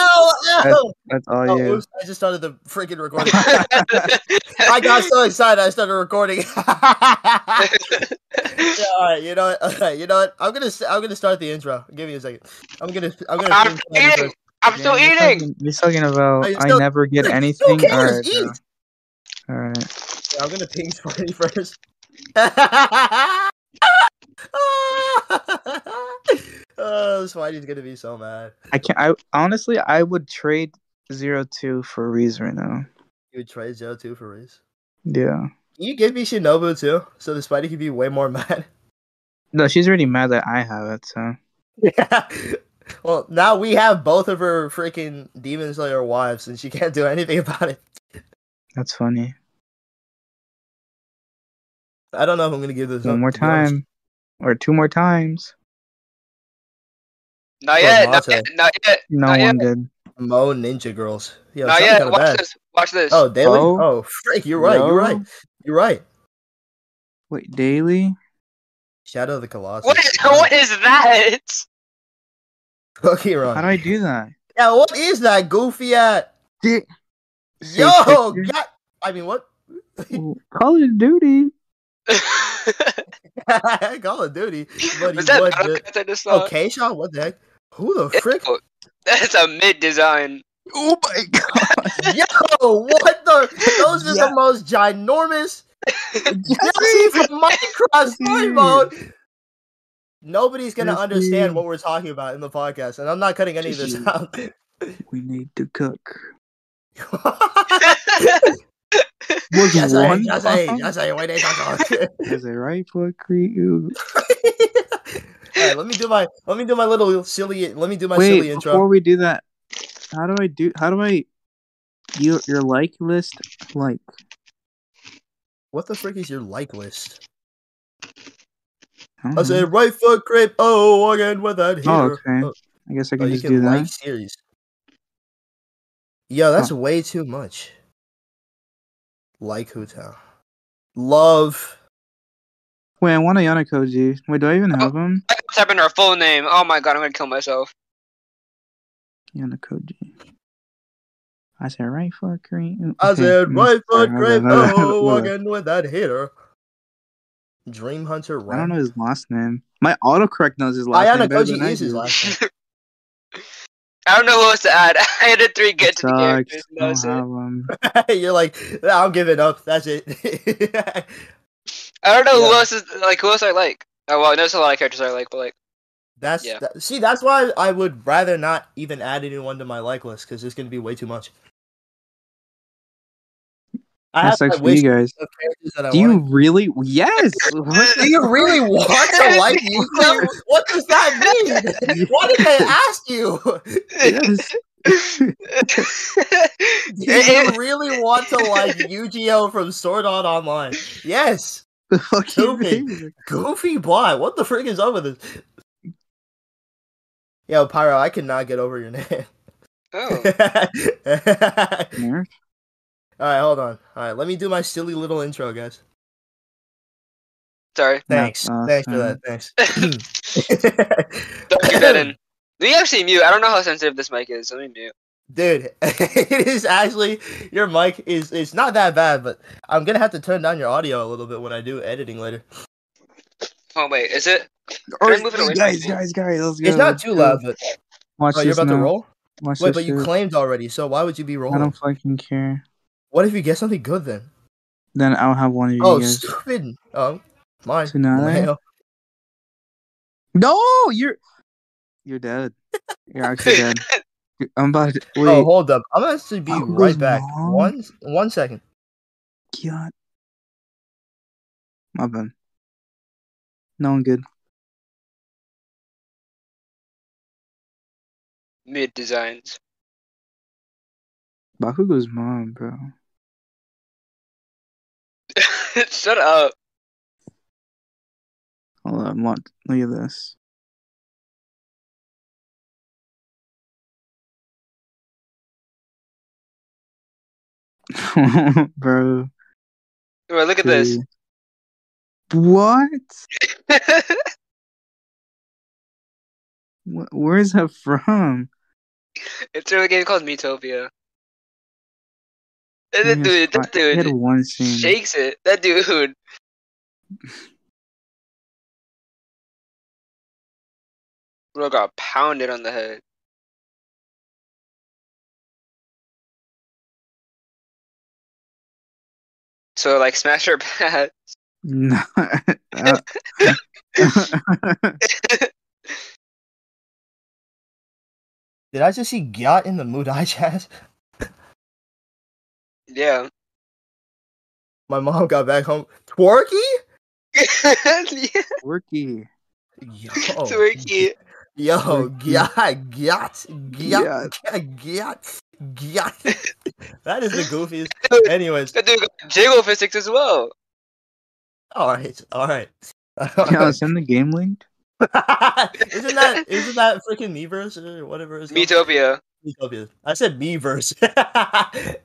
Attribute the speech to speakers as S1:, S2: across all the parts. S1: That's,
S2: Oh,
S1: that's all
S2: oh,
S1: you.
S2: oops, I just started the freaking recording. I got so excited I started recording. Yeah, all right, you know what? All right, you know what? I'm gonna s- I'm gonna start the intro. Give me a second. I'm gonna I'm gonna.
S3: I'm
S2: finish what I do
S3: eating.
S2: first.
S3: I'm still
S1: Damn, you're
S3: eating.
S1: talking- You're talking about
S2: Oh, you're
S1: I
S2: still-
S1: never get
S2: Who
S1: anything. All
S2: cares?
S1: right,
S2: Eat.
S1: all right.
S2: Yeah, I'm gonna ping Smarty first. oh, Smarty's gonna be so mad.
S1: I can't. I honestly, I would trade zero two for Reese right now.
S2: You would trade Zero Two for Reese.
S1: Yeah.
S2: Can you give me Shinobu too, so the Spidey can be way more mad.
S1: No, she's already mad that I have it. So
S2: Yeah. Well, now we have both of her freaking Demon Slayer wives, and she can't do anything about it.
S1: that's funny.
S2: I don't know if I'm gonna give this up,
S1: One more
S2: to be honest.
S1: time, or two more times.
S3: Not yet. Not
S2: Mate.
S3: yet. Not yet.
S1: No
S3: Not yet.
S1: one did.
S2: Mo Ninja Girls. Yo,
S3: Not
S2: sounds
S3: yet.
S2: kinda
S3: Watch
S2: bad.
S3: this. Watch this.
S2: Oh, daily.
S1: Oh.
S2: Oh, freak! You're right. You're right.
S1: No.
S2: You're right.
S1: Wait, daily?
S2: Shadow of the Colossus.
S3: What is what is that?
S1: How
S2: Pokemon.
S1: do I do that?
S2: Yeah, what is that goofy at?
S1: Di- Save
S2: Yo,
S1: picture?
S2: God. I mean, what?
S1: Call of Duty.
S2: Call of Duty. Buddy,
S3: Was that
S2: what
S3: Battle
S2: the-
S3: Cats I just saw?
S2: Oh, K-Shot? What the heck? Who the
S3: Ew,
S2: frick?
S3: That's a mid design.
S1: Oh my god!
S2: Yo, what the? Those are
S1: Yeah.
S2: the most ginormous Jesse
S1: Jesse!
S2: from Minecraft story
S1: Dude.
S2: mode. Nobody's gonna
S1: Jesse.
S2: understand what we're talking about in the podcast, and I'm not cutting any of this
S1: Jesse.
S2: out.
S1: we need to cook.
S3: That's
S1: Was
S2: Jesse,
S1: one?
S2: Jesse,
S1: bomb?
S2: Jesse, wait, wait, wait, wait.
S1: Is it right for Creed?
S2: All right, let me do my let me do my little silly let me do my
S1: Wait,
S2: silly
S1: before
S2: intro.
S1: we do that, how do I do? How do I? Your your like list like
S2: What the frick is your like list?
S1: I, don't
S2: I
S1: know.
S2: said right foot grape. Oh, again without here.
S1: Mm-hmm. Oh, okay. I guess I
S2: Oh,
S1: can
S2: you
S1: just
S2: can
S1: do
S2: like
S1: that.
S2: series. Yo, that's way too much. Like Hotel. Love.
S1: Wait, I want a Yanakoji. Wait, do I even
S2: Oh.
S1: have him?
S3: typing her full name. Oh my god, I'm gonna kill myself.
S1: Yanakoji. I said right foot Creed.
S2: I said right foot
S1: Alright,
S2: grave.
S1: alright,
S2: Oh,
S1: alright.
S2: walking with that hitter. Dream Hunter.
S1: I don't
S2: Ren.
S1: know his last name. My autocorrect knows his last
S2: Ayana
S1: name. better than
S2: Koji
S1: I
S2: is his
S1: do.
S2: last name.
S3: I don't know who else to add. I added three
S1: It
S3: get to the characters.
S1: sucks.
S3: and That was
S1: I
S3: it.
S1: don't have him.
S2: You're like, "Nah, I'm giving up. That's it.
S3: I don't know who
S2: Yeah.
S3: else is like who else I like. Oh well, I know there's a lot of characters I like, but like
S2: that's
S3: Yeah.
S2: that, see, that's why I would rather not even add anyone to my like list because it's gonna be way too much. I
S1: That
S2: have
S1: sucks
S2: my
S1: for you
S2: wish
S1: guys.
S2: of characters that I
S1: Do
S2: wanna
S1: you really? Yes. What?
S2: Do you really want to like nuclear? What does that mean? Why did I ask you?
S1: yes.
S2: Do you really want to like Yu-Gi-Oh from Sword Art Online? Yes.
S1: The fucking
S2: Stupid.
S1: thing.
S2: Goofy boy, what the frick is up with this? Yo, Pyro, I cannot get over your name.
S3: oh.
S2: All right,
S1: Nerf.
S2: hold on. All right, let me do my silly little intro, guys.
S3: Sorry.
S2: Thanks.
S1: That's
S2: Thanks for that. Thanks.
S3: Don't keep that in. Do you actually mute? I don't know how sensitive this mic is. Let me mute.
S2: Dude, it is actually your mic is it's not that bad, but I'm gonna have to turn down your audio a little bit when I do editing later.
S3: Oh wait, is it?
S1: All
S3: move it away
S1: right,
S3: from
S1: guys,
S3: me?
S1: guys, guys, let's go.
S2: it's not
S1: let's
S2: too
S1: go.
S2: loud, but
S1: Watch
S2: oh,
S1: this
S2: you're about
S1: now.
S2: to roll.
S1: Watch
S2: Wait,
S1: this
S2: but you
S1: shit.
S2: claimed already, so why would you be
S1: I
S2: rolling?
S1: don't fucking care.
S2: What if you get something good then?
S1: Then I'll have one of you
S2: Oh,
S1: guys.
S2: stupid. Oh, mine.
S1: Tonight?
S2: Well,
S1: No, you're you're dead. You're actually dead. You- I'm about to wait.
S2: Oh, hold up. I'm gonna actually be
S1: I was
S2: right back.
S1: wrong.
S2: One one second.
S1: God. My bad. No, I'm good.
S3: Mid designs.
S1: Bakugo's mom, bro.
S3: Shut up.
S1: Hold on, what? Look at this. bro.
S3: Wait, look at this.
S1: dude. What? Wh- Where's that from?
S3: It's a game called Metopia. And that
S1: Yeah,
S3: dude,
S1: I-
S3: that
S1: I had
S3: dude
S1: one scene.
S3: shakes it. That dude. Bro got pounded on the head. So like smash her back.
S1: No. Uh,
S2: Did I just see Gyat in the Mudai chat?
S3: Yeah.
S2: My mom got back home. Twerky?
S1: Oh,
S3: yeah.
S1: Quirky.
S2: Yo,
S3: Twerky.
S2: Yo,
S1: Twerky.
S2: Gyat, Gyat, Gyat,
S1: Gyat.
S2: Gyat, Gyat. That is the goofiest. Anyways,
S3: That dude got jiggle physics as well.
S2: all right, all right.
S1: Yo, send the game link.
S2: isn't that isn't that freaking Meverse or whatever it's called?
S3: Metopia.
S2: Metopia. I said Meverse.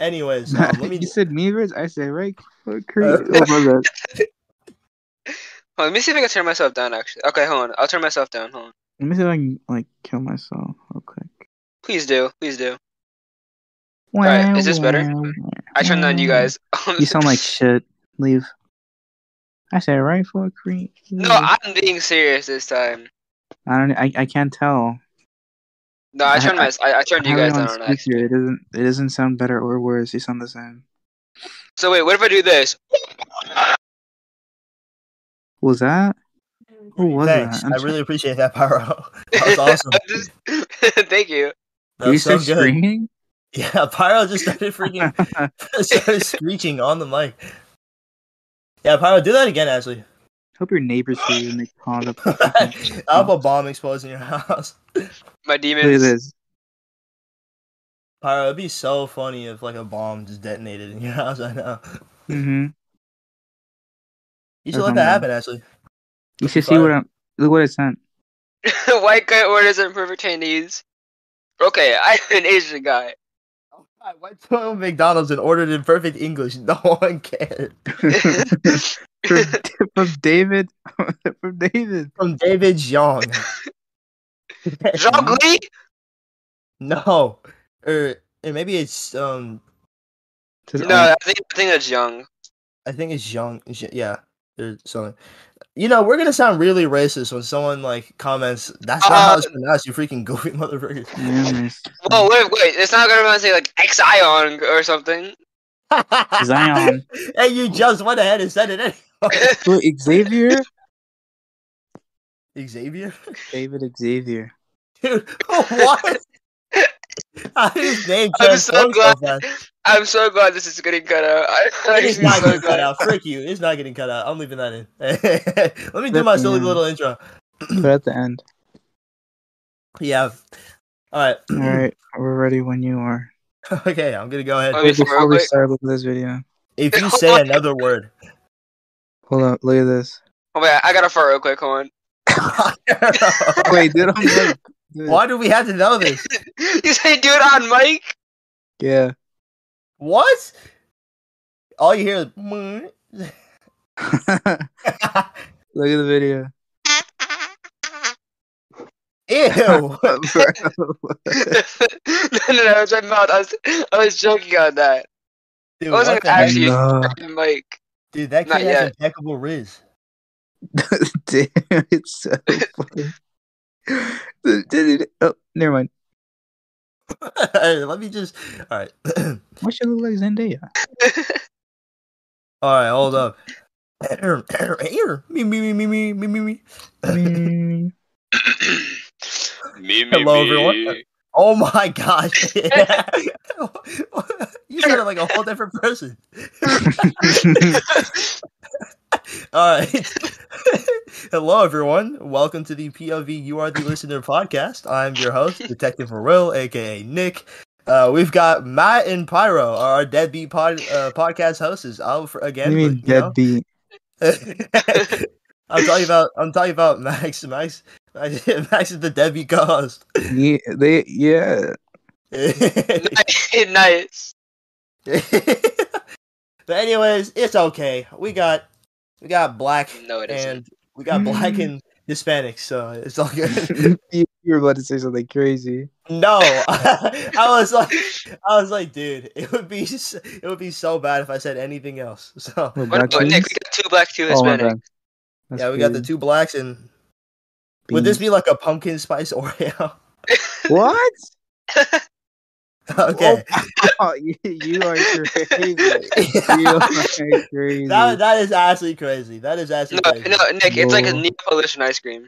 S2: Anyways, um, let me.
S1: you said Meavers, I said right. Click.
S2: Uh,
S1: oh my god.
S3: Hold on, let me see if I can turn myself down. Actually, okay, hold on. I'll turn myself down. Hold on.
S1: Let me see if I can like kill myself real quick.
S3: Please do. Please do. Alright, is this better? I turned on you guys.
S1: Mm. You sound like shit. Leave. I said right for a creep.
S3: No,
S1: Hmm.
S3: I'm being serious this time.
S1: I don't. e, I, I can't tell.
S3: No, I
S1: I-
S3: turned my. I, I turned you
S1: I have
S3: guys
S1: it on
S3: down on that.
S1: speaker. It doesn't. It doesn't sound better or worse. You sound the same.
S3: So wait, what if I do this?
S1: Was that? Who was
S2: Thanks.
S1: that? I'm
S2: I
S1: so-
S2: really appreciate that, Pyro. That was awesome.
S3: Just- Thank you.
S2: That was so
S1: Research
S2: good.
S1: screening?
S2: Yeah, Pyro just started freaking started screeching on the mic. Yeah, Pyro, do that again, Ashley.
S1: Hope your neighbors see you and they call up.
S2: I'll have a bomb exposed in your house.
S3: My
S1: Look at
S3: demons.
S1: this.
S2: Pyro, it'd be so funny if like a bomb just detonated in your house right now.
S1: Mm-hmm.
S2: You
S1: Or
S2: should let that happen,
S1: something.
S2: Ashley.
S1: You should see what I'm. Look what I sent.
S3: White guy orders imperfect Chinese. Okay, I'm an Asian guy.
S2: I went to McDonald's and ordered in perfect English. No one cared.
S1: from, from David. from David.
S2: From David Young.
S3: Zhao Li?
S2: no. Or, or maybe it's um
S1: It says,
S3: No, I think I think that's Young.
S2: I think it's young. it's- Yeah, there's something. You know, we're gonna sound really racist when someone like comments, "That's not how it's pronounced." You freaking goofy motherfuckers.
S1: oh, yeah, miss.
S3: Well, wait, wait. It's not gonna say like Xion or something.
S1: Zion.
S2: and you just went ahead and said it anyway.
S1: Look, Xavier.
S2: Xavier,
S1: David Xavier.
S2: dude, what? How did his name
S3: I'm so
S2: transform so
S3: glad-
S2: fast?
S3: I'm so glad this is getting cut out. I- I'm
S2: It's not
S3: so
S2: getting cut
S3: glad.
S2: out. Frick you! It's not getting cut out. I'm leaving that in. Let me do
S1: Rip
S2: my silly
S1: you.
S2: little intro.
S1: But at the end.
S2: Yeah. All
S1: All
S2: right.
S1: right, we're ready when you are.
S2: okay, I'm gonna go ahead.
S3: Okay.
S1: Wait,
S3: Wait,
S1: before we
S3: wait.
S1: start, look at this video.
S2: If you say another word,
S1: Hold up, look at this.
S3: Oh wait, I gotta fart real quick. Hold on.
S1: Wait, dude, I'm like, dude.
S2: Why do we have to know this?
S3: you say do it on mic?
S1: Yeah.
S2: What? All you hear is. "Mm."
S1: look at the video.
S2: Ew.
S1: Bro.
S3: no, no, no, it was my mouth. I was, I was joking on that.
S2: Dude,
S3: wasn't
S2: what the
S3: an
S2: heck?
S3: Actually,
S1: no.
S3: Mike.
S2: Dude, that
S3: not
S2: kid has
S3: yet.
S2: impeccable riz.
S1: Damn, it's so funny. Dude, oh, never mind.
S2: Let me just. All right.
S1: Why should I look like Zendaya?
S2: All right, hold up. Here. Me, me, me, me, me, me, me, me.
S1: Mm,
S3: me, me,
S2: Hello, everyone. Oh my gosh. you sounded like a whole different person. All right. Hello, everyone. Welcome to the POV You Are the Listener podcast. I'm your host, Detective Morrill, aka Nick. Uh, we've got Matt and Pyro, our deadbeat pod, uh, podcast hosts. I'll for,
S1: you
S2: again.
S1: mean
S2: but, you know.
S1: deadbeat?
S2: I'm talking about. I'm talking about Max. Max. Max Max is the deadbeat co-host.
S1: Yeah, they, yeah.
S3: nice.
S2: but anyways, it's okay. We got we got Black
S3: No, it isn't.
S2: and we got Black and Hispanic, so it's all good.
S1: you were about to say something crazy.
S2: No, I was like, I was like, dude, it would be s- it would be so bad if I said anything else. So
S1: What,
S3: What about
S1: Dutchies?
S3: Nick? We got two black, two
S1: Oh, my
S3: Hispanic.
S1: God. That's
S2: yeah, we got the
S1: crazy.
S2: two blacks, and would this be like a pumpkin spice Oreo?
S1: What?
S2: okay,
S1: Oh, you, you are crazy. You are crazy.
S2: that that is actually crazy. That is actually
S3: no,
S2: crazy.
S3: no, Nick, it's like a
S1: Whoa.
S3: Neapolitan ice cream.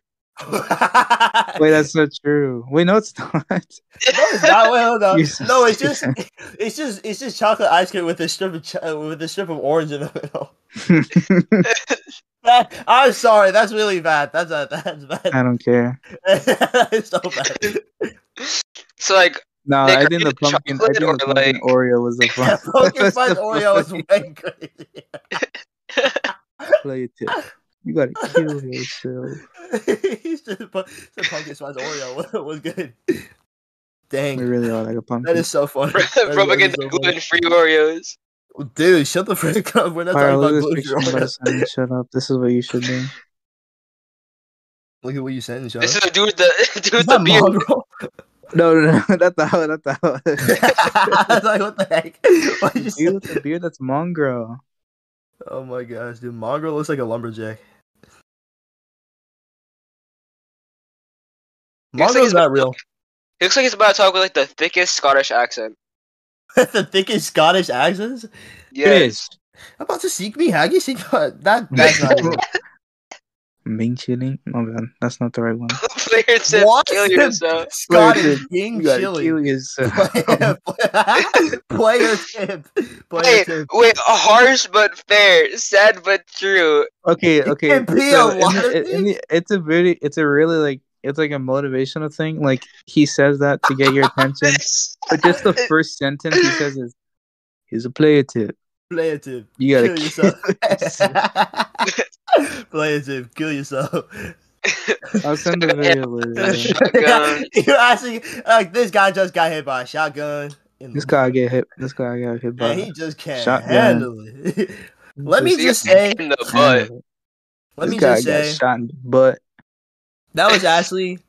S1: Wait, that's not true. Wait, no, it's not.
S2: No, it's not. Wait, hold on.
S1: You're so
S2: No, it's
S1: stupid.
S2: just, it's just, it's just chocolate ice cream with a strip of ch- uh, with a strip of orange in the middle. That, I'm sorry, that's really bad. That's uh, that's bad.
S1: I don't care.
S2: that's so bad.
S3: so like,
S1: No,
S3: Nick,
S1: I
S3: are
S1: think
S3: you
S1: the pumpkin. I
S3: chocolate
S1: think the
S3: or,
S1: pumpkin
S3: like-
S1: Oreo was the fun.
S2: Pumpkin
S1: that's
S2: spice
S1: the
S2: Oreo is
S1: funny
S2: way crazy.
S1: play tip. You gotta kill yourself.
S2: He's just pu- the pumpkin spice Oreo was good.
S1: We
S2: Dang,
S1: really are like a pumpkin.
S2: that is so funny. That is- that is
S3: propaganda
S2: so funny.
S3: gluten free Oreos.
S2: Dude, shut the frick up. We're not
S1: Alright,
S2: talking
S1: look
S2: about
S1: at this
S2: gluten.
S1: picture I'm about to
S2: Oreo.
S1: send you. Shut up. This is what you should do.
S2: Look at what you said, Sean.
S3: This is a dude with the dude
S2: Is
S3: with the
S2: that
S3: beard.
S2: mongrel?
S1: No, no, no. Not the not the
S2: I was like, what the heck? Why'd you say-
S1: Dude with the beard that's mongrel.
S2: Oh my gosh, dude, mongrel looks like a lumberjack.
S3: Looks like
S2: Mongrel's
S3: he's-
S2: not real.
S3: He looks like he's about to talk with like the thickest Scottish accent.
S2: the thickest Scottish accents.
S3: Yes.
S2: I'm about to seek me, Haggy. Seek that. That's not real.
S1: Ming chilling? No man, that's not the right one.
S3: Player said
S2: What?
S3: kill yourself.
S2: Scottish
S1: dude,
S2: King
S1: You gotta
S2: Chili.
S1: kill yourself.
S2: Player player tip. Player
S3: Hey,
S2: tip.
S3: wait, harsh but fair, sad but true.
S1: Okay,
S2: It
S1: okay.
S2: can be
S1: so
S2: a
S1: in
S2: lot
S1: the-
S2: of
S1: in the- it's a really, it's a really like, it's like a motivational thing. Like he says that to get your attention, but just the first sentence he says is, "Here's a player tip.
S2: Player tip.
S1: You
S2: Kill
S1: gotta kill
S2: yourself. player tip. Kill yourself.
S1: I'll send the video later.
S3: Shotgun.
S2: You're actually like this guy just got hit by a shotgun. in
S1: This
S2: the-
S1: guy get hit. This guy got hit by.
S2: and he just can't
S1: shotgun.
S2: handle it. let me
S3: So you
S2: just
S3: got
S2: say-
S3: kicked in the butt.
S2: Let
S1: this
S2: me
S1: guy
S2: just
S1: got
S2: say
S1: shot in the butt.
S2: that was actually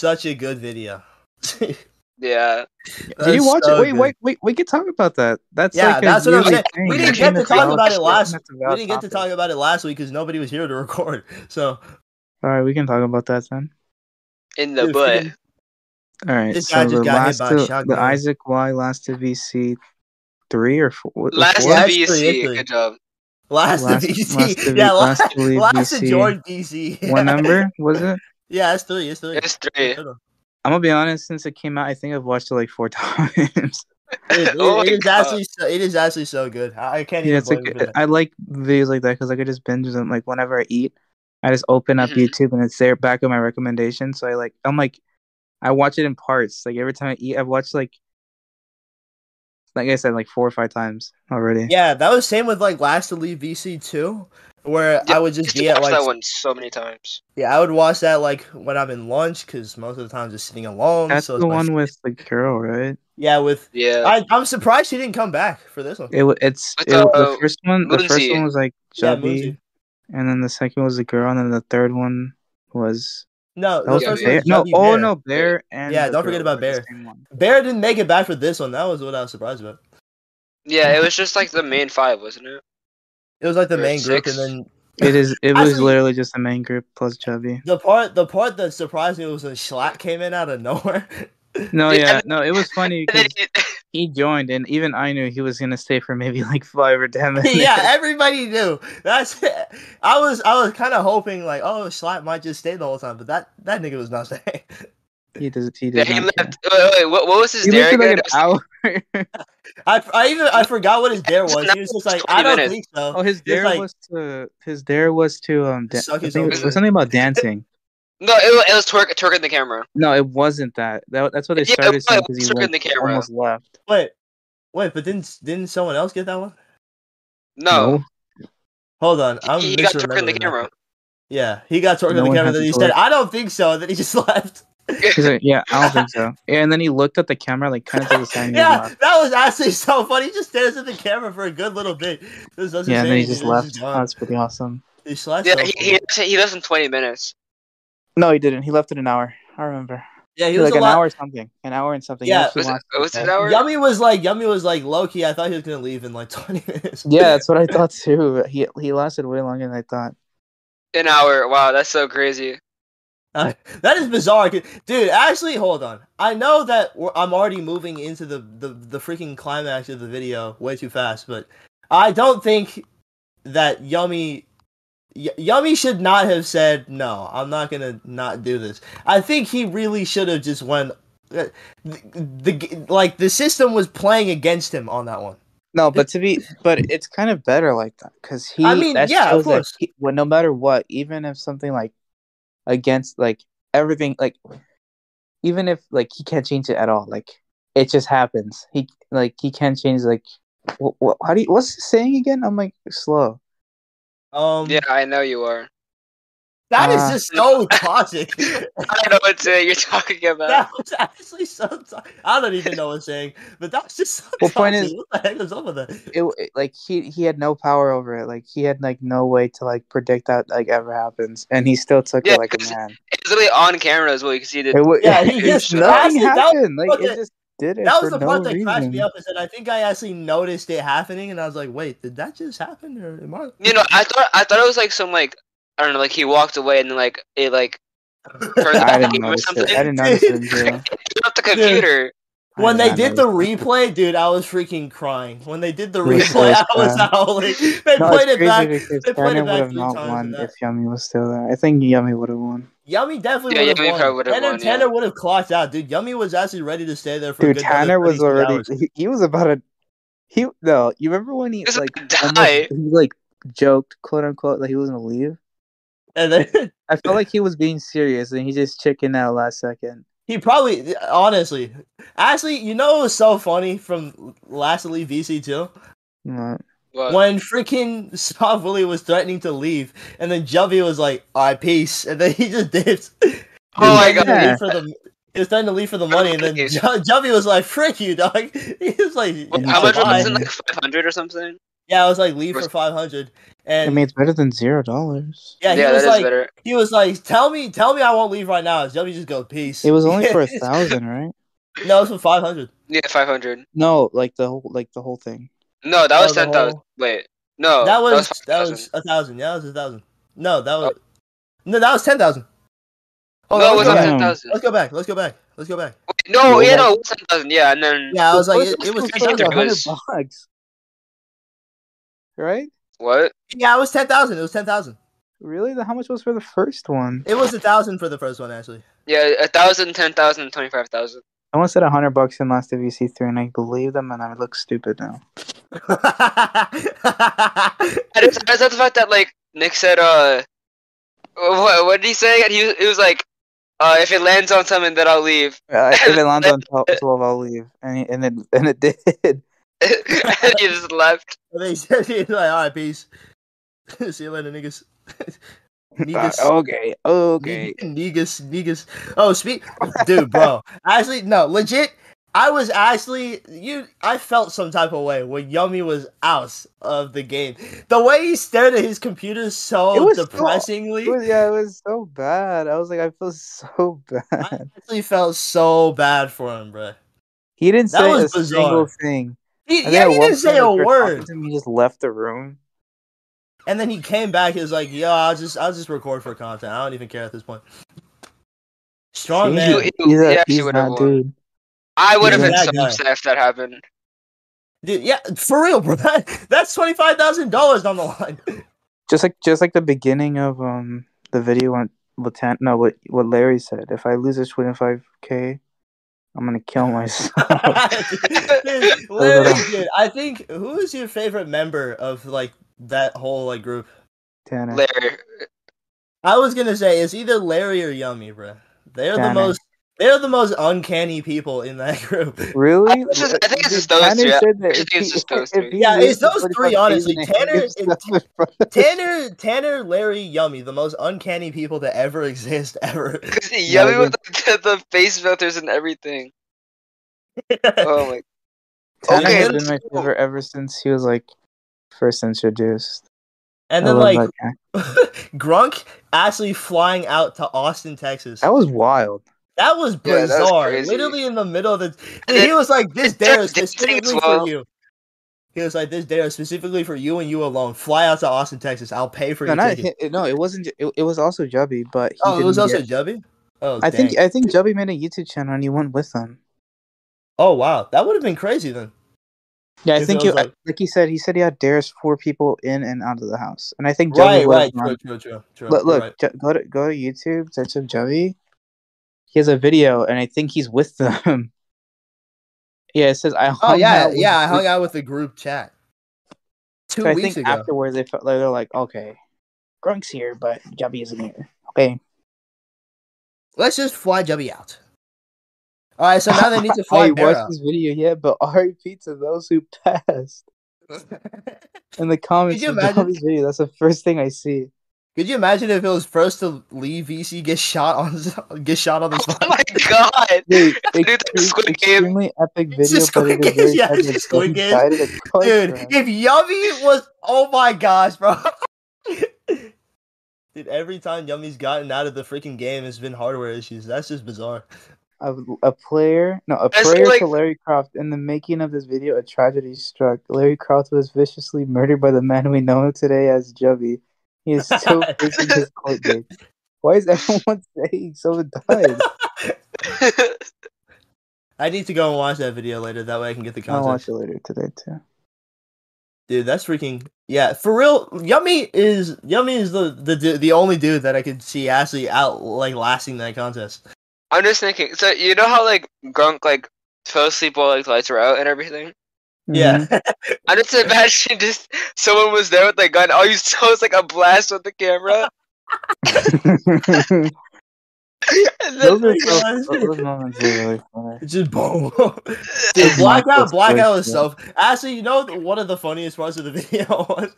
S2: such a good video. Did
S3: Yeah.
S1: Did you watch it? Wait, wait, wait, we could talk about that. That's
S2: Yeah,
S1: like a
S2: that's what I'm
S1: yearly
S2: saying.
S1: thing.
S2: We
S3: didn't
S1: That's
S3: get to
S1: an
S3: talk
S1: avowed-
S3: about it
S1: that's
S2: last-
S1: an
S2: We
S1: avowed
S2: didn't get to
S1: topic.
S2: talk about it last week because nobody was here to record. So
S1: All right, we can talk about that then.
S3: In the
S2: Dude,
S3: butt.
S2: freaking-
S1: All right,
S2: This
S1: so
S2: guy just
S1: the
S2: got hit
S1: last
S2: by a
S1: to- the
S2: shotgun.
S1: Isaac Y last to VC three or four. or
S3: Last
S1: four?
S2: That's pretty
S3: VC.
S2: good.
S3: Good job.
S2: last,
S1: Last-
S2: to BC,
S1: last to
S2: yeah,
S1: leave-
S2: last,
S1: last to leave
S2: last to
S1: BC.
S2: George BC.
S1: One number was it?
S2: Yeah, it's three. It's three.
S3: It's three.
S2: Hold on.
S1: I'm gonna be honest. Since it came out, I think I've watched it like four times.
S2: Dude, it-
S3: Oh my
S2: it is
S3: God.
S2: actually so, it is actually so good. I, I can't even
S1: yeah, it's like
S2: blame you for that.
S1: I like videos like that because I could just binge them. Like whenever I eat, I just open up
S3: Mhm.
S1: YouTube and it's there back in my recommendations. So I like I'm like I watch it in parts. Like every time I eat, I've watched like like I said like four or five times already.
S2: Yeah, that was same with like last to leave VC two, where
S3: Yeah,
S2: I would just
S3: Just
S2: be at
S3: watched
S2: like
S3: that one so many times.
S2: yeah, I would watch that like when I'm in lunch because most of the time I'm just sitting alone.
S1: That's
S2: so it's
S1: the
S2: my-
S1: one with the girl, right?
S2: yeah with.
S3: Yeah.
S2: I, I'm surprised she didn't come back for this one.
S1: It wa- it's
S3: With,
S1: it, the
S3: uh,
S1: first one. The first
S3: Moonzy.
S1: one was like
S2: Yeah,
S1: chubby,
S2: Moonzy.
S1: and then the second was the girl, and then the third one was
S2: No,
S1: that
S2: the
S1: was
S2: first
S1: Bear.
S2: one was
S1: No,
S2: Chubby
S1: oh
S2: Bear.
S1: no, Bear and
S2: Yeah,
S1: the
S2: don't forget
S1: girl
S2: about
S1: were the
S2: Bear.
S1: same one.
S2: Bear didn't make it back for this one. That was what I was surprised about.
S3: Yeah, it was just like the main five, wasn't it?
S2: It was like the
S3: Or
S2: main group,
S3: six.
S2: and then
S1: It is. It was
S2: Actually-
S1: literally just the main group plus chubby.
S2: the part the part that surprised me was when Schlatt came in out of nowhere.
S1: No,
S3: Yeah.
S1: yeah, no, it was funny
S3: And then
S1: because he joined, and even I knew he was gonna stay for maybe like five or ten minutes.
S2: yeah, everybody knew. That's it. I was I was kind of hoping like, oh, Schlatt might just stay the whole time, but that that nigga was not staying.
S1: he does. He
S3: yeah,
S1: does.
S3: he
S1: not
S3: left.
S1: care.
S3: Wait, wait, wait, what, what was his
S1: He
S3: dare
S1: left for like
S3: again?
S1: an hour.
S2: I, I even I forgot what his dare was. He was just like, I don't
S3: 20
S2: think so.
S1: Oh, his dare
S2: like-
S1: was to. His dare was to um. Da-
S2: Suck
S1: I
S2: his
S1: think
S2: own
S1: it
S3: dick.
S1: was something about dancing.
S3: No, it, wa- it was twerk, twerking the camera.
S1: No, it wasn't that. that that's what they
S3: Yeah, it
S1: started saying
S3: was
S1: because he
S3: circling
S1: went,
S3: the camera.
S1: almost left.
S2: Wait, wait, but didn't didn't someone else get that one?
S3: No,
S2: Hold on, I'm
S3: he got twerking the
S2: misremembering that.
S3: camera.
S2: Yeah, he got twerking
S1: No
S2: the
S1: one
S2: camera.
S1: had
S2: Then
S1: to
S2: he
S1: twerk.
S2: said, I don't think so. And then he just left.
S1: He's like, yeah, I don't think so. Yeah, and then he looked at the camera like kind of to the side and he
S2: yeah,
S1: left.
S2: that was actually so funny. He just stares at the camera for a good little bit. This doesn't
S1: Yeah,
S2: say
S1: and then he
S2: anything.
S1: just
S2: It's
S1: left. Oh,
S2: gone.
S1: that's pretty awesome.
S2: He slashed
S3: Yeah,
S2: so
S3: he,
S2: funny.
S3: he, he left in 20 minutes.
S1: No, he didn't. He left it an hour. I remember.
S2: Yeah, he was
S1: Like an
S2: a lot.
S1: hour or something. An hour and something. He
S2: Yeah.
S1: actually
S3: Was it,
S1: watched
S3: was it an
S1: that.
S3: hour?
S2: Yummy was like Yummy was like low key. I thought he was gonna leave in like twenty minutes.
S1: Yeah, that's what I thought too. He he lasted way longer than I thought.
S3: An hour. Wow, that's so crazy.
S2: Uh, that is bizarre, 'cause- dude. Actually, hold on. I know that we're, I'm already moving into the, the the freaking climax of the video way too fast, but I don't think that Yummy y- Yummy should not have said no. I'm not gonna not do this. I think he really should have just went. The, the g- like the system was playing against him on that one.
S1: No, but to be, but it's kind of better like that because he.
S2: I mean,
S1: that
S2: yeah, of
S1: shows that
S2: course.
S1: he- well, no matter what, even if something like against like everything, like even if like he can't change it at all, like it just happens. He like he can't change like. What, what, how do you, what's the saying again? I'm like slow.
S2: Um,
S3: Yeah, I know you are.
S2: that is
S1: Uh.
S2: just so toxic.
S3: I know what uh, you're talking about.
S2: That was actually so. T- I don't even know what I'm saying, but that was just so.
S1: Well, point
S2: toxic.
S1: is-
S2: what the heck was up with that?
S1: It, it like he he had no power over it. Like he had like no way to like predict that like ever happens, and he still took
S3: Yeah,
S1: it like a
S3: it's-
S1: man.
S3: It's literally on camera as well. You can see
S1: It
S3: the.
S1: wa-
S2: Yeah, he
S3: just-
S1: nothing
S2: actually, that was
S1: happened.
S2: part
S1: Like it
S2: that-
S1: just did it.
S2: That was the
S1: for no
S2: part that crashed me
S1: reason.
S2: up. Is that I think I actually noticed it happening, and I was like, "Wait, did that just happen?" Or am I?
S3: You know, I thought I thought it was like some like I don't know, like he walked away and then like it like turned
S1: I
S3: off
S1: didn't
S3: or
S1: notice
S3: something.
S1: it. I didn't notice it until
S3: Turned off the computer.
S2: when they
S1: I did
S2: did
S1: not
S2: the
S1: notice
S2: replay, dude, I was freaking crying. When they did the
S1: Me too,
S2: replay, I was
S1: man.
S2: howling. They
S1: it. No,
S2: played
S1: it's
S2: it
S1: crazy
S2: back.
S1: because
S2: they played it
S1: Daniel
S2: back
S1: would have
S2: three
S1: not
S2: times
S1: won
S2: with
S1: if
S2: that.
S1: Yummy was still there. I think Yummy would have won.
S2: Yummy definitely
S3: Yeah,
S2: would
S3: Yummy
S2: have
S3: probably
S2: won.
S3: would've
S2: Tanner,
S3: won, yeah.
S2: Tanner would have clocked out, dude. Yummy was actually ready to stay there for.
S1: Dude,
S2: a good another
S1: Tanner was
S2: 32
S1: already.
S2: hours.
S1: He, he was about to. He no. You remember when he
S3: He was
S1: like
S3: about to
S1: almost-
S3: die.
S1: he like joked quote unquote that he was gonna leave.
S2: and then
S1: I felt like he was being serious and he just chickened out last second.
S2: He probably honestly, actually, you know, it was so funny from last Elite VC two
S1: Mm,
S3: Well,
S2: when freaking Scott Willie was threatening to leave, and then Juvie was like, "All right, peace," and then he just dipped.
S3: oh my
S2: He was threatening
S3: god.
S2: to
S1: Yeah.
S2: leave for the- He was trying to leave for the money, and then
S3: Okay.
S2: Ju- Juvie was like, "Frick you, dog!" He was like,
S1: Well,
S3: How
S1: Yeah,
S3: much
S1: why?
S2: "Bye."
S3: was it? Like five hundred or something.
S2: Yeah, I was like, "Leave for
S3: Was-
S2: 500
S1: I
S2: and
S1: mean, it's better than zero dollars.
S2: yeah, he
S3: that
S2: was
S3: is
S2: like,
S3: better.
S2: he was like, "Tell me, tell me, I won't leave right now." Juvie just go, "Peace."
S1: It was only for a thousand, right?
S2: no, it was for five hundred.
S3: Yeah, five hundred.
S1: No, like the whole like the whole thing.
S3: No, that
S2: No,
S3: was
S2: Oh, the
S3: ten thousand.
S2: whole-
S3: Wait, no,
S2: that was that was,
S3: 5,000.
S2: a thousand. Yeah, that was a thousand. No, that was no, that was ten thousand. Oh,
S3: no, it
S2: let's,
S3: was
S2: go
S3: not
S1: wasn't.
S2: back.
S3: ten thousand.
S2: let's go back. Let's go back. Let's go back.
S3: No,
S1: Yeah,
S3: yeah,
S1: that-
S3: no, it was ten thousand. Yeah, and then
S2: Yeah, I was like,
S1: What's
S2: it, it was
S1: supposed
S2: ten
S1: to be
S3: $10,000.
S2: thousand.
S1: like a hundred
S3: It was-
S1: bucks, right?
S3: what?
S2: Yeah, it was ten thousand. It was ten thousand.
S1: Really? Then How much was for the first one?
S2: It was a thousand for the first one, actually.
S3: Yeah, a thousand, ten thousand, twenty-five thousand.
S1: Someone said a hundred bucks in Last of VC three, and I believe them, and I look stupid now.
S3: I just, I just like the fact that like Nick said, uh, what, what did he say? And he, was- it was like, uh, if it lands on something, then I'll leave.
S1: Uh, if it lands on 12, 12 I'll leave, and he- and it and it did.
S3: and he just left.
S2: they said, he was like, all right, peace. See you later, niggas. niggas.
S1: Uh, okay, okay.
S2: Negus, Negus. Oh, speak, dude, bro. Actually, no, legit. I was actually you. I felt some type of way when Yummy was out of the game. The way he stared at his computer
S1: It
S2: so
S1: was so-
S2: depressingly.
S1: It was, yeah, it was so bad. I was like, I feel so
S2: I
S1: bad.
S2: actually felt so bad for him, bro.
S1: He didn't
S2: That
S1: say a
S2: was bizarre.
S1: single thing.
S2: He,
S1: I think
S2: yeah,
S1: at
S2: he
S1: one
S2: didn't say
S1: point,
S2: a
S1: like, we were talking
S2: word.
S1: to him, He just left the room.
S2: And then he came back. He was like, "Yo, I'll just, I'll just record for content. I don't even care at this point." Strong
S1: He's-
S2: man.
S3: Ew, ew,
S1: he's
S3: he
S1: a,
S3: actually
S1: he's
S3: would've
S1: that
S3: won.
S1: dude.
S3: I would have been
S2: Yeah.
S3: so upset if that happened.
S2: Dude, yeah, for real, bro. that's twenty five thousand dollars on the line.
S1: Just like just like the beginning of um the video on with Tan- no what what Larry said. If I lose this twenty five k, I'm gonna kill myself.
S2: Dude, literally, dude. I think who is your favorite member of like that whole like group?
S1: Tanner.
S3: Larry,
S2: I was gonna say it's either Larry or Yummy, bro. They're the
S1: Tanner.
S2: most they're the most uncanny people in that group.
S1: Really?
S3: I just- I think it's
S1: Dude,
S3: just those
S1: Tanner
S3: three.
S1: said that
S3: I
S1: if
S3: think it's
S1: he-
S3: just
S1: if
S3: those three.
S1: he
S2: Yeah, it's
S1: loses
S2: those
S1: 45K,
S2: three, honestly.
S1: he's gonna
S2: Tanner
S1: give
S2: and-
S1: stuff in front of-
S2: Tanner, Tanner, Larry, Yummy, the most uncanny people to ever exist ever.
S3: because Yummy with the, the face filters and everything. Oh my.
S1: Tanner
S3: Okay,
S1: has been
S3: let's
S1: my
S3: go.
S1: favorite ever since he was like first introduced.
S2: And
S1: I
S2: then
S1: love
S2: like
S1: that guy.
S2: Grunk actually flying out to Austin, Texas.
S1: that was wild.
S2: That was
S3: Yeah,
S2: bizarre.
S3: that was crazy.
S2: Literally in the middle of the,
S3: And
S2: he was like, "This
S3: it
S2: dare is
S3: starts dancing as
S2: specifically
S3: well.
S2: for you." He was like, "This dare is specifically for you and you alone. Fly out to Austin, Texas. I'll pay for
S1: No,
S2: your
S1: not,
S2: ticket."
S1: hi- no, it wasn't. Ju- It, it was also Jubby, but he
S2: Oh, it was
S1: didn't
S2: also
S1: get-
S2: Jubby. Oh,
S1: I think
S2: dang.
S1: I think Jubby made a YouTube channel and he went with them.
S2: Oh wow, that would have been crazy then.
S1: Yeah, I
S2: If
S1: think
S2: it
S1: you
S2: was
S1: like,
S2: like-
S1: he said he said he had dares four people in and out of the house, and I think
S2: Right,
S1: Jubby was
S2: right. True,
S1: one.
S2: true, true, true.
S1: Look,
S2: You're
S1: look
S2: right.
S1: ju- go to go to YouTube, search up Joey. He has a video, and I think he's with them. yeah, it says I.
S2: Oh
S1: hung
S2: yeah,
S1: out with
S2: yeah. I
S1: Gru-"
S2: hung out with the group chat two
S1: So I
S2: weeks
S1: think
S2: ago.
S1: afterwards they felt like they're like, okay, Grunk's here, but Joey isn't here. Okay,
S2: Let's just fly Jubby out. All right, so now they need to fly
S1: I
S2: Bear
S1: watched
S2: out.
S1: this video yet, but RIP to those who passed. In the comments
S2: you
S1: of
S2: imagine?
S1: Joey's video, that's the first thing I see.
S2: Could you imagine if it was first to leave VC get shot on get shot on the spot?
S3: Oh my god!
S1: Dude,
S3: Dude, that's
S1: extreme-
S3: Squid Game.
S1: extremely epic
S2: It's
S1: video,
S2: just
S1: but
S2: Squid
S1: it is
S2: Games,
S1: very
S2: yeah, it's just
S1: epic that he
S2: Squid Games.
S1: died in a car
S2: Dude,
S1: crash.
S2: if Yummy was oh my gosh, bro. Dude, every time Yummy's gotten out of the freaking game, it's been hardware issues. That's just bizarre.
S1: a, a player, no, a
S3: That's
S1: prayer
S3: like-
S1: to Larry Croft. In the making of this video, a tragedy struck. Larry Croft was viciously murdered by the man we know today as Jubby. He is still facing his court date. Why is everyone saying someone died?
S2: I need to go and watch that video later. That way I can get the
S1: I'll watch
S2: context.
S1: it later today too.
S2: Dude, that's freaking yeah. For real, Yummy is Yummy is the the du- the only dude that I could see actually out like lasting that contest.
S3: I'm just thinking. So you know how like Grunk like fell asleep while like lights were out and everything.
S1: Mhm.
S2: Yeah,
S3: I just imagine just someone was there with a gun. All you saw was like a blast with the camera. and
S1: Mm-hmm. those,
S3: then,
S1: are so, those moments are really funny.
S2: It's just boom. Dude,
S1: That's my
S2: blackout,
S1: first
S2: blackout
S1: choice,
S2: was so. Actually, you know th- one of the funniest parts of the video was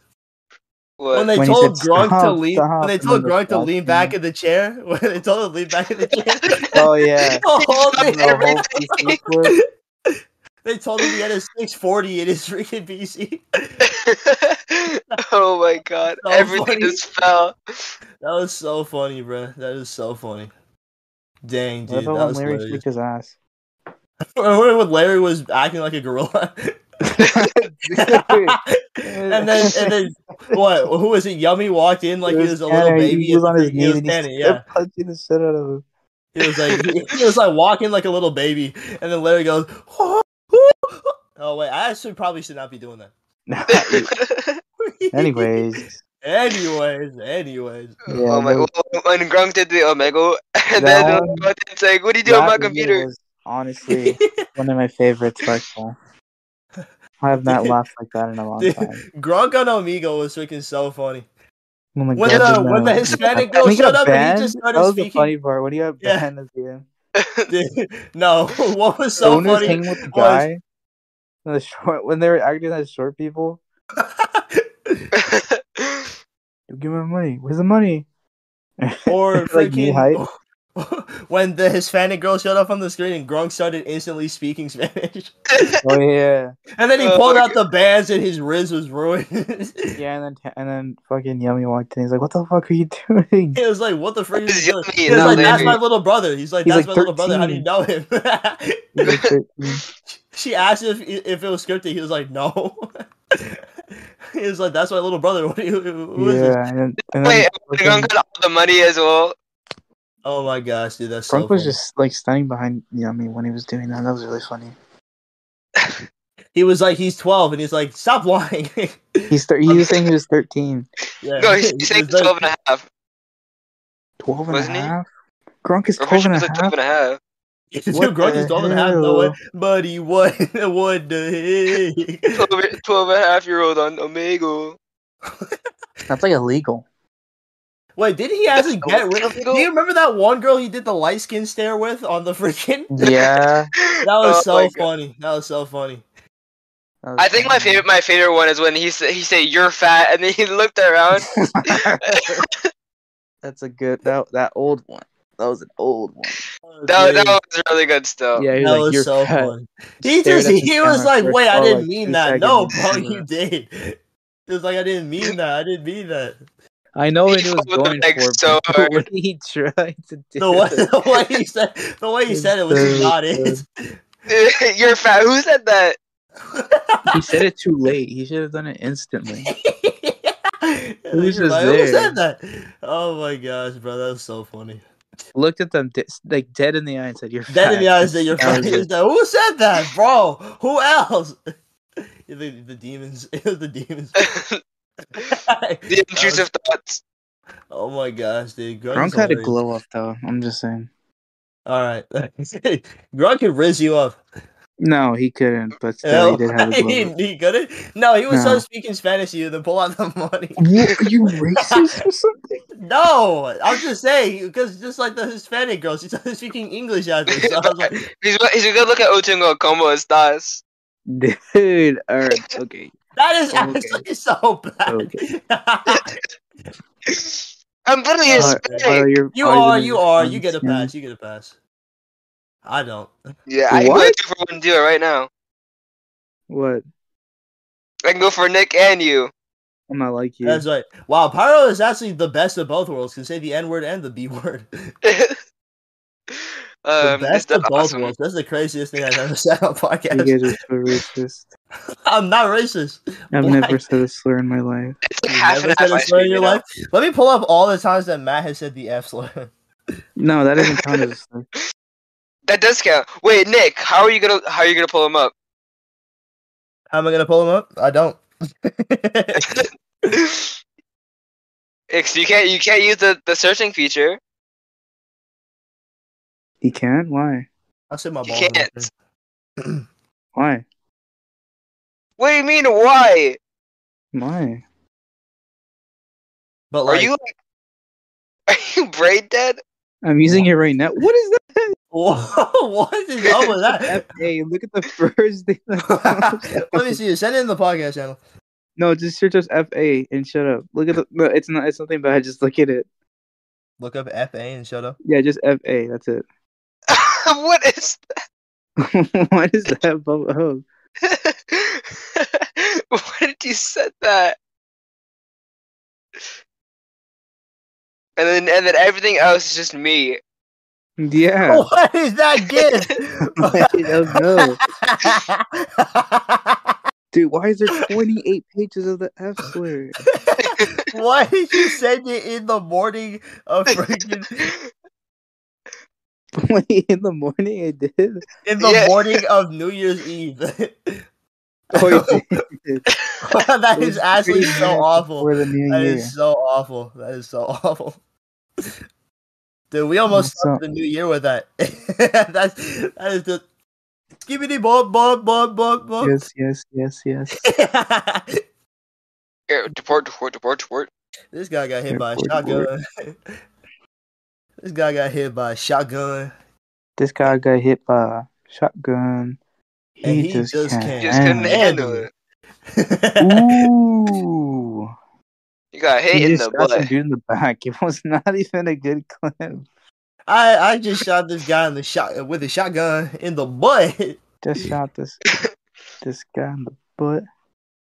S2: when
S3: what?
S2: they
S1: When he
S2: told
S1: said,
S2: Grunk to
S1: "Stop,
S2: lean.
S1: stop,"
S2: when they
S1: and
S2: told
S1: then
S2: Grunk to
S1: the
S2: lean
S1: bathroom.
S2: back in the chair. When they told him to lean back in the chair.
S1: Oh yeah.
S2: the whole
S3: Stop
S2: thing.
S1: The whole
S3: Everything.
S1: PC clip.
S2: They told him he had a 640 in his freaking PC.
S3: oh my god!
S2: So funny.
S3: Everything just fell.
S2: That was so funny, bro. That is so funny. Dang,
S1: What
S2: dude, that
S1: about when
S2: was
S1: Larry
S2: hilarious.
S1: shook his ass?
S2: Remember when Larry was acting like a gorilla? and then, and then, what? Who was it? Yummy walked in like he was a little
S1: Tanner,
S2: baby.
S1: He was
S2: at
S1: on
S2: the
S1: his
S2: freaking- he
S1: knees
S2: was
S1: and he
S2: standing,
S1: started
S2: yeah.
S1: punching the shit out of him.
S2: He was like, he, he was like walking like a little baby, and then Larry goes, "Oh, wait, I actually probably should not be doing that."
S1: Anyways,
S2: anyways, anyways,
S3: oh my!
S1: that-
S3: When Grunk did the Omega, and
S1: That
S3: then
S1: one-
S3: it's like, "What do you do on my
S1: that video
S3: computer?"
S1: was honestly one of my favorites by far. I have not laughed like that in a long
S2: Dude,
S1: time.
S2: Gronk on Omegle was freaking so funny.
S1: Oh my
S2: when
S1: God,
S2: the-
S1: no.
S2: when the Hispanic
S1: When
S2: girl
S1: he got
S2: showed up and he just
S1: banned,
S2: started
S1: that was the
S2: speaking.
S1: funny part. When he got
S2: Yeah.
S1: banned at the end,
S2: Dude, no, what was so
S1: Jonas
S2: funny? Oh,
S1: hanging with the
S2: was-
S1: guy. and The short when they were acting as short people. "Yo, Give me my money. Where's the money?
S2: or
S1: Like knee
S2: freaking when the Hispanic girl showed up on the screen and Gronk started instantly speaking Spanish,
S1: Oh yeah,
S2: and then he
S3: Oh
S2: pulled
S3: my
S2: out the bands and his wrist was ruined.
S1: yeah. And then and then fucking Yummy walked in. He's like, "What the fuck are you doing?"
S2: He was like, "What the frick is
S3: This is
S2: he doing?"
S3: yummy,
S2: He was
S1: not
S2: like, "That's
S1: Larry.
S2: my little brother." He's like,
S1: He's
S2: "That's
S1: like
S2: my little brother." How do you
S1: 13.
S2: know him?
S1: He's like 13.
S2: she asked if if it was scripted. He was like, "No." he was like, "That's my little brother." What do you? Who is this?
S1: yeah, and then, and then
S3: Wait,
S1: fucking
S3: Grunk got all the money as well.
S2: Oh my gosh, dude, that's so.
S1: Grunk was
S2: funny.
S1: just like standing behind Yummy when he was doing that. That was really funny.
S2: He was like, "He's 12," and he's like, "Stop lying."
S1: He's thir- he was saying he was 13.
S2: yeah.
S3: No, he's
S2: He
S3: saying
S2: was like-
S3: 12 and a half.
S1: 12 and
S3: Wasn't
S1: a
S3: he?
S1: half? Grunk is
S3: Or
S1: 12 and a
S3: was like 12
S1: half?
S3: and a half.
S2: Dude,
S1: What
S2: Grunk
S1: the
S2: is 12 and a half, no way.
S1: hell?
S2: Buddy, what, what the heck?
S3: 12, 12 and a half year old on Omegle.
S1: That's like illegal.
S2: Wait, did he actually
S3: That's
S2: get
S3: so
S2: rid of
S3: illegal.
S2: Do you remember that one girl he did the light skin stare with on the freaking?
S1: Yeah.
S2: That was
S3: Oh my
S2: so
S3: God.
S2: funny. That was so funny.
S3: I think my favorite my favorite one is when he sa- he said you're fat and then he looked around.
S1: favorite. That's a good, that, that old one. That was an old one.
S3: That, that
S2: Dude,
S3: was really good stuff.
S1: Yeah, he
S2: that
S1: was like,
S2: was
S1: you're
S2: so
S1: fat.
S2: funny. He
S1: Stared
S2: just
S1: at the
S2: he was
S1: camera
S2: like,
S1: for
S2: wait, I
S1: about,
S2: didn't
S1: like,
S2: mean
S1: two
S2: that. No, bro,
S1: seconds.
S2: you did. It was like I didn't mean that. I didn't mean that.
S1: I know what he
S3: He
S1: was
S3: fumbled the
S1: going
S3: egg
S1: for,
S3: so
S1: but
S3: hard.
S1: what he tried to do.
S2: The way, the way he said the way he said it was not it.
S3: You're fat. Who said that?
S1: he said it too late. He should have done it instantly. Who's
S2: You're
S1: just
S2: like, Who
S1: there?
S2: said that? Oh my gosh, bro, that was so funny.
S1: Looked at them di- like dead in the eye and said, "You're
S2: Dead in the
S1: fat."
S2: eyes that you're
S1: That
S2: funny.
S1: was
S2: Is
S1: it.
S2: that- Who said that, bro? Who else? the, the demons. It was the demons.
S3: The intrusive thoughts.
S2: oh my gosh, dude. Grunk's
S1: Gronk had a
S2: hilarious.
S1: glow up though. I'm just saying.
S2: All right, Grunk could rizz you up.
S1: No, he couldn't, but
S2: No,
S1: still, he did have a glow
S2: he,
S1: up.
S2: he couldn't. No, he was
S1: No.
S2: so speaking Spanish to you to pull out the money.
S1: What, are you racist or something?
S2: No, I'm just saying because just like the Hispanic girls, she's only speaking English out there. So I was like,
S3: He's, he's a good look at Otungo Como Estás.
S1: Dude, alright, okay.
S2: that is
S1: Okay.
S2: actually so bad.
S1: Okay.
S3: I'm literally
S2: Uh,
S3: Hispanic.
S2: you are, you are, you get a pass. You get a pass. I don't.
S3: yeah, I can go
S1: What?
S3: do for one deal right now.
S1: What?
S3: I can go for Nick and you.
S1: I'm not like you.
S2: That's right. Wow, Pyro is actually the best of both worlds. Can say the N word and the B word. The
S3: um,
S2: best
S3: that's
S2: of both
S3: awesome.
S2: worlds. That's the craziest thing I've ever said on a
S1: You guys
S2: podcast.
S1: are so racist.
S2: I'm not racist.
S1: I've
S2: Why?
S1: never said a slur in my life.
S3: It's like
S2: You
S3: half
S2: never
S3: and
S2: said
S3: half.
S2: a
S3: I
S2: slur in
S3: figured
S2: your
S3: it
S2: life.
S3: out.
S2: Let me pull up all the times that Matt has said the F slur.
S1: No, that doesn't count as a slur.
S3: That does count. Wait, Nick, how are you gonna how are you gonna pull him up?
S2: How am I gonna pull him up? I don't.
S3: Nick, you can't you can't use the, the searching feature.
S1: He can? Why?
S2: I'll sit my
S3: You
S2: balls.
S3: can't.
S2: in there.
S1: Why?
S3: What do you mean? Why?
S1: Why?
S2: But
S3: Are
S2: like,
S3: you like are you brain dead?
S1: I'm using it right now. What is that?
S2: Whoa, what is up with that?
S1: F- hey, look at the first thing. That comes up.
S2: Let me see you. Send it in the podcast channel.
S1: No, just search us FA and shut up. Look at the. No, it's not. It's nothing bad. Just look at it.
S2: Look up FA and shut up.
S1: Yeah, just FA. That's it.
S3: what is?
S1: Why does that bubble? Oh,
S3: Why did you said that? And then and then everything else is just me.
S1: yeah.
S2: What is that gift?
S1: I don't know. Dude, why is there 28 pages of the F slur?
S2: Why did you send it in the morning of freaking
S1: Wait, in the morning I did.
S2: in the
S3: Yeah.
S2: morning of New Year's Eve?
S1: Oh, you did.
S2: that is actually so awful.
S1: For the new
S2: That
S1: year.
S2: is so awful. That is so awful. Dude, we almost
S1: What's up?
S2: started the new year with that. That's that is just skibbity bob bob bob bob bob.
S1: Yes, yes, yes, yes.
S3: Yeah, Deport, deport, deport, deport.
S2: this guy got hit by a
S1: Word,
S2: shotgun. this guy got hit by a shotgun.
S1: This guy got hit by a shotgun. He,
S2: And he
S1: just,
S2: just
S1: can't.
S2: can't.
S3: You just couldn't
S2: Man.
S3: handle it.
S1: Ooh.
S3: You got hit
S1: He
S3: in
S1: just
S3: the
S1: shot some
S3: butt.
S1: dude in the back. It was not even a good clip.
S2: I I just shot this guy in the shot with a shotgun in the butt. Dude,
S1: Just shot this this guy in the butt.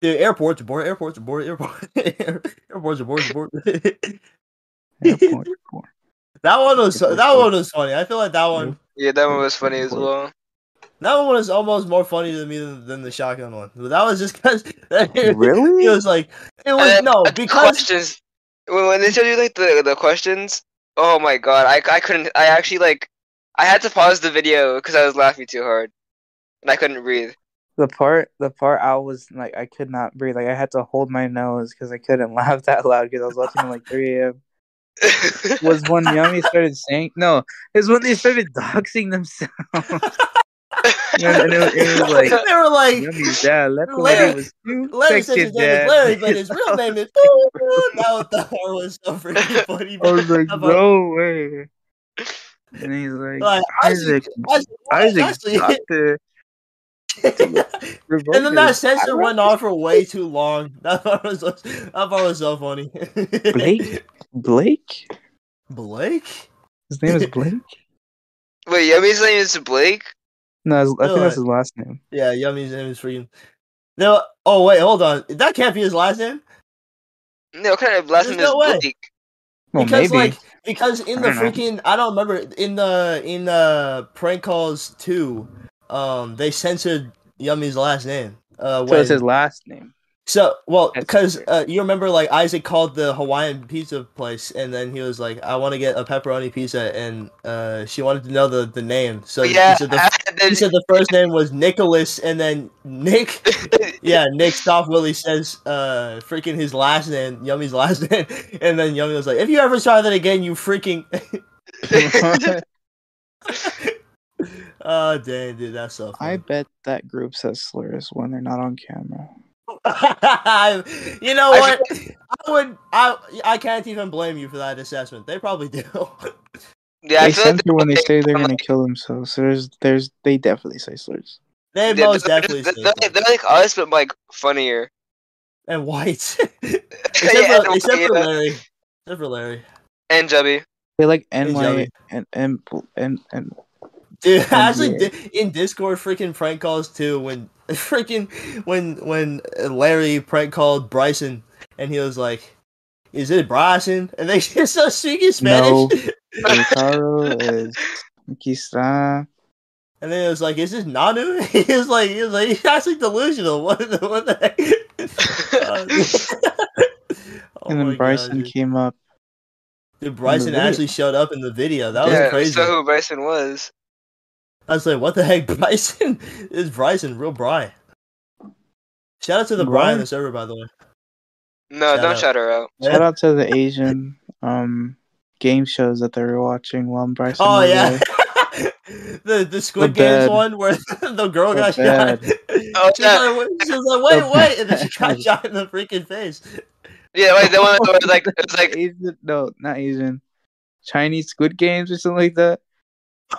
S2: airports board, airports board, airport, airports board, board.
S1: Airport report.
S2: that one was that one was funny. I feel like that one
S3: Yeah, that one was funny as well.
S2: That one was almost more funny to me than, than the shotgun one. But that was just because
S1: Really?
S2: it was like it
S3: And
S2: was
S3: then
S2: no
S3: the
S2: because
S3: questions. When, when they showed you like the the questions, oh my god, I I couldn't. I actually like, I had to pause the video because I was laughing too hard, and I couldn't breathe.
S1: The part, the part I was like, I could not breathe. Like I had to hold my nose because I couldn't laugh that loud because I was watching at like 3 a.m. Was when Yami started saying, no, it's when they started doxing themselves. Yeah, and it was- it was like-
S2: they were like
S1: Yami's dad left the
S2: Larry-
S1: way was too
S2: Larry said his
S1: affected,
S2: name is
S1: Dad.
S2: Larry, but his real name is. that was, that one was so freaking funny.
S1: I was like,
S2: I'm
S1: no way. And he's like,
S2: Like,
S1: Isaac,
S2: Isaac,
S1: Isaac,
S2: actually-
S1: doctor,
S2: and then that censor
S1: I
S2: went on for way too long. That part was so, that part was so funny.
S1: Blake, Blake.
S2: Blake?
S1: His name is Blake.
S3: Wait, Yummy's name is Blake.
S1: No, his- I think
S2: Really?
S1: that's his last name.
S2: Yeah, Yummy's name is freaking. No. Oh wait, hold on. That can't be his last name
S3: No, what kind of last
S2: There's
S3: name is
S2: no way.
S3: Blake?
S1: Well,
S2: because
S1: maybe.
S2: like because in the
S1: I don't know.
S2: freaking I don't remember in the in the prank calls two, um, they censored Yummy's last name. Uh,
S1: so
S2: when,
S1: it's his last name.
S2: So, well,
S1: That's
S2: because
S1: weird.
S2: uh, you remember, like Isaac called the Hawaiian pizza place, and then he was like, "I want to get a pepperoni pizza," and uh, she wanted to know the, the name. So
S3: yeah,
S2: he, said the, he said the first name was Nicholas, and then Nick, yeah, Nick Stop Willie says, uh, freaking his last name, Yummy's last name, and then Yummy was like, "If you ever try that again, you freaking." oh dang, dude, that's so.
S1: I
S2: Funny.
S1: bet that group says slurs when they're not on camera.
S2: you know
S3: I
S2: what? I would. I I can't even blame you for that assessment. They probably do.
S3: yeah, I
S1: they
S3: feel like
S1: censor when they say they're
S3: I'm
S1: gonna kill themselves. There's, there's, they definitely say slurs.
S2: they
S3: they're-
S2: most
S3: they're-
S2: definitely.
S3: they're,
S2: say
S3: like-
S2: that.
S3: they're like us, but like funnier.
S2: and white,
S3: Yeah,
S2: except, for,
S3: and-
S2: except for
S3: yeah,
S2: Larry. Except for Larry,
S3: and Jubby.
S1: They like
S2: Hey,
S1: NY
S2: Joey.
S1: and and and and.
S2: dude. Actually,
S1: weird.
S2: di- in Discord, freaking prank calls too. When freaking when when Larry prank called Bryson, and he was like, "Is it Bryson?" And they just start speaking Spanish.
S1: No. Ricardo is aquí está.
S2: And then it was like, "Is this Nanu?" He was like, "He was like, he's actually delusional." What the what the heck? Oh
S1: and
S2: my
S1: then
S2: God,
S1: Bryson
S2: dude.
S1: came up.
S2: Dude, Bryson
S1: video.
S2: actually showed up in the video. That
S3: yeah,
S2: was crazy.
S3: So who Bryson was?
S2: I was like, "What the heck, Bryson? is Bryson real Bry?" Shout out to the Bry on
S1: Bry?
S2: the server, by the way. Shout
S3: No, don't
S2: out.
S3: shout her out.
S1: Shout out to the Asian um game shows that they were watching while Bryson.
S2: Oh
S1: was
S2: yeah,
S1: there.
S2: the the Squid
S1: The bed.
S2: Games one where the girl
S1: The
S2: got shot.
S1: bed.
S3: Oh,
S2: she,
S3: yeah.
S2: was like, wait- she was like,
S1: The
S2: "Wait, wait!" and then she got
S1: bed.
S2: shot in the freaking face.
S3: Yeah, like the one that was like it was like
S1: Asian, no, not Asian, Chinese Squid Games or something like that.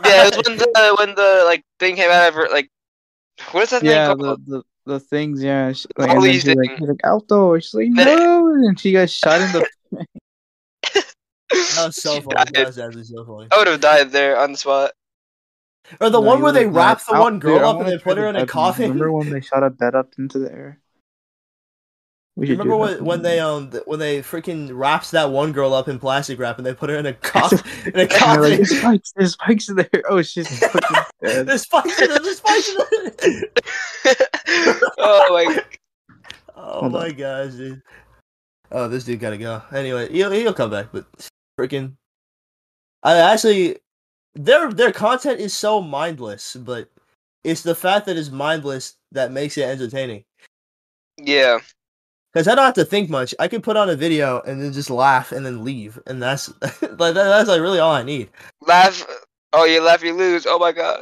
S3: yeah, it was when the when the like thing came out of her like what is that
S1: Yeah,
S3: thing
S1: the,
S3: called?
S1: the the things. Yeah, she,
S3: The
S1: like, and then
S3: Holly's
S1: she's like,
S3: thing.
S1: she's like alto. She's like
S3: That-
S1: no, and she got shot in the.
S2: That was so
S3: She
S2: funny.
S3: died.
S2: That was actually so funny.
S3: I would have died there on the spot. Oh.
S2: Or the
S1: No,
S2: one
S1: you
S2: where they
S1: would've
S2: wrap
S1: died.
S2: the
S1: Ow,
S2: one girl
S1: dude, I
S2: up and
S1: wanna
S2: they put her
S1: try the
S2: in a
S1: bed.
S2: coffin.
S1: Remember when they shot a bed up into the air? We should
S2: Remember
S1: do
S2: when,
S1: that.
S2: when they um th- when they freaking wraps that one girl up in plastic wrap and they put her in a coffin in a
S1: And they're like,
S2: coffin.
S1: there's spikes, there's spikes in there. Oh, she's fucking dead.
S2: There's spikes in it. There's spikes in it.
S3: oh my!
S2: Oh
S1: Hold on.
S2: my gosh, dude. Oh, this dude gotta go. Anyway, he'll, he'll come back, but freaking, I actually their their content is so mindless, but it's the fact that it's mindless that makes it entertaining.
S3: Yeah,
S2: Because I don't have to think much. I can put on a video and then just laugh and then leave, and that's like that, that's like really all I need.
S3: laugh. Oh, you laugh, you lose. Oh my god.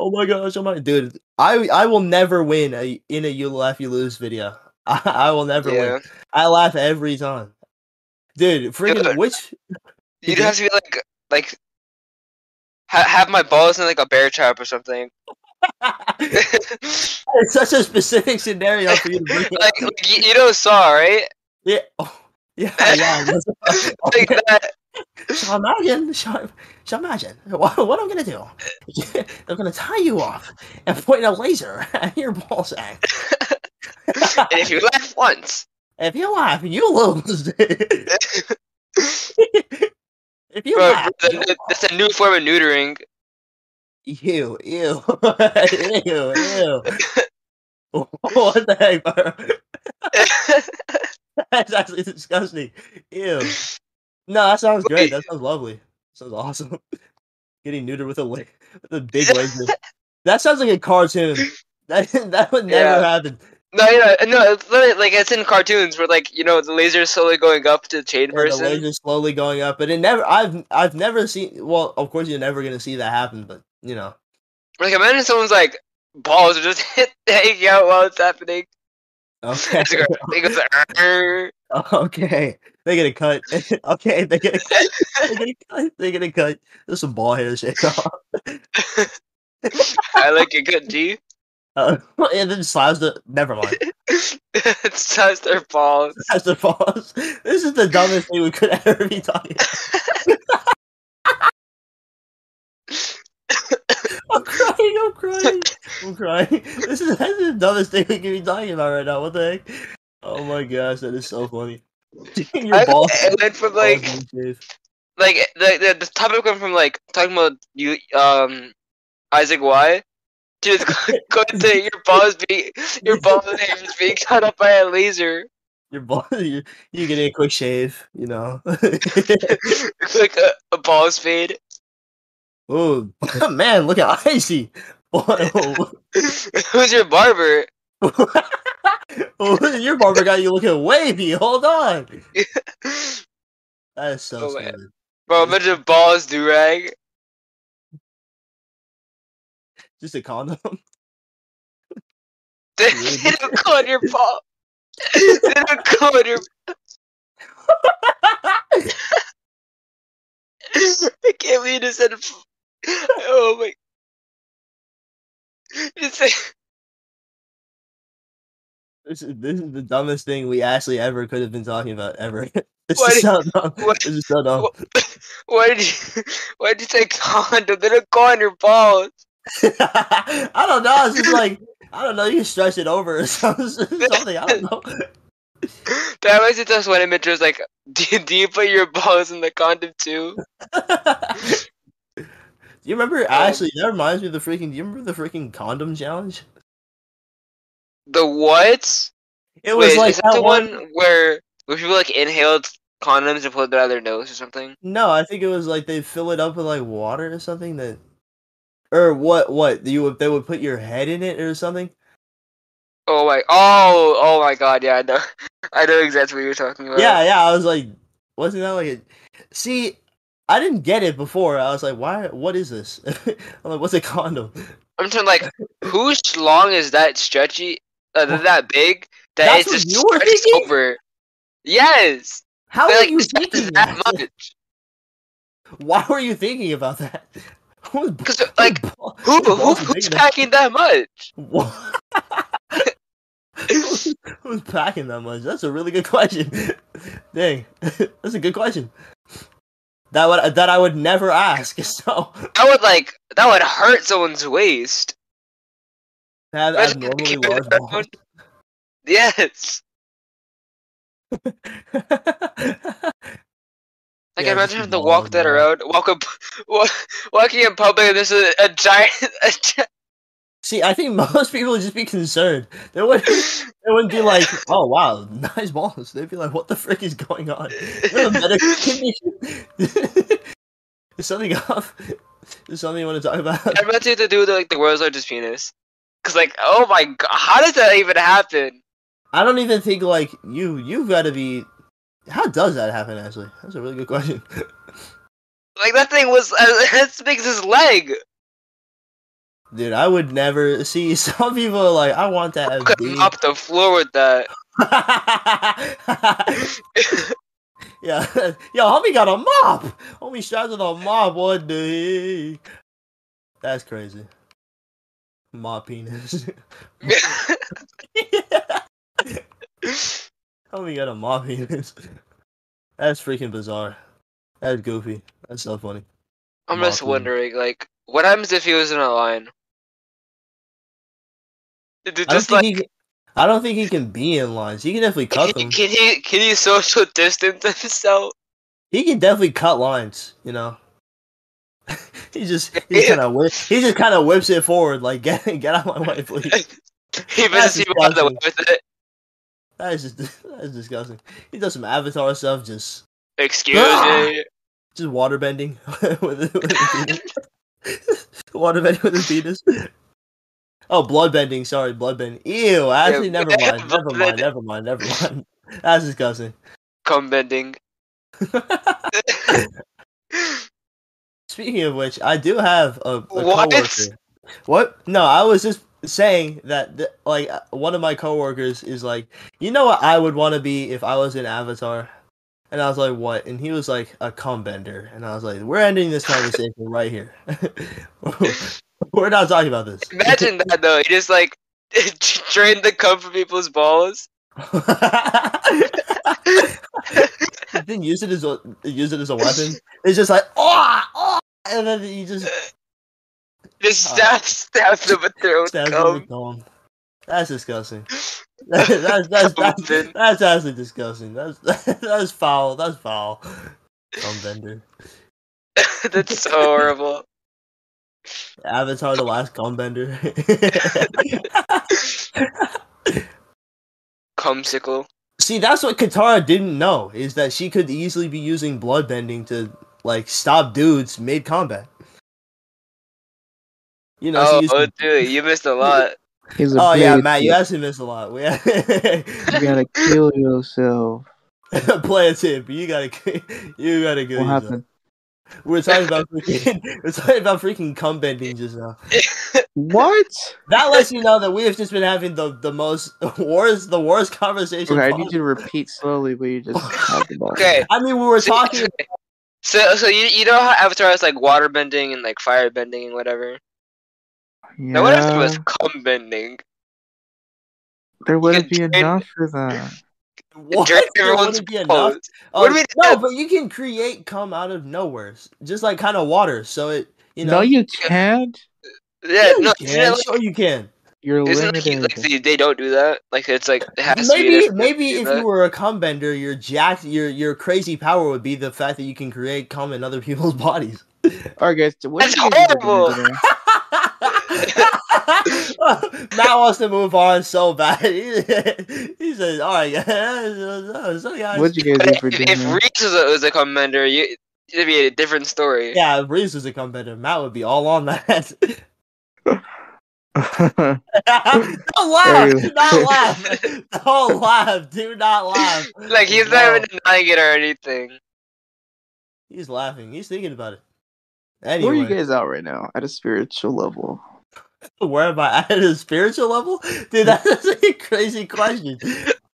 S2: Oh my gosh, oh my dude, I I will never win a in a you laugh you lose video. I, I will never
S3: Yeah,
S2: win. I laugh every time, dude. Freaking
S3: Dude.
S2: which
S3: you would have to be like like ha- have my balls in like a bear trap or something. like,
S2: it's such a specific scenario for you to bring it up.
S3: like you, you know Saw, right?
S2: Yeah, oh, yeah, yeah. that's-
S3: Like that.
S2: So imagine, so, so imagine what, what I'm gonna do. They're gonna tie you off and point a laser at your ballsack.
S3: And if you laugh once,
S2: if you laugh, you lose. if you
S3: bro,
S2: laugh,
S3: bro,
S2: you,
S3: that- that's a new form of neutering.
S2: ew, ew, ew, ew. what the heck, bro? That's actually disgusting. Ew. No, that sounds great. That sounds lovely. Sounds awesome. Getting neutered with a la- with a big laser. That sounds like a cartoon. That that would never happen.
S3: No, you know, no, it's literally, like it's in cartoons where like you know the laser is slowly going up to the chain
S2: And the
S3: person.
S2: laser slowly going up, but it never. I've I've never seen. Well, of course you're never gonna see that happen, but you know.
S3: Like imagine somene's like balls are just hit hanging out while it's happening.
S2: Okay.
S3: It's like, it goes like, "Arr."
S2: okay. They get a cut. okay. They get a cut. They get a cut. They get a cut. There's some ball hair shit.
S3: I like it good, G.
S2: Uh, and then slaps the. Never mind.
S3: it's just their balls.
S2: That's the boss. This is the dumbest thing we could ever be talking. about. I'm crying. I'm crying. I'm crying. This is, this is the dumbest thing we could be talking about right now. What the heck? Oh my gosh, that is so funny. Your
S3: I-
S2: balls.
S3: I went from like
S2: balls being shaved.
S3: like the, the the topic went from like talking about you um Isaac Y to going to your balls being your balls and hairs being cut up by a laser.
S2: your balls. You, you get a quick shave. You know.
S3: It's like a, a balls fade.
S2: oh man, look at Icy. Whoa.
S3: Who's your barber?
S2: Oh, your barber got you looking wavy. Hold on. That is so
S3: Oh, man.
S2: stupid.
S3: Bro, imagine balls do rag.
S2: Just a condom.
S3: they
S2: Really?
S3: don't call it your ball. they don't call it your. I can't believe you just said. Oh my. Just say.
S2: This is, this is the dumbest thing we actually ever could have been talking about ever. this,
S3: What-
S2: is so dumb.
S3: what-
S2: this is so dumb.
S3: what- Why did you? Why did you say condom? They don't call it your balls.
S2: I don't know. It's just like I don't know. You stretch it over or some- something. I don't know.
S3: That was just when it meant it was like, do, do you put your balls in the condom too?
S2: Do you remember?
S3: Oh.
S2: Actually, that reminds me of the freaking. Do you remember the freaking condom challenge?
S3: The what?
S2: It was
S3: Wait,
S2: like
S3: is that, the one, where where people like inhaled condoms and pulled it out of their nose or something?
S2: No, I think it was like they fill it up with like water or something that, or what? What you would they would put your head in it or something?
S3: Oh my! Oh, oh my God! Yeah, I know. I know exactly what you're talking about.
S2: Yeah, yeah. I was like, wasn't that like a? See, I didn't get it before. I was like, why? What is this? I'm like, what's a condom?
S3: I'm trying like, whose long is that stretchy? Uh, th- that big? That
S2: That's
S3: it's
S2: what
S3: just
S2: you were
S3: stretched
S2: thinking?
S3: over. Yes.
S2: How
S3: They're,
S2: are
S3: like
S2: you
S3: stretched
S2: thinking
S3: that
S2: that?
S3: much?
S2: Why were you thinking about that? Who's b-
S3: 'Cause, like,
S2: ball-
S3: Who,
S2: whose
S3: who
S2: balls are
S3: who's
S2: big enough-
S3: packing that much?
S2: Wha- Who's- Who's packing that much? That's a really good question. Dang, that's a good question. That would that I would never ask. So
S3: That would like that would hurt someone's waist.
S2: have
S3: Imagine
S2: abnormally
S3: keeping
S2: large
S3: that
S2: balls.
S3: one- Yes. Like
S2: Yeah, just
S3: imagine
S2: a
S3: having to
S2: ball
S3: walk
S2: of
S3: that
S2: ball.
S3: around, walk up, walk, walking in public, and this is a giant. A giant
S2: See, I think most people would just be concerned. They would they wouldn't be like, "Oh wow, nice balls." They'd be like, "What the frick is going on?" You have a medical condition? Is something off? Is something you want to talk about?
S3: I meant to have to do with like the world's largest penis. Cause like, oh my god, how does that even happen?
S2: I don't even think like you. You've got to be. How does that happen? Actually, that's a really good question.
S3: Like that thing was as big as his leg.
S2: Dude, I would never see. Some people are like, "I want that." as
S3: Could
S2: big."
S3: mop the floor with that.
S2: yeah, yo, homie got a mop. Homie shouts with a mop one day. That's crazy. Mop penis. homie got a mop penis. That's freaking bizarre. That's goofy. That's so funny.
S3: I'm just
S2: Mop-in.
S3: wondering, like, what happens if he was in a line? Did it
S2: I don't
S3: Just
S2: think
S3: like,
S2: he. Can, I don't think he can be in lines. He can definitely
S3: can
S2: cut
S3: he,
S2: them.
S3: can he can he social distance himself?
S2: He can definitely cut lines. You know. he just he kind of whip, he just kind of whips it forward like get get out of my way, please.
S3: He
S2: That's
S3: visits people out the way with it.
S2: That is just that is disgusting. He does some avatar stuff, just
S3: Excuse
S2: Ah!
S3: me.
S2: just water bending with, with the penis. water bending with the penis. Oh, blood bending. Sorry, blood bending. Ew. Actually,
S3: Yeah,
S2: never
S3: yeah,
S2: mind. Never
S3: blood
S2: mind. Never mind. Never mind. That's disgusting.
S3: Cum bending.
S2: Speaking of which, I do have a, a
S3: What?
S2: coworker. What? No, I was just saying that th- like uh, one of my coworkers is like, you know what I would want to be if I was in Avatar, and I was like, what? And he was like a cum bender, and I was like, we're ending this conversation right here. we're not talking about this.
S3: Imagine that though. He just like drained the cum from people's balls.
S2: then use it as a use it as a weapon. It's just like oh, oh and then you just
S3: Just stab, stab them with their own
S2: Stabs him
S3: cum.
S2: with comb. That's disgusting. That's that's that's, that's,
S3: Something.
S2: that's actually disgusting. That's that's foul. That's foul. Tom Bender.
S3: That's so horrible.
S2: Avatar the last Gum Bender.
S3: Cumsicle.
S2: See, that's what Katara didn't know is that she could easily be using bloodbending to like stop dudes mid combat. You know,
S3: Oh,
S2: she used
S3: oh, dude, you missed a lot.
S1: He's a
S2: oh yeah,
S1: blade,
S2: Matt, you
S1: but
S2: actually missed a lot. We
S1: you gotta kill yourself.
S2: play a tip. You gotta, you gotta go.
S1: What
S2: use it.
S1: happened?
S2: We're talking about freaking, we're talking about freaking cum bending just now.
S1: What?
S2: That lets you know that we have just been having the the most worst the worst conversation.
S1: Okay, I
S2: possible.
S1: need you to repeat slowly what you just talked about.
S3: Okay,
S2: I mean, we were
S3: So-
S2: talking
S3: so so you you know how Avatar has like water bending and like fire bending and whatever.
S1: Yeah,
S3: Now what if it was cum bending?
S1: there wouldn't be
S3: drain-
S1: enough for that.
S2: what?
S3: Drain
S2: There
S3: everyone's
S2: wouldn't be enough.
S3: clothes.
S2: Oh,
S3: What do you mean?
S2: no, but you can create cum out of nowhere, s- just like kind of water. So it, you know,
S1: no, you can't.
S3: Yeah,
S2: you
S3: no,
S2: can.
S3: isn't it like,
S2: sure you can.
S1: You're
S3: isn't it
S1: limited.
S3: like, like they, they don't do that? Like it's like it has to be
S2: Maybe,
S3: there.
S2: maybe
S3: do
S2: if
S3: that.
S2: you were a cum bender, your jack, your your crazy power would be the fact that you can create cum in other people's bodies.
S1: All right, guys. What
S3: That's
S1: did you guys do
S3: horrible.
S1: today?
S2: Matt wants to move on so bad. He, he says, "All right, guys, so guys."
S1: What'd you guys
S3: But
S1: do for
S3: if, if
S1: dinner?
S3: Reese was a, was a cum bender, you, it'd be a different story.
S2: yeah, if Reese was a cum bender, Matt would be all on that. don't laugh.
S1: Anyway.
S2: Do not laugh. Don't laugh. Do not laugh.
S3: Like he's
S2: No.
S3: not even denying it or anything.
S2: He's laughing. He's thinking about it.
S1: Where are
S2: Anyway,
S1: you guys out right now at a spiritual level?
S2: where am I at a spiritual level? Dude, that's a crazy question.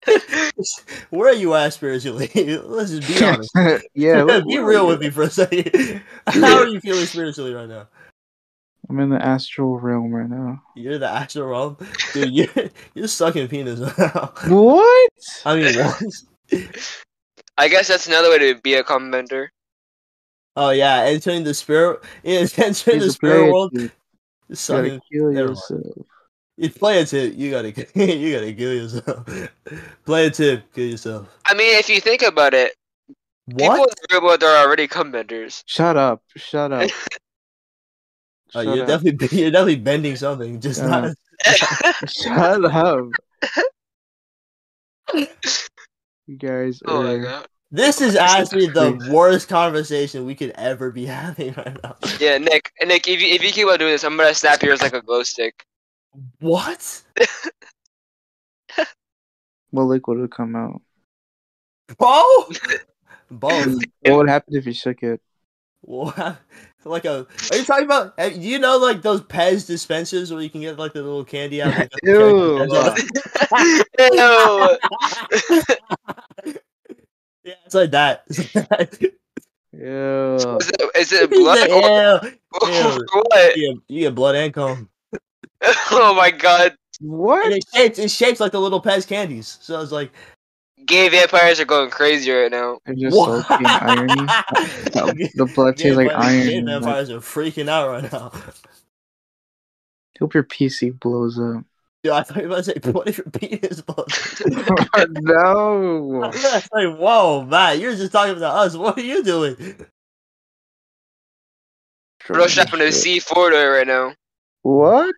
S2: where are you at spiritually? Let's just be honest.
S1: yeah, what-
S2: be
S1: where
S2: real
S1: are
S2: with
S1: you?
S2: me for a second. How are you feeling spiritually right now?
S1: I'm in the astral realm right now.
S2: You're the actual realm, dude. You're you're sucking penis now.
S1: What?
S2: I mean, what?
S3: I guess that's another way to be a cum bender.
S2: Oh yeah, entering the spirit, yeah, entering the
S1: He's a
S2: spirit
S1: player,
S2: world.
S1: dude. You
S2: Sucking
S1: gotta kill
S2: never mind.
S1: yourself.
S2: You play a tip, you gotta you gotta kill yourself. play a tip, kill yourself.
S3: I mean, if you think about it, people in
S2: What?
S3: the real world are already cum benders.
S1: Shut up! Shut up!
S2: Oh,
S1: Shut
S2: you're
S1: up.
S2: definitely you're definitely bending something, just
S1: Yeah.
S2: not.
S1: Shut up! You guys
S3: Oh
S1: are
S3: my god.
S2: This is
S3: This is
S2: actually the
S1: crazy.
S2: worst conversation we could ever be having right now.
S3: Yeah, Nick. and Nick, if you, if you keep on doing this, I'm gonna snap yours like a glow stick.
S2: What?
S1: what liquid would come out?
S2: Bo? Both.
S1: What would happen if you shook it?
S2: What? Like a? Are you talking about? uh, You know, like those Pez dispensers where you can get like the little candy out. Of
S1: Ew.
S2: the
S3: Ew.
S2: yeah, it's like that. It's like that.
S1: Yeah.
S3: Is it, is it
S2: He's
S3: blood
S2: like,
S3: or
S2: "Ew."
S3: or
S2: ew.
S3: what?
S2: You get, you get blood and cum.
S3: Oh my god.
S2: And
S1: What?
S2: it shapes, it shapes like the little Pez candies. So it's like,
S3: Gay vampires are going crazy right now.
S1: They're just
S2: what?
S1: soaking irony. The the blood
S2: Gay
S1: tastes like
S2: vampires- gay
S1: iron. Like,
S2: vampires are freaking out right now.
S1: hope your PC blows up.
S2: Dude, I thought you were about to say, what if your penis blows?
S1: no.
S2: It's like, whoa, Matt, you're just talking about us. What are you doing?
S3: Bro, shopping a C4 door right now.
S1: What?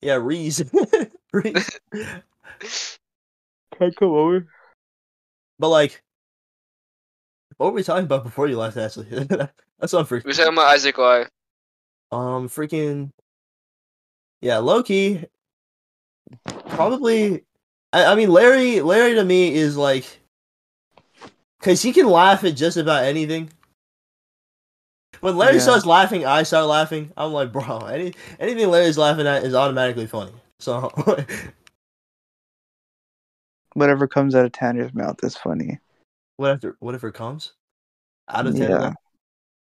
S2: Yeah, Reese. Reese.
S1: Can I come over?
S2: But like, what were we talking about before you left, Ashley? That's what I'm freaking
S3: We're talking about Isaac Y.
S2: Um, freaking, yeah, Loki. Probably, I, I mean, Larry. Larry to me is like, cause he can laugh at just about anything. When Larry
S1: Yeah.
S2: starts laughing, I start laughing. I'm like, bro, any anything Larry's laughing at is automatically funny. So,
S1: Whatever comes out of Tanner's mouth is funny.
S2: what after what if it comes out of ten?
S1: Yeah.
S2: like-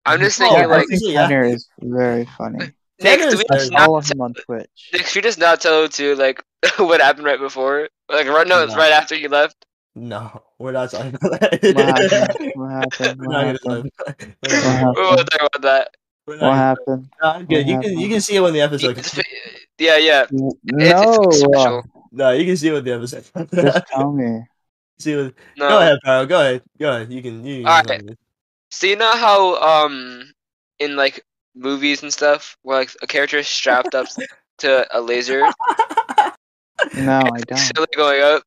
S3: I'm just
S2: Oh,
S3: thinking,
S1: yeah, I
S3: like,
S1: think
S2: yeah.
S1: Tanner is very funny.
S3: Nick,
S2: Tanner's
S3: do we
S1: I
S2: very-
S3: just not
S1: follow him on Twitch.
S3: Nick, should we just not tell to like what happened right before? Like right no, it's
S2: No.
S3: right after you left.
S2: No, we're not talking about
S1: What
S2: that.
S1: happened? What happened?
S2: We're
S1: What
S2: not gonna Oh,
S1: happened?
S2: talk about
S1: What
S2: that.
S3: We
S2: We're
S1: happened?
S3: won't talk about that.
S1: What
S2: not-
S1: happened?
S2: no, I'm good. You can you can see it when the episode.
S3: It's- yeah, yeah.
S1: No,
S3: It's, it's special.
S2: No, you can see it when the episode.
S1: just tell me.
S2: see it when,
S3: No.
S2: Go ahead, Pyro. Go ahead. Go ahead. You can. You can
S3: All right. So you know how um in like movies and stuff where like a character is strapped up to a laser
S1: No, I don't.
S3: silly going up?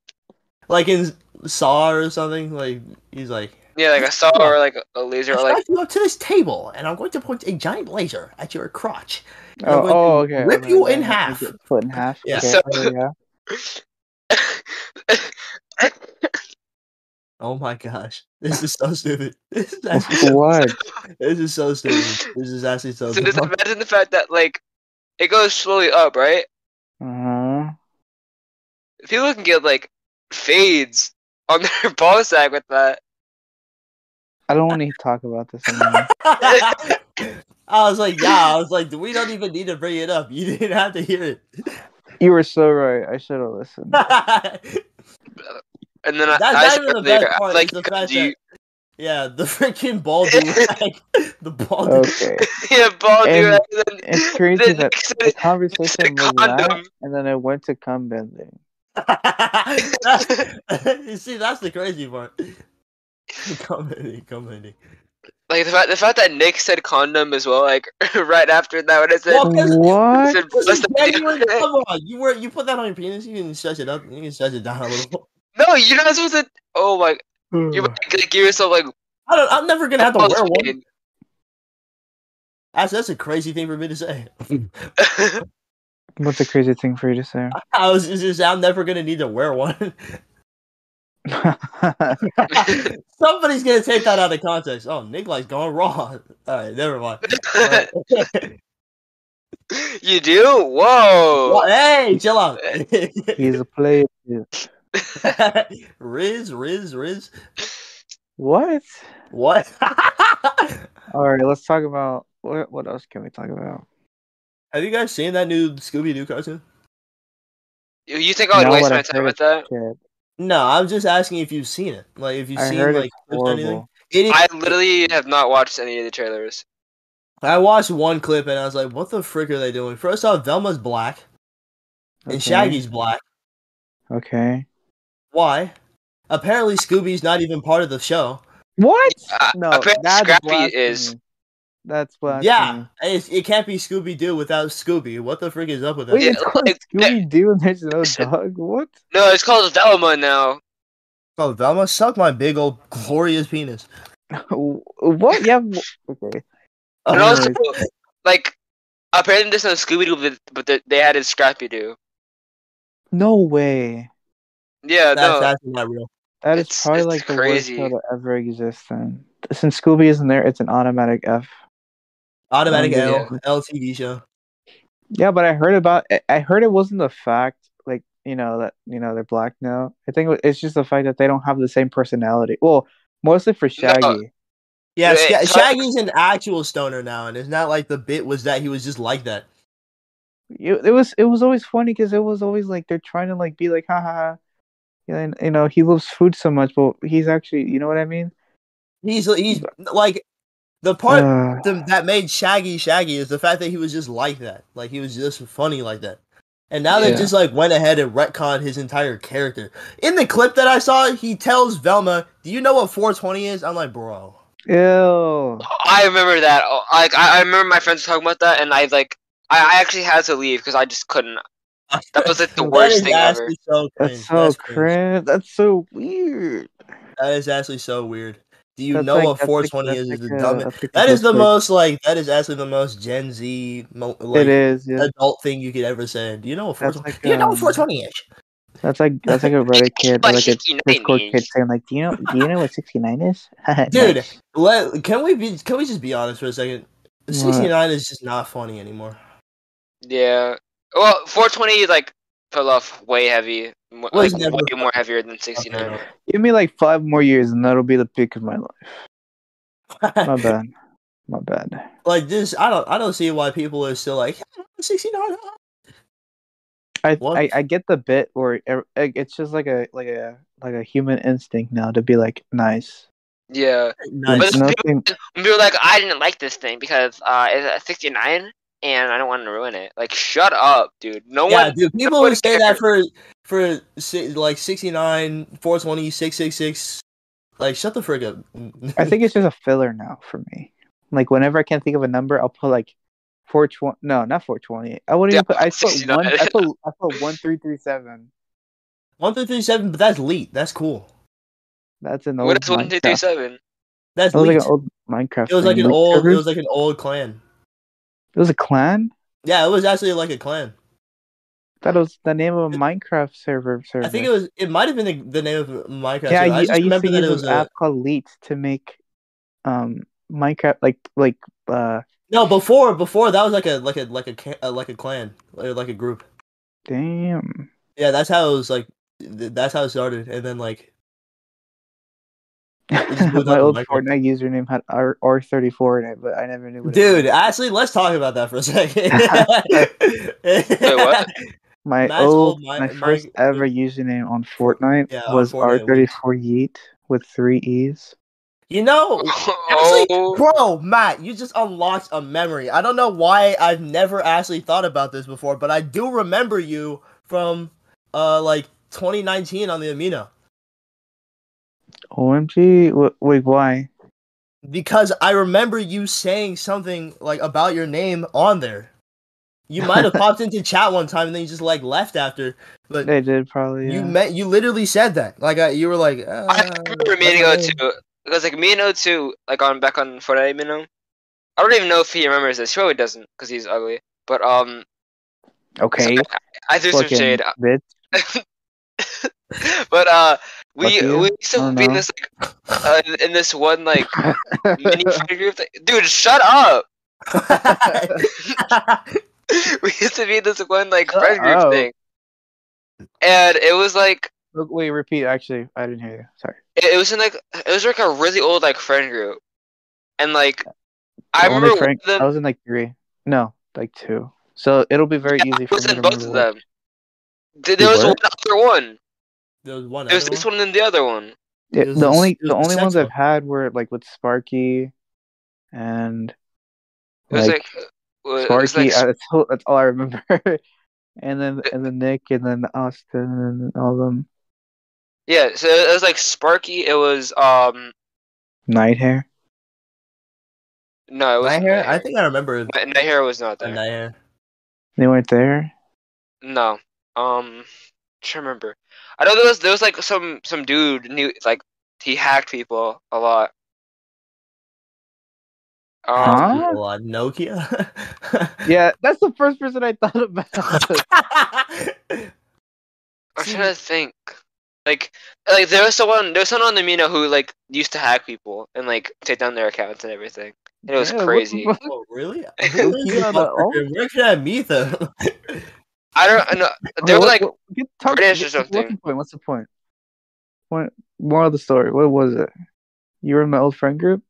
S2: Like in Saw or something. Like he's like.
S3: Yeah, like a saw or like a laser or
S2: I
S3: like
S2: like, you up to this table, and I'm going to point a giant laser at your crotch. I'm
S1: Oh,
S2: going to
S1: oh, okay.
S2: rip
S1: okay,
S2: you
S1: okay,
S2: in
S1: okay,
S2: half.
S1: okay, Foot in half.
S2: Yeah.
S1: Okay.
S3: So-
S1: oh, yeah.
S2: Oh my gosh, this is so stupid. This is actually so,
S1: what?
S2: this is so stupid. This is actually so
S3: so just
S2: dumb.
S3: imagine the fact that like it goes slowly up, right?
S1: Uh-huh.
S3: People can get like fades on their ball sack with that.
S1: I don't want to talk about this anymore.
S2: I was like, yeah. I was like, we don't even need to bring it up. You didn't have to hear it.
S1: you were so right. I should have listened.
S3: And then I,
S2: That's
S3: I
S2: not
S3: swear
S2: even the
S3: later,
S2: best
S3: I'm
S2: part,
S3: like,
S2: is the fact
S3: do you-
S2: yeah, the freaking ball dude, like, the ball dude.
S1: Okay.
S3: yeah, ball
S1: And
S3: dude. And then,
S1: It's crazy
S3: then
S1: that
S3: next
S1: the
S3: minute,
S1: conversation was that,
S3: condom.
S1: and then I went to cum bending.
S2: That's- you see, that's the crazy part. Comedy, comedy.
S3: like the fact, the fact that Nick said condom as well, like right after that when I said,
S2: Well, 'cause-
S3: I
S1: What?
S3: said
S2: This is
S3: bust that dude.
S2: genuine- Come on, you were you put that on your penis. You can stretch it up. You can stretch it down a little.
S3: No, you're not supposed to. Oh my! You're about to like, give yourself like.
S2: I don't. I'm never gonna have to wear one.
S3: bullshit.
S2: That's that's a crazy thing for me to say.
S1: What's a crazy thing for you to say?
S2: I was just, just- I'm never gonna need to wear one. Somebody's gonna take that out of context. Oh, Nick likes going raw. All right, never mind. All right.
S3: you do? Whoa!
S2: Well, hey, chill out.
S1: He's a player.
S2: Riz, Riz, Riz.
S1: What?
S2: What?
S1: All right, let's talk about what. What else can we talk about?
S2: Have you guys seen that new Scooby Doo cartoon?
S3: You- You think I would
S1: Now
S3: waste
S1: what
S3: my
S1: I've
S3: time
S1: heard.
S3: with that?
S1: Shit.
S2: No, I'm just asking if you've seen it. Like, if you've
S1: I
S2: seen
S1: heard
S2: like
S1: it's
S2: clips or anything.
S1: horrible.
S2: It is.
S3: I literally have not watched any of the trailers.
S2: I watched one clip and I was like, "What the frick are they doing?" First off, Velma's black
S1: Okay.
S2: and Shaggy's black.
S1: Okay.
S2: Why? Apparently, Scooby's not even part of the show.
S1: What?
S3: Uh,
S1: No,
S3: apparently
S1: that's
S3: Scrappy
S1: blasphemy.
S3: is-
S1: That's blasphemy.
S2: yeah, it's, it can't be Scooby Doo without Scooby. What the frick is up with that?
S1: Wait,
S3: Yeah,
S1: it's called
S3: like, there-
S1: Scooby Doo and there's no
S3: Listen.
S1: dog. What?
S3: No, it's called Velma now.
S2: Oh, Velma, suck my big old glorious penis.
S1: What? Yeah. w- Okay.
S3: And
S1: Oh,
S3: also, like, apparently there's no Scooby Doo, but, but they- they added Scrappy Doo.
S1: No way.
S3: Yeah,
S2: that's,
S3: no.
S2: that's not real.
S1: That is
S3: It's-
S1: probably
S3: it's
S1: like the
S3: crazy.
S1: worst show to ever exist. Then, since Scooby isn't there, it's an automatic F.
S2: Automatic
S1: Um,
S2: L
S1: yeah.
S2: L TV show.
S1: Yeah, but I heard about. I- I heard it wasn't the fact, like you know that you know they're black now. I think it- it's just the fact that they don't have the same personality. Well, mostly for Shaggy.
S2: Yeah,
S3: Wait,
S2: Sha-
S3: so-
S2: Shaggy's an actual stoner now, and it's not like the bit was that he was just like that.
S1: It, it was it was always funny because it was always like they're trying to like be like ha ha. ha. And you know he loves food so much, but he's actually you know what I mean.
S2: He's he's like the part
S1: Ugh.
S2: the, that made Shaggy Shaggy is the fact that he was just like that. Like he was just funny like that. And now they
S1: Yeah.
S2: just like went ahead and retconned his entire character. In the clip that I saw, he tells Velma, "Do you know what 420 is?" I'm like, "Bro,
S1: Ew.
S3: I remember that. Oh, Like, I, I remember my friends talking about that, and I, like, I, I actually had to leave because I just couldn't. That was, like, the
S1: That
S3: worst
S2: is
S3: thing
S2: actually
S3: ever.
S2: so cringe.
S1: That's so
S2: cringe.
S1: cringe. That's so weird.
S2: That is actually so weird. Do you
S1: That's
S2: know
S1: like-
S2: what
S1: that's like- uh,
S2: 420
S1: that's
S2: is? Is
S1: like
S2: the
S1: a-
S2: dumbest.
S1: that's like a
S2: That is the
S1: district.
S2: most like that is actually the most Gen Z mo- like,
S1: it is. Yeah.
S2: adult thing you could ever say. Do you know what
S1: That's
S2: 420?
S1: like,
S2: Do you know
S1: um,
S2: what 420 is?
S1: That's like that's like a Reddit kid or
S3: Like
S1: like a
S3: 69
S1: Discord kid
S3: is.
S1: saying like, do you know do you know what sixty nine is? Nice.
S2: Dude, Let, can we be? Can we just be honest for a second?
S1: What?
S2: Sixty nine is just not funny anymore.
S3: Yeah. Well, 420 like fell off way heavy, mo-
S2: Was
S3: like
S2: never-
S3: way more heavier than 69.
S1: give me like five more years and that'll be the peak of my life. My bad. My bad.
S2: like this, I don't. I don't see why people are still like sixty nine.
S1: I,
S2: What?
S1: I I get the bit e, where it- it's just like a like a like a human instinct now to be like nice.
S3: Yeah.
S2: Nice.
S1: There's nothing.
S3: We were like, I didn't like this thing because uh, it's a 69 and I don't want to ruin it. Like, shut up, dude. No
S2: Yeah,
S3: one.
S2: dude. People
S3: one
S2: who say that for for si- like 69, 420, 666, like shut the frick up.
S1: I think it's just a filler now for me. Like whenever I can't think of a number, I'll put like four twenty. No, not four twenty. I wouldn't
S3: Yeah,
S1: even put. I put
S3: 69.
S1: one. I put. I put one three three seven.
S2: one three three seven, but that's elite. That's cool.
S1: That's an old.
S3: What is
S1: Minecraft.
S3: 1237?
S2: That's
S1: That was like
S2: elite.
S1: an old Minecraft.
S2: it was like
S1: thing.
S2: an old.
S1: servers-
S2: It was like an old clan.
S1: a clan.
S2: Yeah, it was actually like a clan.
S1: That was the name of a Minecraft server. Server.
S2: I think it was. It might have been the, the name of Minecraft.
S1: Yeah, I,
S2: too.
S1: I,
S2: I just
S1: used
S2: remember
S1: to
S2: that it
S1: use
S2: was
S1: an
S2: a,
S1: app called Leet to make, um, Minecraft like like uh,
S2: no before before that was like a like a like a ca- uh, like a clan or like a group.
S1: damn.
S2: Yeah, that's how it was like. th- That's how it started, and then like just blew
S1: My
S2: up
S1: old
S2: Minecraft.
S1: Fortnite username had R R thirty four in it, but I never knew. What it was.
S2: Dude, actually, let's talk about that for a second.
S3: what?
S1: My
S2: Nice
S1: old,
S2: old mi-
S1: my
S2: mi-
S1: first ever username on Fortnite
S2: Yeah, on
S1: was
S2: Fortnite,
S1: R34 Yeet with three E's.
S2: You know, Oh, actually,
S3: oh,
S2: bro, Matt, you just unlocked a memory. I don't know why I've never actually thought about this before, but I do remember you from uh like 2019 on the Amino
S1: OMG, w- wait, why?
S2: because I remember you saying something like about your name on there. You might have popped into chat one time and then you just like left after, but
S1: They did probably. uh,
S2: you
S1: yeah.
S2: met you literally said that like I, you were like uh,
S3: I remember me and
S2: that's my
S3: O2 because like me and O2 like on back on Fortnite, you know. I don't even know if he remembers this. He probably doesn't because he's ugly. But um,
S1: okay,
S3: so I, I threw some
S1: fucking
S3: shade.
S1: bitch.
S3: but uh, we
S1: Fuck you.
S3: we used to
S1: Oh,
S3: be in
S1: no.
S3: this like uh, in this one like mini friend group. That, dude, shut up.
S2: name.
S3: we used to be in this one like
S1: Shut
S3: friend group
S1: up.
S3: thing, and it was like
S1: Look, wait, repeat. Actually, I didn't hear you. Sorry.
S3: it, it was in like it was like a really old like friend group, and like I
S1: Only
S3: remember
S1: Frank-
S3: one of
S1: I
S3: them
S1: was in like three. No, like two. So it'll be very easy
S3: I
S1: for me
S3: was
S1: to
S3: in both of
S1: remember what-
S3: them. Th- There was
S1: were?
S3: one other one.
S2: there was one.
S3: There was
S2: other
S3: this
S2: one?
S3: one and the other one.
S1: Yeah,
S2: It was
S1: the
S2: the s-
S1: only
S2: it was
S1: the
S2: the
S1: only ones
S2: sex
S1: I've had were like with Sparky, and
S3: It was like, uh, it was,
S1: Sparky.
S3: like
S1: I, that's, all, that's all I remember. and then and then Nick and then Austin and all them.
S3: yeah. So it was like Sparky. It was um
S1: Night hair.
S3: no. It was
S2: Night hair? I think I remember it.
S3: Night hair was not
S2: the
S3: there.
S2: Night hair.
S1: They weren't there.
S3: No. Um, trying to remember. I know there was there was like some some dude knew like he hacked people a lot. Um,
S1: Huh?
S2: Well, uh, Nokia.
S1: Yeah, that's the first person I thought about.
S3: I'm trying to think. Like, like there was someone, there was someone on the Mina who like used to hack people and like take down their accounts and everything. And it was
S1: Yeah, what the
S3: crazy.
S1: fuck?
S2: oh, really?
S1: Nokia, the- oh.
S2: Where can I meet them?
S3: I don't know. They were
S1: What-
S3: like,
S1: what- get, talk,
S3: British or
S1: get- What's
S3: something.
S1: the point? What's the point? What moral of the story? What was it? You were in my old friend group.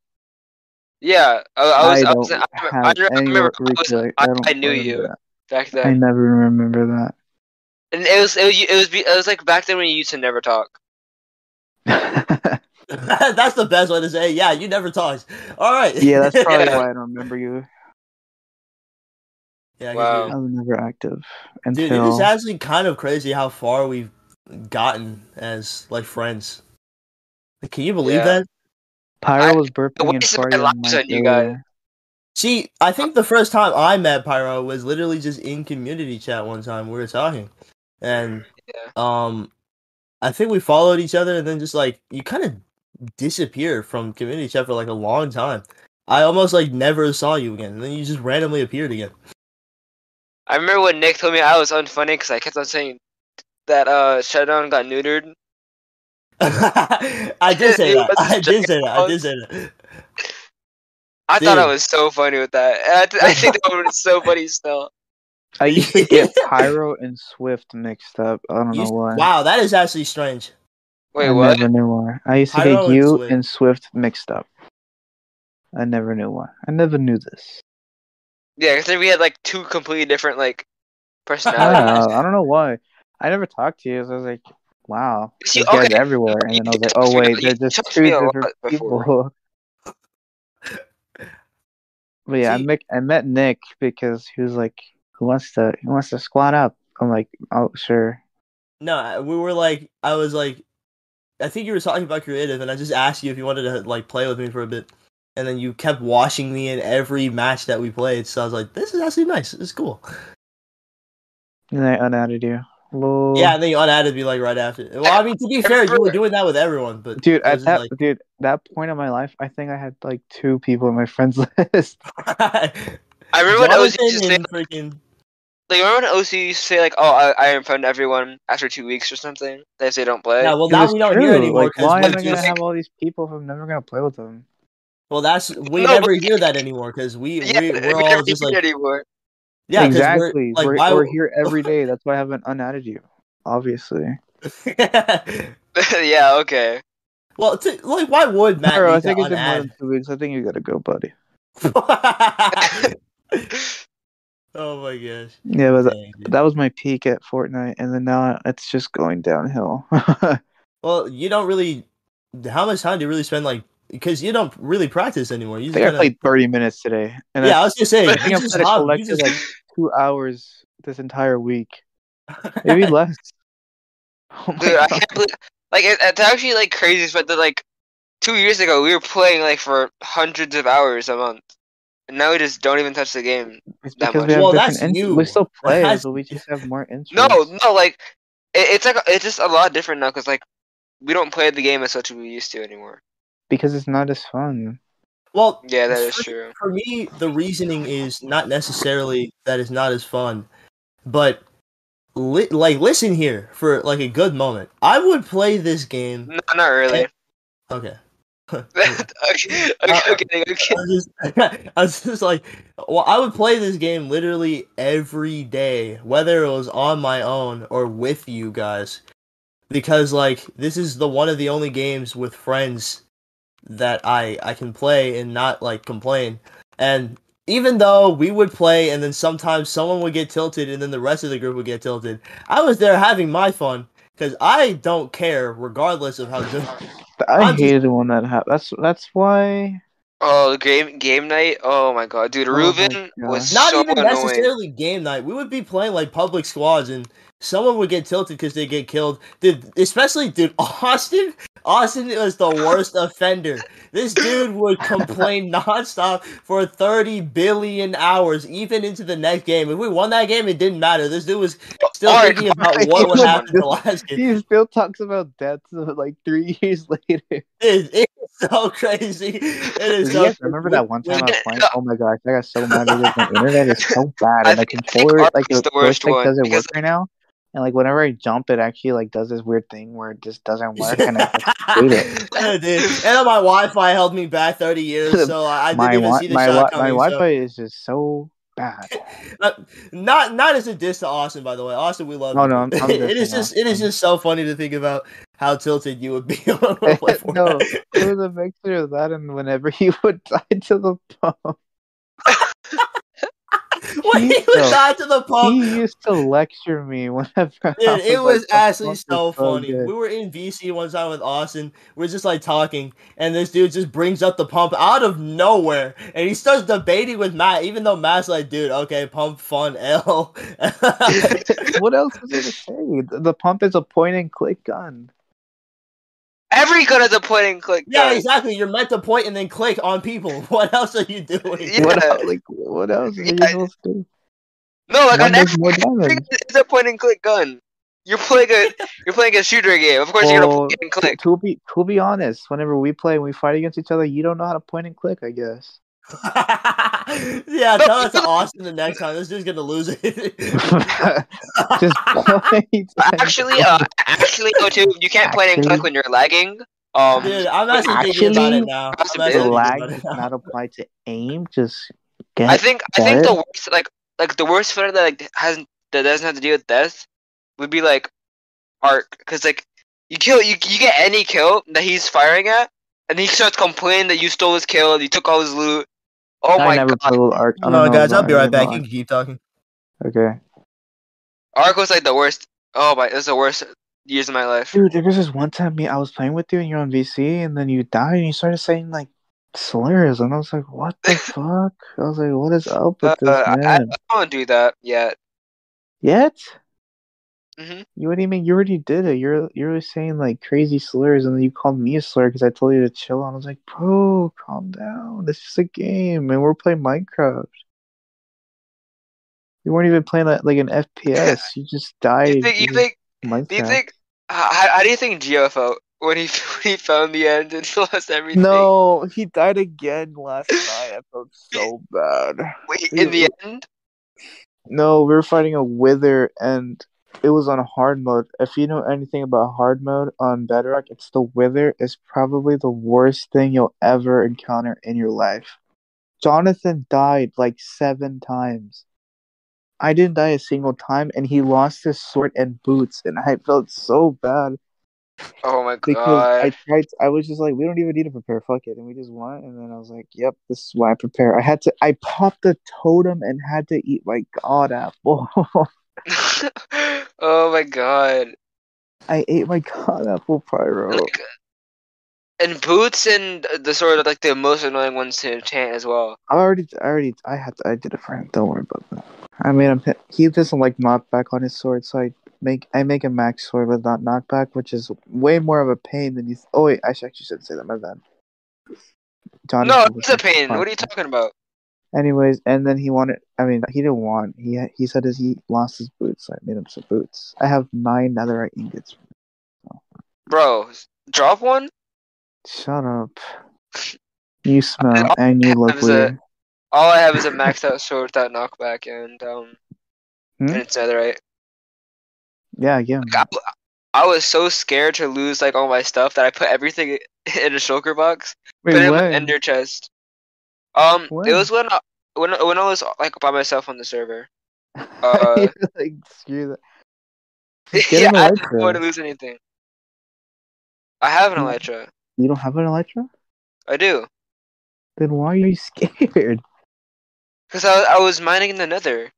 S3: yeah, I, I was, I,
S1: don't
S3: was, I, remember, I
S1: have
S3: remember- I
S1: any
S3: remember I, was,
S1: recollect-
S3: I,
S1: don't
S3: I knew
S1: remember
S3: you
S1: that.
S3: back
S1: I
S3: then,
S1: never remember that.
S3: and it was, it was, it was, be- it was like back then when you used to never talk.
S1: yeah,
S2: that's the best way to say. Yeah, you never talked. All right.
S1: that's probably
S3: Yeah.
S1: why I don't remember you.
S2: yeah, I guess
S3: Wow.
S2: we-
S1: I was never active
S2: Dude,
S1: until
S2: it is actually kind of crazy how far we've gotten as like friends. Like, can you believe
S3: Yeah.
S2: that?
S1: Pyro
S3: I-
S1: was burping and
S3: wasted my
S1: farting on
S3: lives
S1: my
S3: on you guys.
S1: earlier.
S2: See, I think the first time I met Pyro was literally just in community chat one time. We were talking, and
S3: Yeah.
S2: um, I think we followed each other, and then just like you kind of disappeared from community chat for like a long time. I almost like never saw you again, and then you just randomly appeared again.
S3: I remember when Nick told me I was unfunny because I kept on saying that uh Shutdown got neutered.
S2: I did say
S3: You
S2: that.
S3: must
S2: I did
S3: check
S2: say that. I
S3: out.
S2: did say that.
S3: I thought I
S2: Dude.
S3: was so funny with that. And I, th- I think that was so funny still.
S1: I used to get Pyro and Swift mixed up. I don't
S2: You-
S1: know why.
S2: wow, that is actually strange.
S3: Wait,
S1: I
S3: what?
S1: never knew why. I used to
S2: Pyro
S1: get
S2: and
S1: you
S2: Swift.
S1: and Swift mixed up. I never knew why. I never knew this.
S3: Yeah, because then we had like two completely different like
S1: I don't
S3: personalities.
S1: know. I don't know why. I never talked to you. So I was like, wow,
S3: See,
S1: this guy's
S3: okay.
S1: everywhere. And then I was like,
S3: You
S1: oh wait,
S3: touched me-
S1: they're
S3: you
S1: just
S3: touched
S1: two
S3: me a lot
S1: different
S3: before.
S1: people. but yeah, I
S2: See-
S1: met I met Nick because he was like, who wants to who wants to squat up? I'm like, oh sure.
S2: No, I- we were like, I was like, I think you were talking about creative, and I just asked you if you wanted to like play with me for a bit, and then you kept washing me in every match that we played. So I was like, this is actually nice. It's cool.
S1: And I unadded you. Lol.
S2: Yeah, and then you unadded me like right after. Well, I mean, to be fair, you were
S3: remember-
S2: doing that with everyone, but
S1: Dude,
S2: I
S1: at
S2: was
S1: that
S2: just
S1: dude, that point of my life, I think I had like two people on my friends list.
S2: like,
S3: I remember when OC used
S2: Jonathan
S3: to say,
S2: and freaking.
S3: like, remember when OC used to say, like, oh, I, I unfriend everyone after two weeks or something? They say don't play.
S2: Yeah, well,
S1: It
S2: now
S1: was
S2: we don't
S1: true.
S2: hear anymore.
S1: Like,
S2: 'cause
S1: why
S2: we
S1: am I
S2: do
S1: gonna
S2: think-
S1: have all these people if I'm never gonna play with them?
S2: well, that's we
S3: No,
S2: never
S3: but-
S2: hear that anymore because we
S3: yeah,
S2: we
S3: we
S2: we're
S3: never
S2: all just
S3: did
S2: like
S3: anymore.
S2: yeah 'cause We're,
S1: exactly.
S2: like
S1: we're,
S2: why
S1: we're here every day. That's why I haven't unadded you. Obviously.
S3: yeah, okay.
S2: well t- like why would Matt?
S1: Bro, I
S2: need to
S1: think it's been more
S2: unadd?
S1: than two weeks. I think you gotta go, buddy.
S2: oh my gosh.
S1: Yeah, but that,
S2: Dang, dude.
S1: that was my peak at Fortnite, and then now it's just going downhill.
S2: well, you don't really. How much time do you really spend, like, because you don't really practice anymore? You just
S1: I think I
S2: kinda,
S1: played 30 minutes today, and
S2: yeah, I was just saying.
S1: I think I played a collective like two hours this entire week, maybe less. Oh my
S3: Dude, I
S1: God.
S3: can't believe, like, it, it's actually, like, crazy, but that, like, two years ago, we were playing, like, for hundreds of hours a month. And now we just don't even touch the game.
S1: It's
S3: that
S1: because
S3: much.
S1: we have
S2: Well,
S1: different
S2: that's
S1: interests.
S2: you.
S1: We still play,
S2: That's-
S1: but we just have more interests.
S3: No, no, like, it, it's, like, it's just a lot different now, because, like, we don't play the game as much as we used to anymore.
S1: because it's not as fun.
S2: well,
S3: Yeah, that is true.
S2: for me, the reasoning is not necessarily that it's not as fun, but li- like, listen here for like a good moment. I would play this game.
S3: No, not really.
S2: Okay.
S3: okay, okay,
S2: Uh,
S3: okay, okay.
S2: I was just, I was just like, well, I would play this game literally every day, whether it was on my own or with you guys, because like this is the one of the only games with friends that I I can play and not like complain. And even though we would play, and then sometimes someone would get tilted, and then the rest of the group would get tilted, I was there having my fun because I don't care regardless of how good.
S1: But I
S2: I'm just-
S1: hated when that happened. That's that's why.
S3: Oh, the game game night. Oh my god, dude,
S1: Oh my
S3: Reuben was
S2: not
S3: so
S2: even
S3: annoying.
S2: necessarily game night. We would be playing like public squads, and someone would get tilted because they get killed. Dude, especially dude, Austin. Austin was the worst offender. This dude would complain nonstop for thirty billion hours, even into the next game. If we won that game, it didn't matter. This dude was still
S3: Alright,
S2: thinking about
S1: alright,
S2: what would
S1: come
S2: happen
S1: on.
S2: the last game.
S1: He still talks about death like three years later.
S2: Dude, it's so crazy. It is
S1: Dude,
S2: so
S1: you guys remember that one time I was playing? Oh my gosh, I got so mad because my internet is so bad,
S3: I
S1: and the
S3: think- I think
S1: controller,
S3: ours
S1: like
S3: is
S1: the,
S3: the worst
S1: joystick
S3: one,
S1: doesn't
S3: because-
S1: work right now. And like whenever I jump, it actually like does this weird thing where it just doesn't work, and I, hate it.
S2: Yeah, dude. And then my Wi-Fi held me back 30 years, so I I didn't
S1: my
S2: even
S1: wi-
S2: see the
S1: my
S2: shot
S1: wi- my
S2: coming. so-
S1: Wi-Fi is just so bad.
S2: Not not as a diss to Austin, by the way. Austin, we love.
S1: No,
S2: you.
S1: Oh, no, I'm- I'm
S2: it is
S1: dissing
S2: just it is
S1: Austin.
S2: just so funny to think about how tilted you would be on a play for
S1: no, it was a mixture of that, and whenever he would die to the pump,
S2: when he would
S1: No.
S2: die to the pump.
S1: he used to lecture me whenever. I
S2: Dude, Oh. it
S1: like,
S2: was
S1: "The
S2: actually
S1: pump is
S2: so funny.
S1: good."
S2: We were in VC one time with Austin. We are just like talking, and this dude just brings up the pump out of nowhere, and he starts debating with Matt, even though Matt's like, "Dude, okay, pump fun L."
S1: what else is there to say? The- The pump is a point and click gun.
S3: Every gun has a point and click.
S2: yeah,
S3: gun.
S2: exactly. You're meant to point and then click on people. What else are you doing?
S3: Yeah.
S1: What else? Like what else? Are you
S3: Yeah.
S1: supposed to do?
S3: No, like
S1: One
S3: on
S1: does
S3: every
S1: more
S3: every-
S1: damage.
S3: it's a point and click gun. You're playing a you're playing a shooter game. Of course, you're gonna
S1: Well,
S3: point and
S1: to-
S3: click.
S1: To be to be honest, whenever we play and we fight against each other, you don't know how to point and click. I guess.
S2: yeah, tell that to Austin the next time. This dude's gonna lose it.
S1: Just point.
S3: Actually, uh, actually, O2, you can't point and
S1: Actually.
S3: click when you're lagging. Um,
S2: Dude, I'm actually thinking about
S1: Actually,
S2: it now. I'm
S3: possibly
S2: actually
S1: the
S2: thinking
S1: lag
S2: about it
S1: does
S2: now.
S1: not apply to aim. Just get.
S3: I think I think
S1: Right.
S3: the worst like like the worst fear that like hasn't that doesn't have to do with death would be like arc because like you kill you you get any kill that he's firing at and he starts complaining that you stole his kill and you took all his loot. Oh
S1: I
S3: my
S1: never
S3: god,
S1: played with Ark. I
S2: Hold
S1: don't
S2: on,
S1: know
S2: guys. I'll
S1: about-
S2: be
S1: I
S2: right
S1: don't
S2: back.
S1: know
S2: You can keep talking.
S1: about- Okay.
S3: arc was like the worst. Oh my, that's the worst years of my life.
S1: Dude, there was this one time me I was playing with you and you're on VC and then you died and you started saying like slurs and I was like, What the fuck? I was like, What is up
S3: Uh,
S1: with this
S3: uh, I, I
S1: man?
S3: don't do that yet.
S1: Yet?
S3: hmm
S1: You what do you mean? You already did it. You're you were saying like crazy slurs and then you called me a slur because I told you to chill and I was like, Bro, calm down. It's just a game and we're playing Minecraft. You weren't even playing like, like an FPS. You just died.
S3: You think? You
S1: just
S3: think? Do you
S1: Minecraft.
S3: think? How, how do you think Geo felt when he when he found the end and lost everything?
S1: No, he died again last night. I felt so bad.
S3: Wait, in the end.
S1: No, we were fighting a wither and it was on hard mode. If you know anything about hard mode on Bedrock, it's the wither is probably the worst thing you'll ever encounter in your life. Jonathan died like seven times. I didn't die a single time and he lost his sword and boots and I felt so bad
S3: Oh my
S1: because
S3: god.
S1: I tried. I was just like, we don't even need to prepare. Fuck it, and we just won. And then I was like, yep, this is why I prepare. I had to. I popped the totem and had to eat my god apple.
S3: oh my god.
S1: I ate my god apple pyro.
S3: Like, and boots and the sword are like the most annoying ones to enchant as well.
S1: I already. I already. I had. To, I did it for him. Don't worry about that. I made him. He doesn't like knockback on his sword, so I make. I make a max sword without knockback, which is way more of a pain than you. Th- oh wait, I sh- actually shouldn't say that. My bad.
S3: No,
S1: Jonathan
S3: it's
S1: was-
S3: a pain. What are you
S1: podcast.
S3: talking about?
S1: Anyways, and then he wanted. I mean, he didn't want. He he said as he lost his boots, so I made him some boots. I have nine netherite ingots.
S3: Bro, drop one?
S1: Shut up. You smell and you look
S3: Times that-
S1: weird.
S3: All I have is a maxed out sword without knockback and um
S1: Hmm?
S3: and it's netherite.
S1: Yeah, yeah.
S3: I, I was so scared to lose like all my stuff that I put everything in a shulker box. put it
S1: Wait,
S3: in
S1: what?
S3: an ender chest. Um it
S1: When?
S3: was when I when, I- when I was like by myself on the server. uh,
S1: You're like screw that. Just Get
S3: yeah,
S1: an
S3: I didn't
S1: Elytra.
S3: want to lose anything. I have an
S1: Yeah.
S3: Elytra.
S1: You don't have an Elytra?
S3: I do.
S1: Then why are you scared?
S3: Because I, I was mining in the nether.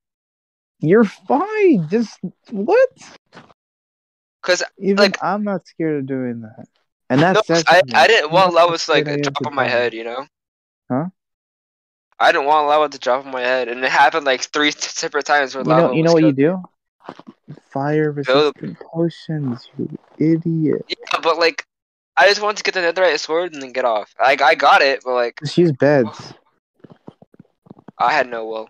S1: You're fine. Just what?
S3: Because
S1: Even
S3: Like-
S1: I'm not scared of doing that. And that's
S3: no,
S1: that's
S3: I,
S1: something.
S3: I didn't
S1: I'm
S3: want
S1: not
S3: lava to like
S1: afraid I am
S3: drop
S1: to
S3: on my
S1: die.
S3: head, you know?
S1: Huh?
S3: I didn't want lava to drop on my head. And it happened like three t- separate times where
S1: You know,
S3: lava
S1: you know
S3: was
S1: what you
S3: killed.
S1: do? Fire resistant potions, you idiot.
S3: Yeah, but like, I just wanted to get the netherite sword and then get off. Like, I got it, but like,
S1: Just use beds.
S3: I had no will.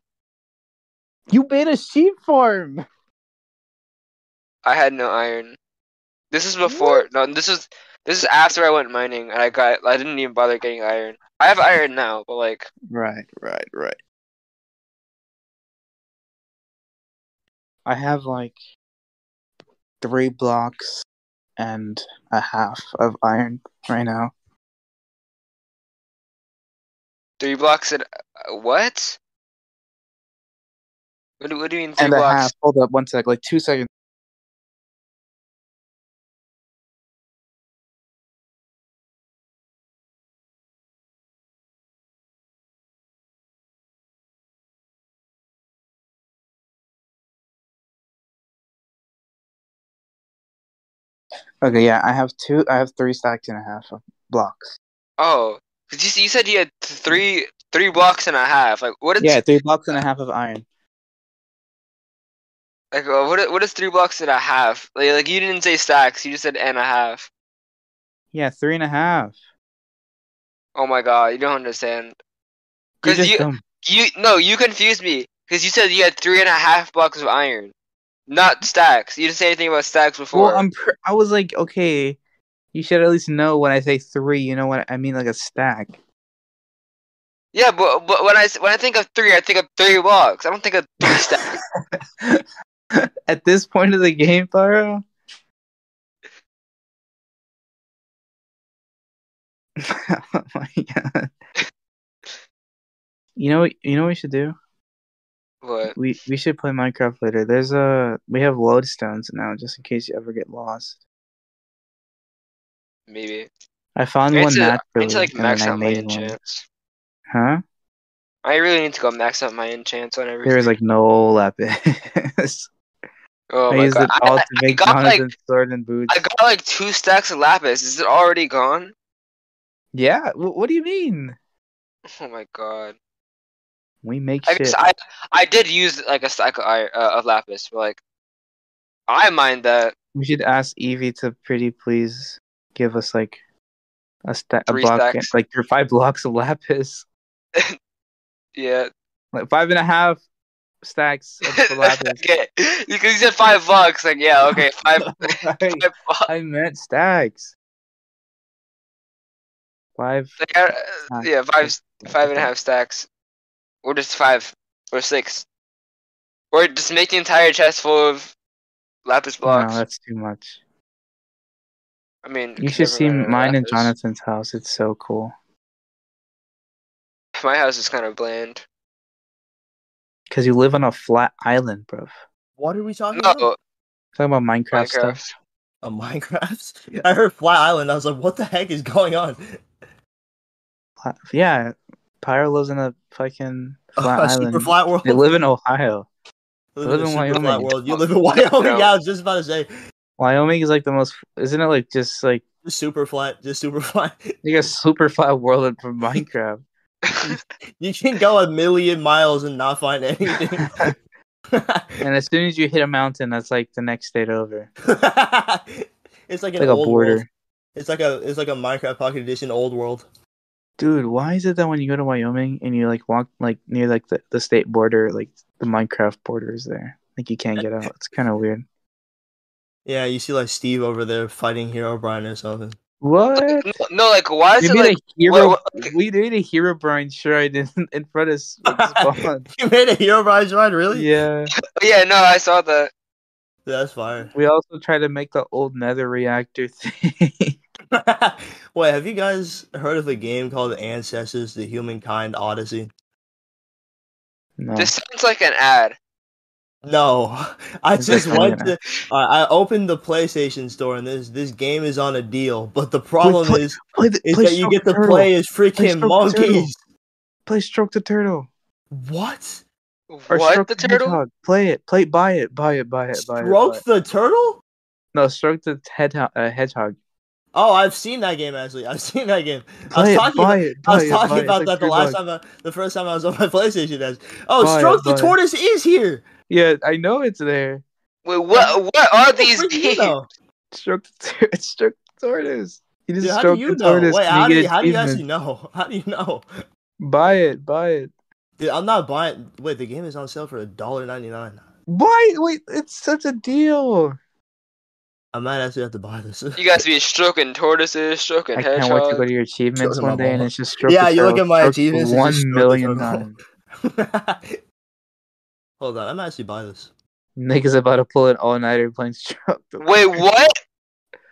S1: You made a sheep farm.
S3: I had no iron. This is before. No, this is this is after I went mining and I got. I didn't even bother getting iron. I have iron now, but like,
S1: Right, right, right. I have like three blocks and a half of iron right now.
S3: three blocks and uh, what? What do, what do you mean three
S1: and a
S3: blocks?
S1: half. Hold up one sec, like two seconds. Okay, yeah, I have two. I have three stacks and a half of blocks.
S3: Oh, 'cause you, you said you had th- three three blocks and a half. Like what is
S1: Yeah, three blocks and a half of iron.
S3: like uh, what i- what is three blocks and a half? Like like you didn't say stacks. You just said and a half.
S1: Yeah, three and a half.
S3: Oh my god, you don't understand.
S1: You're
S3: 'Cause
S1: just
S3: you-
S1: dumb.
S3: You no, you confused me because you said you had three and a half blocks of iron, not stacks. You didn't say anything about stacks before.
S1: Well, I'm. Pr- I was like, okay, you should at least know when I say three. You know what I mean, like a stack.
S3: Yeah, but, but when I s- when I think of three, I think of three blocks. I don't think of three stacks.
S1: At this point of the game, Pyro. oh my god! You know, what- you know what we should do?
S3: What?
S1: We we should play Minecraft later. There's a we have lodestones now, just in case you ever get lost.
S3: Maybe.
S1: I found
S3: I need
S1: one
S3: to, I
S1: naturally,
S3: need to like
S1: and then
S3: max
S1: I
S3: out my
S1: made one.
S3: enchants.
S1: Huh?
S3: I really need to go max out my enchants on everything.
S1: There was like no lapis.
S3: Oh
S1: I
S3: my
S1: used
S3: god.
S1: it all
S3: I,
S1: to make
S3: got, like-
S1: Jonathan's sword and boots.
S3: I got like two stacks of lapis. Is it already gone?
S1: yeah. wh- what do you mean?
S3: Oh my god.
S1: We make
S3: I
S1: shit.
S3: guess I I did use like a stack of iron, uh, of lapis, but like I mind that
S1: we should ask Evie to pretty please give us like a stack, a
S3: Three
S1: block,
S3: stacks.
S1: like your five blocks of lapis,
S3: yeah.
S1: like five and a half stacks of lapis.
S3: okay. Because you said five bucks, like yeah, okay, five,
S1: Like,
S3: five bucks.
S1: I meant stacks. Five.
S3: Like, uh,
S1: Ah,
S3: yeah, five five and a half stacks, or just five or six, or just make the entire chest full of lapis blocks.
S1: No, that's too much.
S3: I mean,
S1: You
S3: 'cause
S1: should see
S3: everyone
S1: mine and
S3: lapis.
S1: Jonathan's house. It's so cool
S3: My house is kind of bland.
S1: because you live on a flat island, bro.
S2: What are we talking about?
S3: No, uh,
S1: Talking about Minecraft, stuff.
S3: Minecraft.
S2: A Minecraft? I heard Flat Island. I was like, what the heck is going on?
S1: Flat- Yeah, Pyro lives in a fucking flat
S2: Super
S1: island.
S2: flat world.
S1: They live in Ohio.
S2: I
S1: live in
S2: a super flat
S1: Wyoming.
S2: world. You live in Wyoming.
S3: No.
S2: Yeah, I was just about to say,
S1: Wyoming is like the most, isn't it? Like just like
S2: just super flat, just super flat.
S1: like a super flat world for Minecraft.
S2: You can go a million miles and not find anything.
S1: and as soon as you hit a mountain, that's like the next state over.
S2: it's like an
S1: It's like a
S2: old
S1: border.
S2: World. It's like a it's like a Minecraft Pocket Edition old world.
S1: Dude, why is it that when you go to Wyoming and you like walk like near like the, the state border, like the Minecraft border is there? Like you can't get out. It's kind of weird.
S2: Yeah, you see like Steve over there fighting Hero Brian or something.
S1: What?
S3: No, no, like why is
S1: We
S3: it
S1: made
S3: like
S1: a hero.
S3: what- what-
S1: We made a hero brine shrine in, in front of Spawn.
S2: You made a Hero Brian's ride, really?
S1: yeah,
S3: oh, yeah? No, I saw that.
S2: That's fire.
S1: we also try to make the old Nether reactor thing.
S2: Wait, have you guys heard of a game called Ancestors: The Humankind Odyssey?
S1: no.
S3: This sounds like an ad.
S2: No, I
S1: It's
S2: just
S1: like
S2: went
S1: kinda-
S2: to. I I opened the PlayStation store and this this game is on a deal, but the problem
S1: pla-
S2: is
S1: play the,
S2: is
S1: play
S2: that you
S1: Stroke
S2: get
S1: the
S2: to
S1: Turtle.
S2: play as freaking
S1: Stroke the
S2: monkeys.
S1: Play Stroke the Turtle.
S2: What?
S1: Or
S3: what
S1: Stroke
S3: the turtle?
S1: Hedgehog. Play it. Play. Buy it. Buy it. Buy it. Buy it. buy
S2: Stroke
S1: it.
S2: the turtle?
S1: No, Stroke the head, uh, Hedgehog.
S2: Oh, I've seen that game actually. I've seen that game. I was
S1: Play it.
S2: talking
S1: Buy
S2: about,
S1: it. Buy
S2: I was
S1: it, buy
S2: talking
S1: it.
S2: about
S1: Oh, It's
S2: that
S1: like
S2: the last
S1: Turtle.
S2: time, I, the first time I was on my PlayStation. As oh,
S1: Buy it,
S2: stroke the
S1: buy it.
S2: tortoise is here.
S1: Yeah, I know it's there.
S3: Wait, what? What are these
S2: Where'd you
S3: games?
S2: know?
S1: Stroke the tur- it's Stroke the tortoise. You just
S2: Dude, how
S1: stroke
S2: do you
S1: the
S2: know?
S1: tortoise.
S2: Wait,
S1: and you
S2: how do
S1: get
S2: you, how do you
S1: achievement.
S2: actually know? How do you know?
S1: Buy it. Buy it.
S2: Dude, I'm not buying. Wait, the game is on sale for a dollar ninety nine.
S1: Why? Wait, it's such a deal.
S2: I might actually have to buy this.
S3: You guys be stroking tortoises, stroking
S1: I can't wait to go
S3: hedgehogs.
S1: to your achievements
S2: Stroke my
S1: one day and
S2: ball.
S1: it's just stroke
S2: Yeah,
S1: the
S2: you look
S1: turtle,
S2: at my
S1: stroke
S2: achievements, it's
S1: One
S2: just stroke the
S1: million
S2: turtle.
S1: times.
S2: Hold on, I'm actually buying this.
S1: Nick is about to pull an all nighter playing stroke. the-
S3: Wait, what?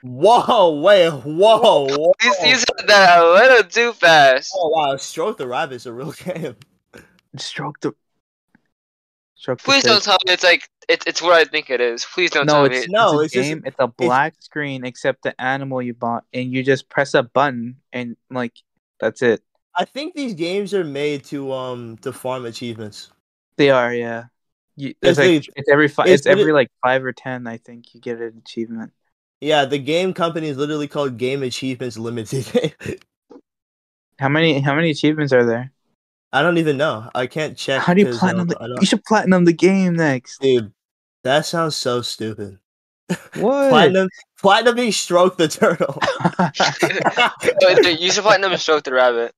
S2: Whoa, wait, whoa, whoa.
S3: You,
S1: Oh.
S3: you said that a little too fast.
S2: Oh wow, Stroke the Rabbit's a real game.
S1: Stroke the. Stroke
S3: Please
S1: the
S3: don't tell me it's like it's it's what I think it is. Please don't
S1: No,
S3: tell
S1: it's
S3: me.
S2: No,
S1: no,
S2: it's
S1: it's a
S2: just-
S1: game. it's a black screen except the animal you bought, and you just press a button, and like that's it.
S2: I think these games are made to um to farm achievements.
S1: They are, yeah. You, it's,
S2: It's
S1: like,
S2: the-
S1: it's every five.
S2: it's
S1: It's, every
S2: lit-
S1: like five or ten. I think you get an achievement.
S2: Yeah, the game company is literally called Game Achievements Limited.
S1: How many? How many achievements are there?
S2: I don't even know. I can't check.
S1: How do you
S2: 'cause,
S1: platinum?
S2: um,
S1: The,
S2: I don't-
S1: you should platinum the game next.
S2: Dude, that sounds so stupid.
S1: What?
S2: Platinum, platinum, he stroked the turtle.
S3: No, dude, you should platinum and stroke the rabbit.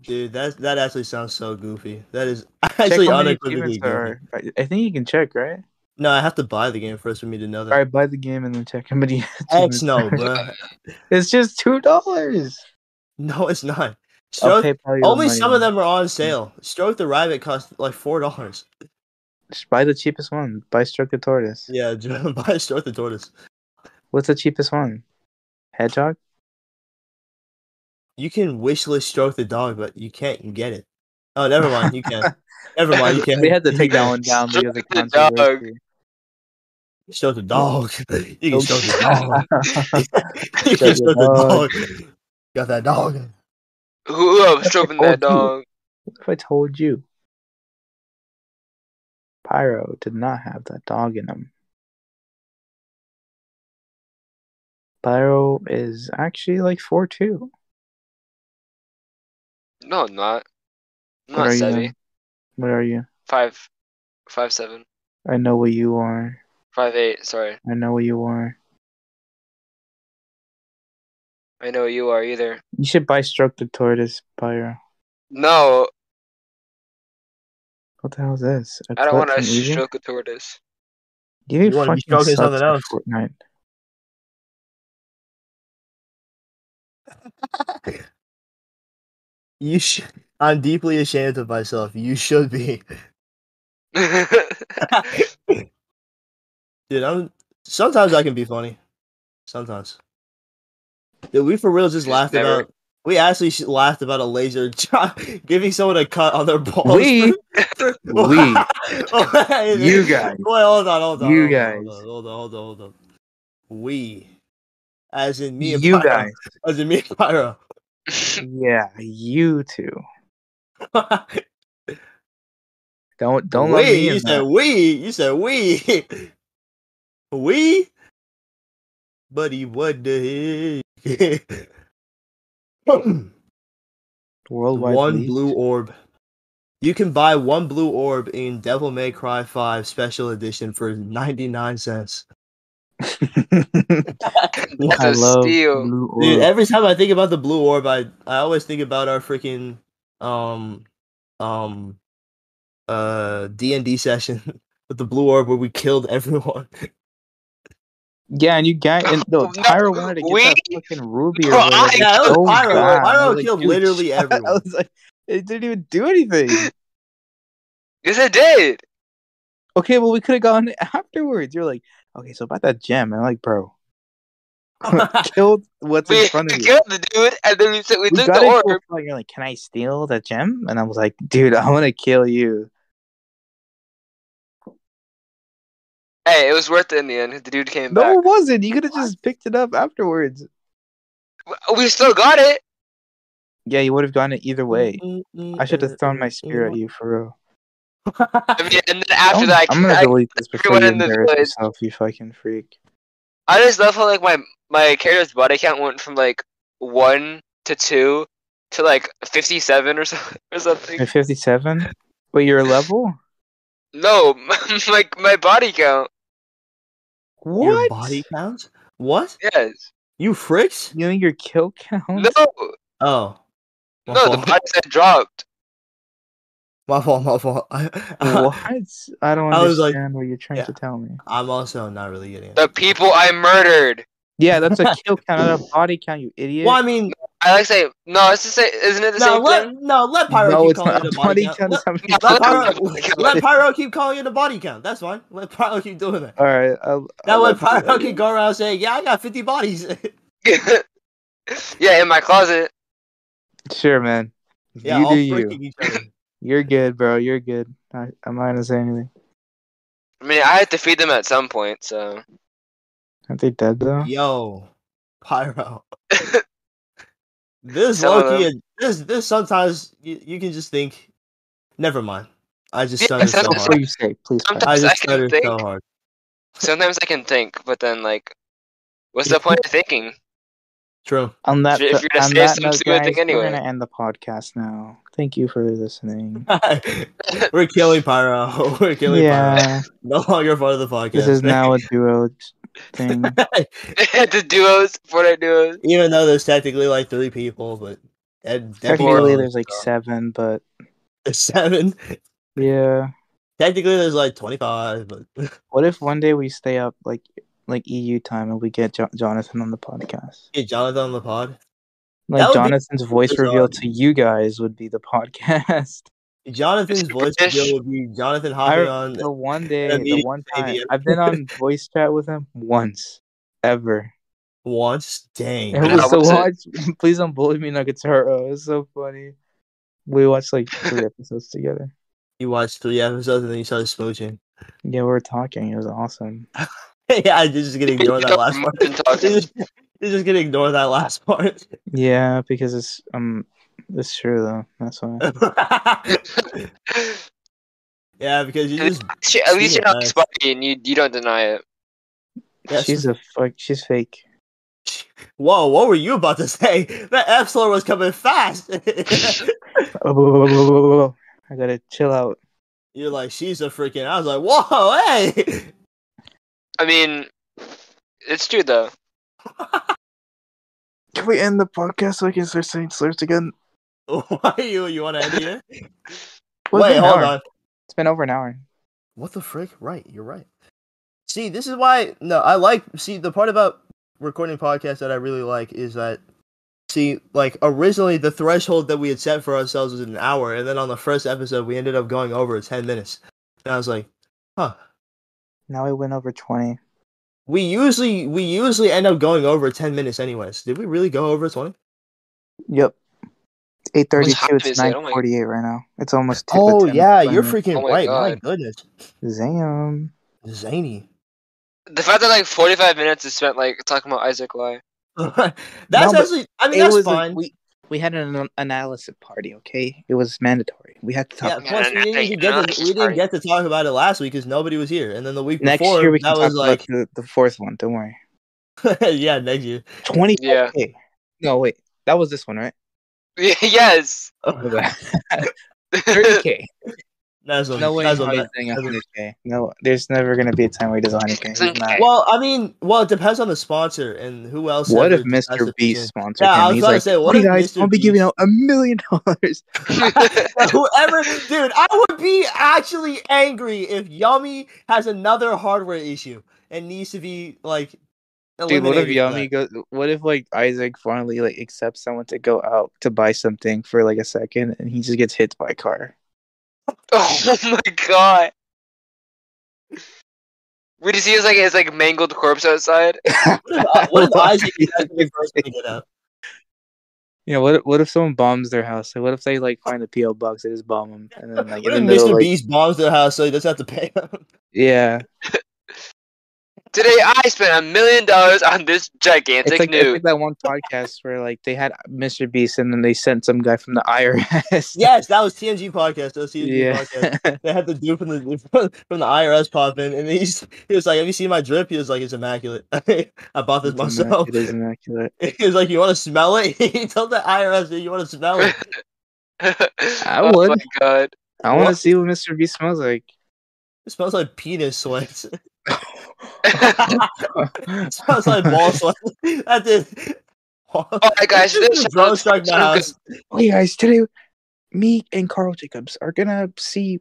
S2: Dude, that that actually sounds so goofy. That is
S1: Check
S2: actually
S1: how many
S2: unequivocally
S1: achievements
S2: goofy.
S1: there are. I- I think you can check, right?
S2: No, I have to buy the game first for me to know
S1: All
S2: that.
S1: right, buy the game and then check how many.
S2: X
S1: achievements
S2: no,
S1: there are.
S2: bro.
S1: It's just two dollars.
S2: No, it's not.
S1: I'll
S2: Stroke,
S1: PayPal you the
S2: only
S1: money
S2: some
S1: then.
S2: of them are on sale. Stroke the rabbit cost like four dollars.
S1: Just buy the cheapest one. Buy Stroke the Tortoise.
S2: Yeah, dude, buy Stroke the tortoise.
S1: What's the cheapest one? Hedgehog?
S2: You can wishlist stroke the dog, but you can't get it. Oh, never mind. You can. never mind. You can.
S1: They had to take that
S2: You
S1: one down because of
S3: Stroke the
S1: controversy.
S2: can Stroke the dog. You can
S1: Nope.
S2: stroke the dog. you can
S1: Stroke the
S2: stroke the
S1: dog.
S2: dog. Got that dog.
S3: Who who am stroking
S1: Oh, dude.
S3: that dog?
S1: What if I told you? Pyro did not have that dog in him. Pyro is actually like four two.
S3: No, I'm not. I'm
S1: What
S3: not
S1: are you?
S3: savvy.
S1: then? What are you?
S3: Five, five seven,
S1: I know what you are.
S3: five eight. Sorry,
S1: I know what you are.
S3: I know you are either.
S1: You should buy Stroke the Tortoise Pyro.
S3: No,
S1: What the hell is this? A
S3: I don't
S1: clip
S3: want to
S1: from Eevee?
S3: stroke a tortoise.
S1: You,
S2: You wanna be
S1: fucking
S2: stroking
S1: suck
S2: something
S1: at
S2: else.
S1: Fortnite.
S2: You sh- I'm deeply ashamed of myself. You should be. Dude, I'm sometimes I can be funny. Sometimes. Dude, we for real just
S3: Just
S2: laughed
S3: never-
S2: about we actually sh- laughed about a laser jo- giving someone a cut on their balls.
S1: We, we, you guys.
S2: Wait, hold on, hold on.
S1: You
S2: hold on,
S1: guys.
S2: Hold on, hold on, hold on, hold on. We. As in me and
S1: you
S2: Pyro.
S1: guys.
S2: As in me and Pyro.
S1: Yeah, you two. Don't don't
S2: we,
S1: let me in
S2: you
S1: that.
S2: said we. You said we. we? Buddy, what the heck?
S1: Worldwide
S2: one
S1: League.
S2: blue orb. You can buy one blue orb in Devil May Cry 5 Special Edition for 99 cents.
S3: That's
S1: I
S3: a
S1: love
S3: steal.
S1: blue
S2: Dude,
S1: orb.
S2: every time I think about the blue orb, I, I always think about our freaking um um uh D and D session with the blue orb where we killed everyone.
S1: Yeah, and you got and no,
S3: No,
S1: Tyra wanted to get
S3: we-
S1: that fucking ruby. or
S3: No,
S1: whatever Oh,
S3: I-
S2: Yeah, that was
S1: so
S2: Pyro.
S1: bad.
S2: Pyro
S1: I was like,
S2: killed
S1: dude,
S2: literally
S1: shut- I
S2: everyone.
S1: was like, it didn't even do anything.
S3: yes, I did.
S1: Okay, well we could have gone afterwards. You're like, okay, so about that gem, and I'm like, bro, killed what's
S3: We
S1: in front of you.
S3: killed the dude, and then we, took we,
S1: We
S3: took
S1: got
S3: the
S1: into a
S3: orb.
S1: fight. You're like, can I steal the gem? And I was like, dude, I want to kill you.
S3: Hey, it was worth it in the end. The dude came
S1: No,
S3: back.
S1: it wasn't. You could have just picked it up afterwards.
S3: We still got it.
S1: Yeah, you would have gone it
S3: Mm,
S1: either way. I should have thrown my spear at you for real.
S3: I mean, and then mm. after
S1: I'm,
S3: that, I,
S1: I'm gonna
S3: I,
S1: delete this before you
S3: everyone in this
S1: embarrass
S3: village.
S1: yourself, you fucking freak.
S3: I just love how like my my character's body count went from like one to two to like fifty seven or so, or something.
S1: You're 57, but your level?
S3: No, my my body count.
S2: Your
S1: What?
S2: body count? What?
S3: Yes.
S2: You fricks?
S1: You know your kill count?
S3: No,
S2: Oh. My
S3: no, the
S2: fault.
S3: bodies that dropped.
S2: my fault, my fault. I,
S1: What? I don't understand
S2: I was like-
S1: what you're trying to tell me.
S2: I'm also not really getting it.
S3: The people I murdered.
S1: Yeah, that's a kill count, not a body count, you idiot.
S2: Well, I mean,
S3: I like say no. It's the same. Isn't it the
S2: no,
S3: same
S2: let,
S3: thing?
S2: no, let Pyro
S1: no,
S2: keep
S1: it's
S2: calling
S1: not
S2: it
S1: a
S2: a body count.
S1: count.
S2: Let,
S1: it's how many
S2: let,
S1: kills
S3: No, Pyro-
S1: you
S2: Pyro,
S1: got.
S2: let Pyro keep calling it a body count. That's fine. Let Pyro keep doing that.
S1: All right. I'll,
S2: That
S1: I'll
S2: way
S1: let you
S2: Pyro
S1: have
S2: can
S1: it.
S2: go around saying, yeah, I got 50 bodies.
S3: yeah, in my closet.
S1: Sure, man.
S2: yeah,
S1: you
S2: all
S1: do you.
S2: freaking each other.
S1: You're good, bro. You're good. I, I'm not gonna say anything.
S3: I mean, I had to feed them at some point, so.
S1: Aren't they dead though?
S2: Yo, Pyro. this
S3: Tell
S2: Loki,
S3: them.
S2: and this this sometimes you, you can just think. Never mind. I just
S3: Yeah,
S2: stuttered so
S1: That's what
S3: sometimes-
S2: hard.
S1: you say. Please.
S3: Sometimes-
S1: Pat.
S2: I
S3: I
S2: just
S3: can
S2: stuttered so
S3: think.
S2: hard.
S3: Sometimes I can think, but then like, what's the point of thinking?
S2: True.
S1: On that,
S3: If you're gonna
S1: on
S3: say
S1: that
S3: something,
S1: note,
S3: do it
S1: guys,
S3: anyway.
S1: we're gonna end the podcast now. Thank you for listening.
S2: We're killing Pyro. We're killing Pyro.
S1: yeah,
S2: No longer part of the podcast.
S1: this is now a duo thing.
S3: the duos, Fortnite duos.
S2: Even though there's technically like three people, but and
S1: Technically,
S2: definitely
S1: there's like seven, but
S2: there's seven.
S1: yeah.
S2: Technically, there's like twenty-five, but
S1: What if one day we stay up like like EU time and we get jo- Jonathan on the podcast?
S2: get Jonathan on the pod. would
S1: Like
S2: be
S1: Jonathan's voice
S2: bizarre.
S1: reveal to you guys would be the podcast.
S2: Jonathan's
S3: Mr.
S2: voice
S3: British.
S2: will be Jonathan hopping on
S1: the one day, the
S2: meeting
S1: one
S2: with
S1: time
S2: ABM.
S1: I've been on voice chat with him once ever.
S2: once. Dang.
S1: It
S3: Yeah,
S1: was so
S3: what's it?
S1: hard. Please don't bully me, Nuggetsaro. It was so funny. We watched like three episodes together.
S2: You watched three episodes and then you started smooching.
S1: Yeah, we were talking. It was awesome.
S2: yeah, I just gonna ignore that last part.
S3: Been
S2: You're
S3: talking.
S2: just, you're just gonna ignore that last part.
S1: Yeah, because it's um, it's true though. That's why.
S2: yeah, because you just
S3: Shit, at least
S2: Steal
S3: you're
S2: it,
S3: not
S2: nice.
S3: spotty and you you don't deny it.
S2: that's-
S1: She's a fuck. She's fake.
S2: Whoa, what were you about to say? That F slur was coming fast.
S1: Oh, Whoa, whoa, whoa, whoa, whoa, whoa. I gotta chill out.
S2: You're like, she's a freaking. I was like, whoa, hey.
S3: I mean, it's true though.
S1: Can we end the podcast so I can start saying slurs again?
S2: Why you? You want to end here?
S1: Well, it's
S2: Wait,
S1: been an
S2: hold
S1: hour.
S2: on.
S1: It's been over an hour.
S2: What the frick? Right, you're right. See, this is why no, I like see the part about recording podcasts that I really like is that see, like originally the threshold that we had set for ourselves was an hour, and then on the first episode we ended up going over ten minutes. And I was like, huh.
S1: Now we went over twenty.
S2: We usually we usually end up going over ten minutes anyways. Did we really go over twenty?
S1: Yep. Eight
S3: time
S1: thirty-two. It's
S3: is it?
S1: nine
S3: Oh my-
S1: forty-eight right now. It's almost. t-
S2: Oh
S1: 10
S2: yeah, you're
S1: minutes.
S2: freaking
S3: Oh my
S2: right. My
S3: God.
S2: goodness.
S1: Damn.
S2: Zany.
S3: The fact that like forty five minutes is spent like talking about Isaac Lai.
S2: that's
S1: but
S2: actually I mean that's fine.
S1: we we had an an- analysis party. Okay, it was mandatory. We had to talk.
S2: Yeah,
S1: about
S3: man,
S2: plus we
S3: I
S2: didn't,
S3: think-
S2: even get
S3: it's
S2: to, we didn't
S3: hard.
S2: get to talk about it last week because nobody was here, and then the week
S1: it. Next
S2: before
S1: year we can
S2: that
S1: talk
S2: was like,
S1: about the, the fourth one. Don't worry.
S2: yeah, next year.
S1: Twenty.
S3: Yeah.
S1: Hey. No wait, that was this one, right?
S3: yes.
S1: Thirty k.
S2: That's what,
S1: No way.
S2: that's what
S1: Hardy's
S2: that-
S1: doing
S2: that's what-
S1: hundred k. No, there's never gonna be a time where he does hundred k. He's not.
S2: well, I mean, well, it depends on the sponsor and who else.
S1: What if
S2: ever decides to
S1: Mr. Beast
S2: pitch
S1: sponsored
S2: Yeah, I
S1: him?
S2: was
S1: He's
S2: about to
S1: like,
S2: say, what
S1: "Hey
S2: if
S1: guys,
S2: Mr.
S1: I'll be giving
S2: Beast-
S1: out a million dollars.
S2: in? Whoever, dude, I would be actually angry if Yummy has another hardware issue and needs to be like.
S1: Dude, what
S2: eliminated
S1: if
S2: for that.
S1: Yami goes? What if like Isaac finally like accepts someone to go out to buy something for like a second, and he just gets hit by a car?
S3: oh my god. We just see his like his like mangled corpse outside.
S2: What if, what if Isaac
S1: you
S2: is actually the first one to get out?
S1: know, what if- what if someone bombs their house? Like, what if they like find a PO box, they just bomb them, and then like in
S2: What
S1: the
S2: if
S1: middle,
S2: Mr.
S1: like,
S2: Beast bombs their house so he doesn't have to pay him?
S1: yeah,
S3: Today I spent a million dollars on this
S1: it's
S3: gigantic
S1: like, it's
S3: nude.
S1: like that one podcast where like they had Mr. Beast, and then they sent some guy from the IRS.
S2: Yes, that was TMG podcast. That was TMG podcast.
S1: yeah.
S2: They had the dude from the from the IRS pop in, and he's he was like, "Have you seen my drip?" He was like, "It's immaculate. I bought this
S1: It's immac-
S2: myself."
S1: It is immaculate.
S2: He was like, "You want to smell it?" He told the IRS, "Dude, you want to smell it?"
S3: oh
S1: would.
S3: my god.
S1: I want to
S2: What?
S1: see what Mr. Beast smells like.
S2: It smells like penis sweat.
S1: Oh,
S2: it smells like ball sweat. That dude.
S3: Oh my gosh, this
S2: Bro
S3: sounds
S2: struck my
S3: so
S2: house.
S1: Hey guys, today me and Carl Jacobs are gonna see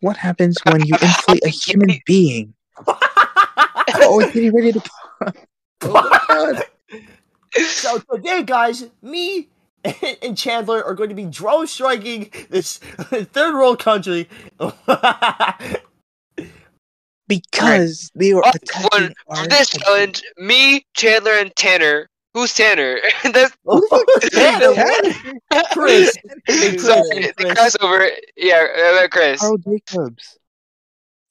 S1: what happens when you inflate a human being. Oh, it's getting ready to. Oh
S2: So today, guys, me and Chandler are going to be drone striking this third world country.
S1: Because they were
S3: Oh,
S1: attacking
S3: one-
S1: our.
S3: For this challenge, me, Chandler, and Tanner. Who's Tanner? That's
S2: Tanner, what? Chris, Chris,
S3: sorry, the
S2: Chris. Oh,
S3: crossover. Yeah, uh, Chris.
S1: Carl Jacobs.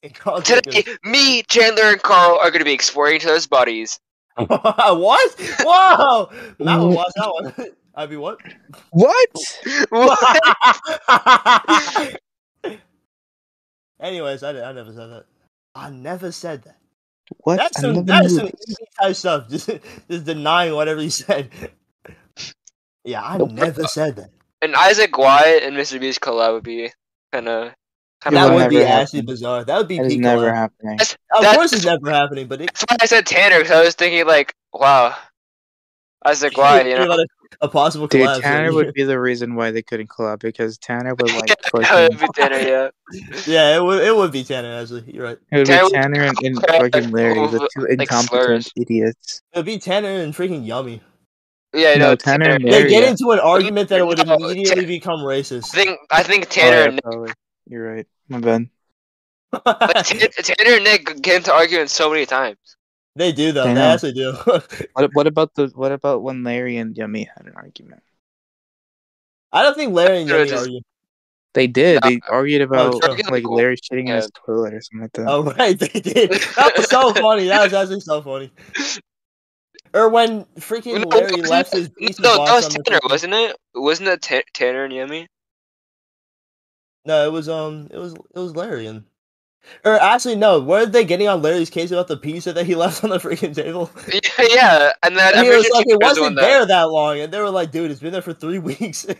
S2: and Carl
S3: Today,
S2: Jacobs.
S3: me, Chandler, and Carl are going to be exploring each other's bodies.
S2: what? Whoa! Not one. Watch that one. I mean, what?
S1: What?
S2: Anyways, I, I never said that. I never said that.
S1: What?
S2: That's
S1: I
S2: some
S1: love
S2: that's some
S1: movies.
S2: easy type stuff. Just, just denying whatever he said. Yeah, I
S1: Nope.
S2: never said that.
S3: and Isaac Y and Mr. B's collab would be kind of.
S1: It
S3: kind
S2: That
S1: will
S2: would be
S1: never happen.
S2: actually bizarre. That would be
S1: That is
S2: peak
S1: never
S2: collab.
S1: happening.
S2: Of
S3: That's-
S2: course, it's never happening. But it,
S3: That's why I said Tanner, because I was thinking, like, wow. Isaac Y, you
S2: think
S3: know?
S2: about a, a possible
S1: Dude,
S2: collab.
S1: Tanner would be the reason why they couldn't collab because Tanner would like
S3: That would
S1: fucking.
S3: be Tanner, yeah.
S2: yeah, it would. It would be Tanner. Actually, you're right.
S1: It would
S3: Tanner
S1: be
S3: would
S1: Tanner and, and
S3: collab
S1: fucking Larry,
S3: over,
S1: the two incompetent
S3: slurs.
S1: idiots.
S2: It would be Tanner and freaking Yummy.
S3: Yeah, I
S1: No,
S3: know.
S1: Tanner and
S2: They
S1: Larry.
S2: get
S1: yeah.
S2: into an argument that it would
S3: No,
S2: immediately
S3: Tanner-
S2: become
S3: I
S2: racist.
S3: think, I think
S1: Oh, yeah,
S3: Tanner and Nick,
S1: probably. You're right. My bad.
S3: like, Tan- Tanner and Nick get into arguing so many times.
S2: they do though.
S1: I
S2: They
S1: know.
S2: actually do.
S1: What what about the what about when Larry and Yummy had an argument?
S2: I don't think Larry and
S3: They're
S2: Yummy
S3: just-
S2: argue.
S1: They did. They
S3: Oh,
S1: argued about
S2: true.
S1: like Larry shitting in his toilet or something like that.
S2: Oh right, they did. That was so funny. That was actually so funny. Or when freaking
S3: No,
S2: Larry
S3: wasn't
S2: left
S3: it-
S2: his piece
S3: No,
S2: of
S3: that was
S2: box on
S3: Tanner,
S2: the
S3: wasn't it? Wasn't that Ta- Tanner and Yummy?
S2: No, it was um, it was it was Larry and Or actually, no. Weren't they getting on Larry's case about the pizza that he left on the freaking table?
S3: Yeah, yeah, and then
S2: And
S3: I'm
S2: he
S3: pretty
S2: was
S3: sure
S2: like, it
S3: Chico was the
S2: wasn't
S3: one
S2: there that long, and they were like, dude, it's been there for three weeks.
S3: that-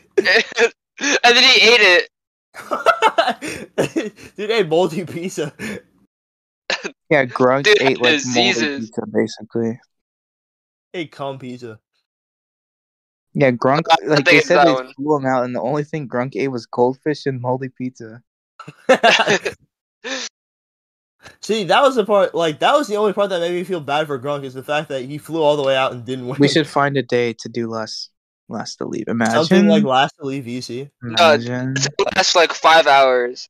S3: and then he ate it.
S2: dude, hey, moldy pizza.
S1: Yeah, Grunk
S3: Dude,
S1: ate like moldy
S3: diseases.
S1: pizza basically.
S2: Hey, calm pizza.
S1: Yeah, Grunk
S3: don't
S1: like
S3: think
S1: they
S3: it's
S1: said
S3: that
S1: they
S3: one.
S1: flew him out, and the only thing Grunk ate was goldfish and moldy pizza.
S2: See, that was the part. Like, that was the only part that made me feel bad for Grunk is the fact that he flew all the way out and didn't win.
S1: We should find a day to do less, less to leave.
S2: something
S1: Imagine,
S2: like last to leave VC.
S3: Uh,
S1: imagine
S3: That's like five hours.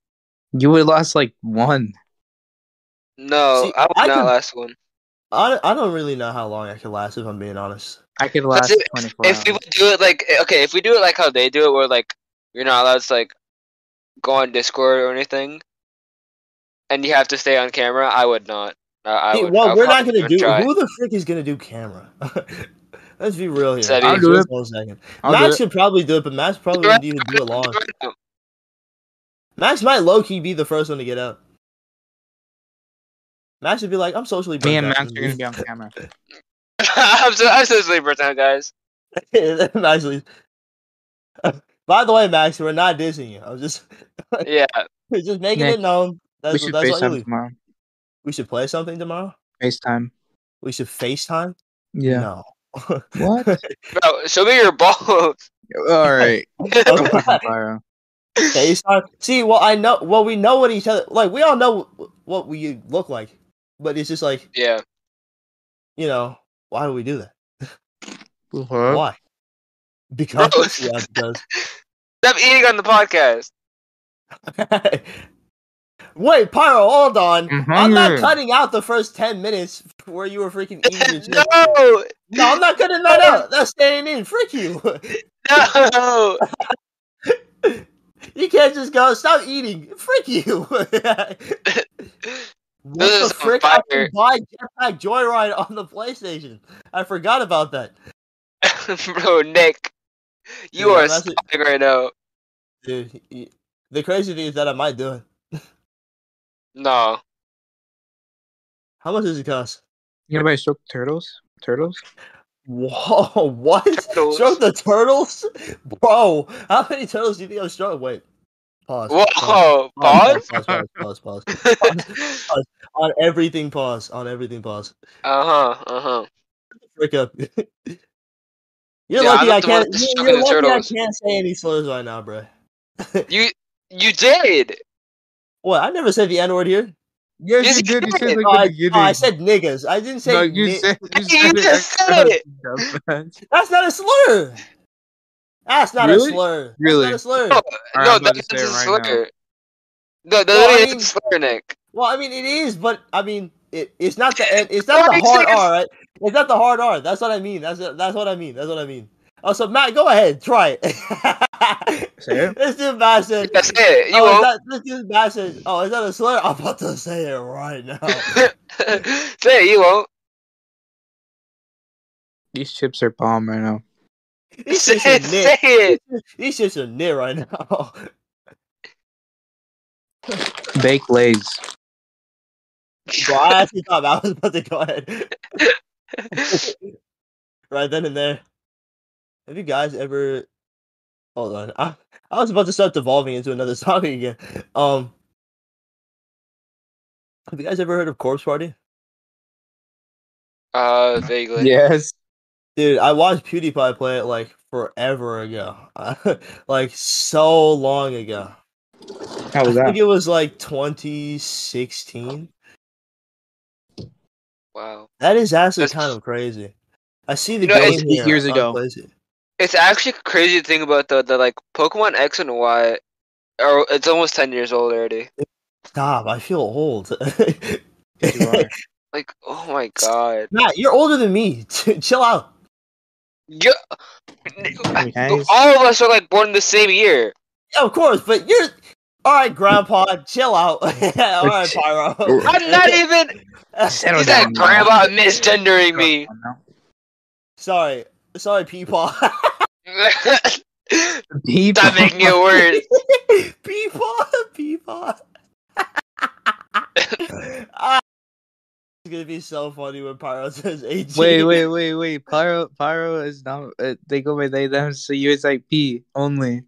S1: you would have lost like one.
S3: No,
S2: See,
S3: I would
S2: I
S3: not
S2: can-
S3: last one.
S2: I don't, I don't really know how long I could last if I'm being honest.
S1: I could last
S3: That's it.
S1: twenty four hours.
S3: If we would do it like okay, if we do it like how they do it, where like you're not allowed to like go on Discord or anything, and you have to stay on camera, I would not. I, I
S2: Hey,
S3: would,
S2: well,
S3: I
S2: we're not
S3: probably
S2: gonna
S3: would
S2: do.
S3: try.
S2: Who the frick is gonna do camera? Let's be real here.
S3: Sebi. I'll
S1: do
S2: Just
S1: it.
S2: one second.
S1: I'll do
S2: Max
S1: it.
S2: should probably do it, but Max probably
S3: Right.
S2: wouldn't even do it long. Max might low key be the first one to get out. Max would be like, "I'm socially."
S1: Me
S2: burnt
S1: and
S2: out
S1: Max
S2: from
S1: are gonna
S2: this."
S1: be on camera.
S3: I'm so I'm so sleeper time, guys.
S2: Max leaves. By the way, Max, we're not dissing you. I'm just,
S3: Yeah,
S2: we're just making
S1: Nick,
S2: it known. That's,
S1: We should
S2: that's why you
S1: FaceTime
S2: leave.
S1: tomorrow.
S2: We should play something tomorrow.
S1: FaceTime.
S2: We should FaceTime.
S1: Yeah.
S2: No.
S1: What?
S3: bro, show me your balls.
S1: All right. Pyro.
S2: FaceTime. See, well, I know. Well, we know what each other. Like, we all know wh- what we look like. But it's just like,
S3: yeah,
S2: you know, why do we do that?
S1: What?
S2: Why? Because.
S3: Bro.
S2: Yeah, because.
S3: stop eating on the podcast.
S2: Wait, Pyro, hold on.
S1: I'm
S2: I'm not
S1: hungry.
S2: cutting out the first 10 minutes where you were freaking eating your chips.
S3: no,
S2: No, I'm not cutting that out. That's staying in. Freak you.
S3: no.
S2: You can't just go, stop eating. Freak you. what
S3: This
S2: the
S3: is
S2: frick? I
S3: fire.
S2: can buy Jetpack Joyride on the PlayStation. I forgot about that.
S3: bro, Nick, you
S2: Dude,
S3: are
S2: that's it.
S3: smiling right now.
S2: Dude, y- y- the crazy thing is that I might do it.
S3: No,
S2: How much does it cost?
S1: You know about Stroke Turtles? Turtles?
S2: Whoa, what?
S3: Turtles.
S2: Stroke the turtles? Bro, how many turtles do you think I'm stroking? Wait. Pause. Pause.
S3: whoa,
S2: Pause,
S3: pause.
S2: pause, pause, pause, pause.
S3: uh
S2: On everything, pause. On everything, pause.
S3: huh, uh huh.
S2: Frick up. You're
S3: Yeah,
S2: lucky
S3: I'm
S2: I
S3: the one
S2: can't.
S3: that's
S2: You're,
S3: stroking
S2: you're lucky
S3: the
S2: I
S3: turtles.
S2: can't say any slurs right now, bro.
S3: You you did.
S2: What? I never said the N word here.
S1: Yes,
S3: Yes,
S1: you
S3: you
S1: did. You
S3: did.
S1: said like
S2: Oh, I,
S1: the beginning.
S2: oh, I said niggas. I didn't say.
S1: no, you
S2: ni-
S1: said you
S3: You
S1: said
S3: just
S1: extra
S3: said it.
S1: dumb bitch.
S2: That's not a slur. That's not
S1: Really?
S2: a slur.
S1: Really?
S2: That's not a slur.
S3: No,
S1: All right,
S3: no,
S1: I'm about to
S3: that's
S1: say
S3: a
S1: it right now.
S3: slur. No, that
S2: Well, I
S3: is
S2: mean-
S3: a slur, Nick.
S2: Well, I mean, it is, but I mean, it, it's not the it- it's not the
S3: Right,
S2: hard
S3: so it's-
S2: R, right? It's not the hard R. That's what I mean. That's that's what I mean. That's what I mean. Oh, so Matt, go ahead, try it.
S1: Say it.
S2: Let's do Matt said.
S3: That's it. You
S2: oh, is
S3: won't.
S2: that, let's do Matt said. Oh, is that a slur? I'm about to say it right now.
S3: Say it, you won't.
S1: These chips are bomb right now.
S2: These
S3: Say
S2: shits are
S3: it. Say
S2: nit.
S3: it.
S2: These shits are nit right now.
S1: Baked Lays.
S2: Bro, I actually thought Matt was about to go ahead right then and there. Have you guys ever? Hold on, I I was about to start devolving into another topic again. Um, have you guys ever heard of Corpse Party?
S3: Uh, vaguely.
S1: Yes.
S2: Dude, I watched PewDiePie play it like forever ago, like so long ago. I
S1: How was
S2: think
S1: that?
S2: it was like 2016.
S3: Wow.
S2: That is actually
S3: That's-
S2: kind of crazy. I see the
S3: You know,
S2: game
S1: it's eight
S2: here
S1: years
S2: on
S1: ago.
S2: PlayStation.
S3: It's actually crazy to think about though that like Pokemon X and Y, are it's almost ten years old already.
S2: Stop! I feel old.
S1: You are.
S3: Like, oh my god.
S2: Matt, you're older than me. Chill out.
S3: Yeah.
S1: Nice.
S3: All of us are like born the same year.
S2: Of course, but you're all right, Grandpa. Chill out. all right, Pyro.
S3: I'm not even.
S1: Settle
S3: He's like
S1: down. now.
S3: grandma misgendering me.
S1: Settle down
S2: sorry, sorry, people.
S1: now. People.
S3: Stop making it worse.
S2: people, people. Ah, it's gonna be so funny when Pyro says AG.
S1: Wait, wait, wait, wait. Pyro, Pyro is not. Uh, they go by they them. So you it's like P only.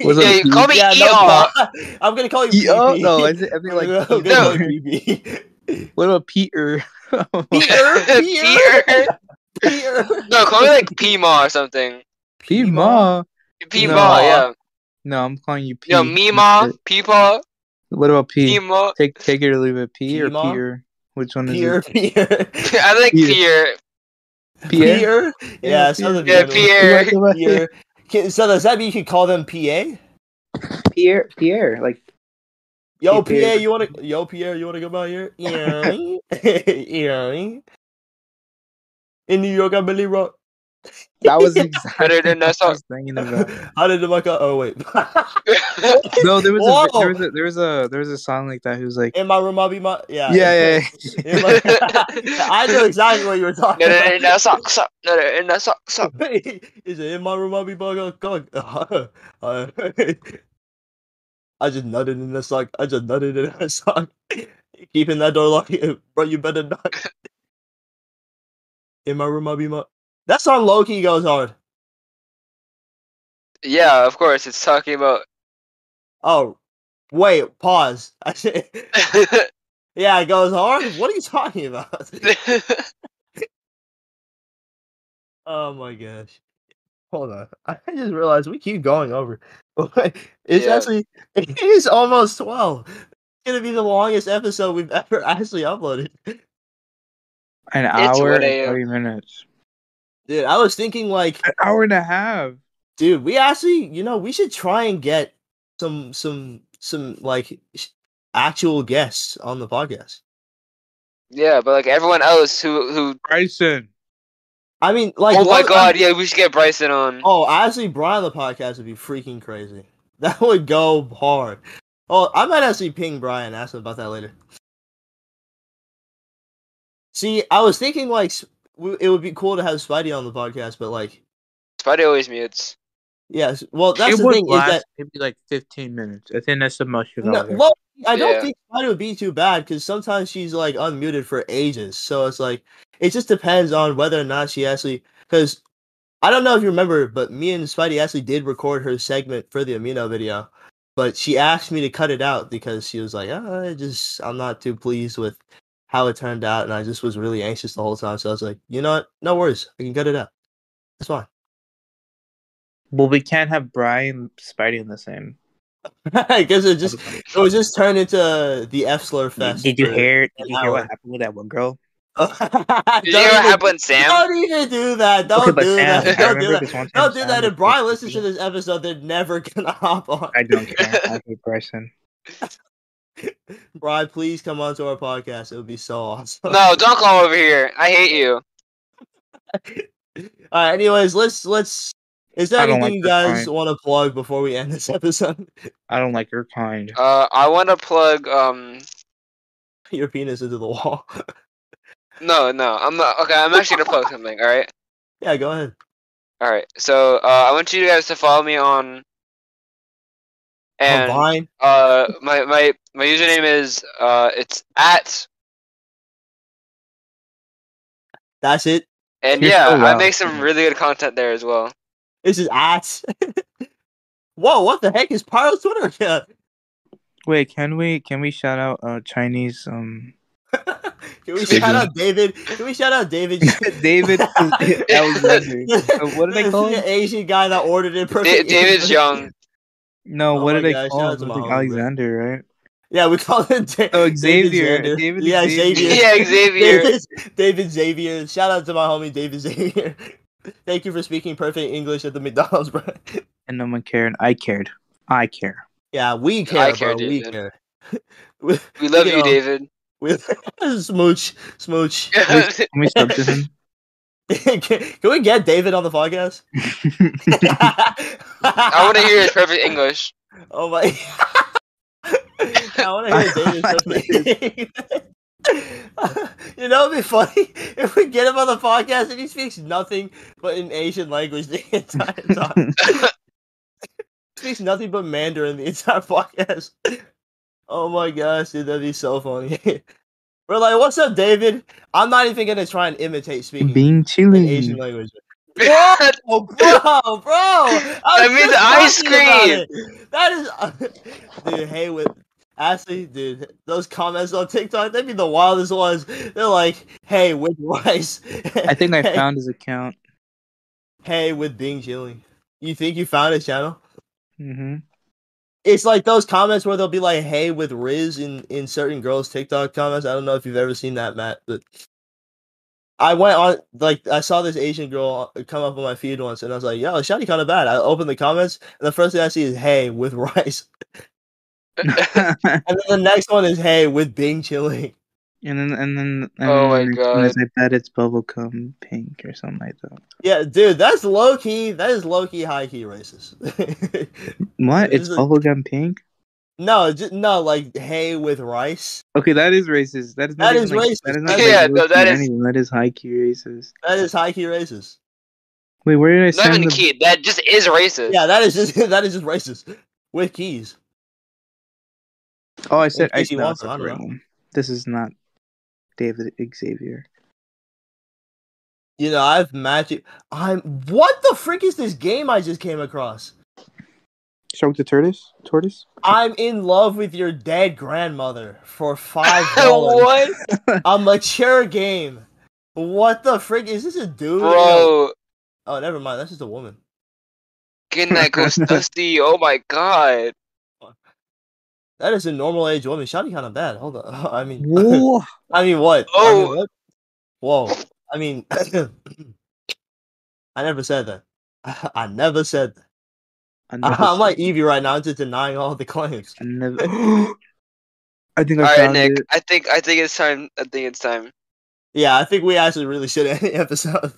S1: What's
S3: Yeah, you
S1: P?
S3: call me
S2: Yeah, no,
S3: ER.
S2: Pi- I'm gonna call you.
S1: E- oh
S2: BB.
S1: no, is it, I think like
S2: I'm gonna
S1: no.
S2: call you BB.
S1: what about Peter?
S2: Peter, Peter,
S3: Peter.
S2: Peter.
S3: No, call me like P Ma or something.
S1: P Ma?
S3: P
S1: No.
S3: Ma, yeah.
S1: No, I'm calling you P.
S3: Yo, me Ma, P Ma,
S1: What about
S3: P
S1: P?
S3: Ma.
S1: Take take it or leave it. P or
S2: P-Ma?
S1: Peter? Which one is
S2: Peter,
S1: it?
S2: Peter,
S3: I like
S1: Yeah.
S3: Pierre.
S1: Pierre.
S2: Yeah,
S1: Yeah,
S2: it sounds like the
S3: Yeah,
S2: other
S3: Pierre.
S2: one. Pierre. Okay, So does that mean you could call them PA?
S1: Pierre. Pierre. Like
S2: Yo,
S1: Hey, Pierre.
S2: PA, you wanna? Yo, Pierre, you wanna come out here? Yeah, yeah. In New York, I'm Billy Rock.
S1: that was exactly
S3: Better than
S1: what
S3: that
S1: I was thinking about.
S2: How did the mic? Oh wait.
S1: No, there was a,
S2: Whoa.
S1: there was a there was a there was a song like that. Who was like,
S2: In my room, I'll be my. Yeah.
S1: yeah, yeah, yeah.
S2: In my- I know exactly what you were talking
S3: No, no, no,
S2: about.
S3: no, sock, sock. No, no, no, sock, sock.
S2: Is it in my room? I'll be bug gug. Uh, I just nutted in the sock. I just nutted in the sock. Keeping that door locked, eh, bro. You better not. In my room, I'll be my. That song low key goes hard.
S3: Yeah, of course. It's talking about.
S2: Oh, wait, pause. I should... Yeah, it goes hard. What are you talking about? Oh my gosh. Hold on. I just realized we keep going over. it's
S3: Yeah.
S2: actually it is almost twelve. It's gonna be the longest episode we've ever actually uploaded.
S1: An
S3: It's
S1: hour
S3: what
S1: and
S3: I am.
S1: forty minutes.
S2: Dude, I was thinking like,
S1: An hour and a half.
S2: dude, we actually, you know, we should try and get some some some like sh- actual guests on the podcast.
S3: yeah, but like everyone else who who.
S1: Bryson.
S2: I mean, like,
S3: oh my
S2: one-
S3: god! Yeah, we should get Bryson on.
S2: Oh, actually, Brian on the podcast would be freaking crazy. That would go hard. Oh, I might actually ping Brian and ask him about that later. See, I was thinking like s- w- it would be cool to have Spidey on the podcast, but like,
S3: Spidey always mutes.
S2: yes. Well, that's
S1: it
S2: the
S1: would
S2: thing
S1: last
S2: is that
S1: maybe like fifteen minutes. I think that's the most you
S2: no,
S1: got. there.
S2: well, I don't
S3: Yeah.
S2: think Spidey would be too bad because sometimes she's like unmuted for ages, so it's like it just depends on whether or not she actually because. I don't know if you remember, but me and Spidey actually did record her segment for the Amino video, but she asked me to cut it out because she was like, oh, I just I'm not too pleased with how it turned out, and I just was really anxious the whole time. So I was like, you know what? No worries, I can cut it out. That's fine.
S1: Well, we can't have Brian Spidey in the same.
S2: Because it just it was just turned into the F slur fest.
S1: Did you
S2: for-
S1: hear? Did you hear
S2: hour.
S1: what happened with that one girl?
S2: don't,
S3: Did you hear what
S2: even-
S3: happened, Sam?
S2: don't even do that. Don't
S1: Okay, but
S2: do
S1: Sam,
S2: that.
S1: I
S2: Don't do
S1: remember
S2: that.
S1: this one time
S2: Don't do
S1: Sam
S2: that.
S1: was
S2: If Brian
S1: supposed
S2: listens to
S1: be-
S2: this episode, they're never gonna hop on.
S1: I don't care. I hate Bryson.
S2: Brian, please come onto our podcast. It would be so awesome.
S3: No, don't come over here. I hate you.
S2: All right. Anyways, let's let's. Is there
S1: I don't
S2: anything
S1: like
S2: you
S1: this
S2: guys
S1: time.
S2: want to plug before we end this episode?
S1: I don't like your kind.
S3: Uh, I want to plug. Um,
S2: Your penis into the wall.
S3: no, no, I'm not. Okay, I'm actually gonna plug something. All right,
S2: yeah, go ahead.
S3: all right. So, uh, I want you guys to follow me on. And
S2: Combine.
S3: uh, my my my username is uh, it's at
S2: That's it.
S3: and
S1: You're
S3: yeah,
S1: so
S3: I
S1: loud.
S3: make some really good content there as well.
S2: This is at. Whoa! What the heck is Pyro's Twitter account?
S1: Wait, can we can we shout out uh Chinese um
S2: Can we
S1: Excuse
S2: shout
S1: me.
S2: out David? Can we shout out David?
S1: David Alexander? Uh, what did I call him?
S2: The Asian guy that ordered it.
S3: Da-
S2: perfect English.
S3: David's young.
S1: No,
S2: Oh
S1: what
S2: my
S1: did I
S2: gosh,
S1: call
S2: shout out
S1: him?
S2: to my
S1: Something
S2: homie, bro.
S1: Alexander, right?
S2: Yeah, we call him Da-
S1: Oh,
S2: David
S1: Xavier.
S2: Xander.
S1: David
S2: yeah,
S1: Xavier.
S2: Xavier.
S3: Yeah, Xavier.
S2: David, David Xavier. Shout out to my homie David Xavier. Thank you for speaking perfect English at the McDonald's, bro.
S1: And no one cared. I cared. I care.
S2: Yeah, we care,
S3: care,
S2: bro. we
S3: David.
S2: care. We,
S3: We love you,
S2: know.
S3: David.
S2: we, smooch, smooch.
S1: Can we sub to him?
S2: can, can we get David on the podcast?
S3: I
S2: I
S3: want to hear his perfect English.
S2: Oh my! I want to hear David. something. you know, it'd be funny if we get him on the podcast and he speaks nothing but in Asian language the entire time. speaks nothing but Mandarin the entire podcast. Oh my gosh, dude, that'd be so funny. We're like, what's up, David? I'm not even gonna try and imitate speaking
S1: Being
S2: in Asian
S1: chilly.
S2: language.
S3: What?
S2: Oh, bro, bro! I,
S3: I
S2: was
S3: mean,
S2: just talking
S3: the ice
S2: about it. That is, dude. Hey, with Ashley, dude, those comments on TikTok, they'd be the wildest ones. They're like, "Hey, with rice."
S1: I think I
S2: hey,
S1: found his account.
S2: Hey, with being chilly. You think you found his channel?
S1: hmm
S2: It's like those comments where they'll be like, "Hey, with Riz" in in certain girls' TikTok comments. I don't know if you've ever seen that, Matt, but I went on like I saw this Asian girl uh, come up on my feed once, and I was like, "Yo, shawty kind of bad." I opened the comments, and the first thing I see is "Hey" with rice,
S1: and then
S2: and then the next one is "Hey" with Bing chili.
S1: and then and
S3: Oh my
S1: then it's-
S3: God.
S1: I bet it's bubblegum pink or something like that.
S2: Yeah, dude, that's low key. That is low key, high key racist.
S1: What?
S2: This
S1: It's
S2: is-
S1: bubblegum pink?
S2: no, just, no, like "Hey" with rice.
S1: Okay, that is racist. That is not
S2: That
S1: even,
S2: is
S1: like-
S2: racist.
S1: That is not
S3: Yeah,
S1: like
S3: no,
S1: low-key
S3: that
S1: or
S3: is-
S1: anything. that is high key racist.
S2: That is high key racist.
S1: Wait, where did I
S3: Not
S1: send
S3: even
S1: the?
S3: key. That just is racist.
S2: Yeah, that is just that is just racist with keys.
S1: Oh, I said I
S2: case he
S1: said that was
S2: wants it,
S1: the
S2: I don't
S1: right
S2: know.
S1: one. This is not David Xavier.
S2: You know, I've magic. I'm. What the frick is this game I just came across?
S1: Stroke the tortoise. Tortoise.
S2: I'm in love with your dead grandmother for five dollars.
S3: what,
S2: a mature game. What the frick is this? A dude?
S3: bro?
S2: Oh, never mind. That's just a woman.
S3: Good night, Ghost Dusty. Oh my god.
S2: That is a normal age woman. Shotty kind of bad. Hold on. I mean,
S1: Whoa.
S2: I mean what? I
S3: Oh.
S2: mean, what? Whoa. I mean, I never said that. I never said that.
S1: I never
S2: I'm
S1: said-
S2: like Evie right now. I'm just denying all the claims.
S1: I never- I think I
S3: All right,
S1: found
S3: Nick.
S1: it.
S3: I think I think it's time. I think it's time.
S2: Yeah, I think we actually really should end the episode.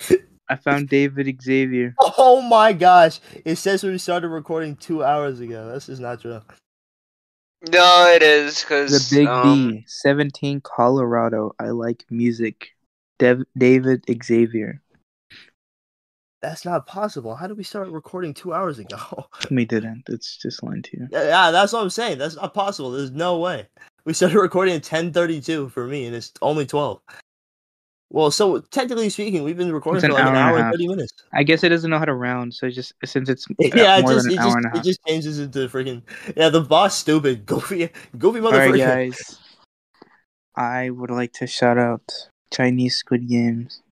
S1: I found David Xavier.
S2: oh my gosh. It says we started recording two hours ago. That's just not true.
S3: No, it is because
S1: The Big
S3: um,
S1: D, 17 Colorado. I like music. Dev- David Xavier.
S2: That's not possible. How did we start recording two hours ago?
S1: We didn't. It's just lying to you.
S2: Yeah, yeah, that's what I'm saying. That's not possible. There's no way. We started recording at 10:32 for me, and it's only 12. Well, so technically speaking, we've been recording for
S1: It's an
S2: like an
S1: hour
S2: hour and
S1: and a half.
S2: 30 minutes.
S1: I guess it doesn't know how to round, so just since it's uh,
S2: Yeah, it
S1: more
S2: just
S1: than
S2: it
S1: an
S2: just
S1: hour and a
S2: it
S1: half.
S2: just changes into freaking yeah. The boss stupid goofy goofy
S1: All right,
S2: motherfucker.
S1: guys. I would like to shout out Chinese Squid Games.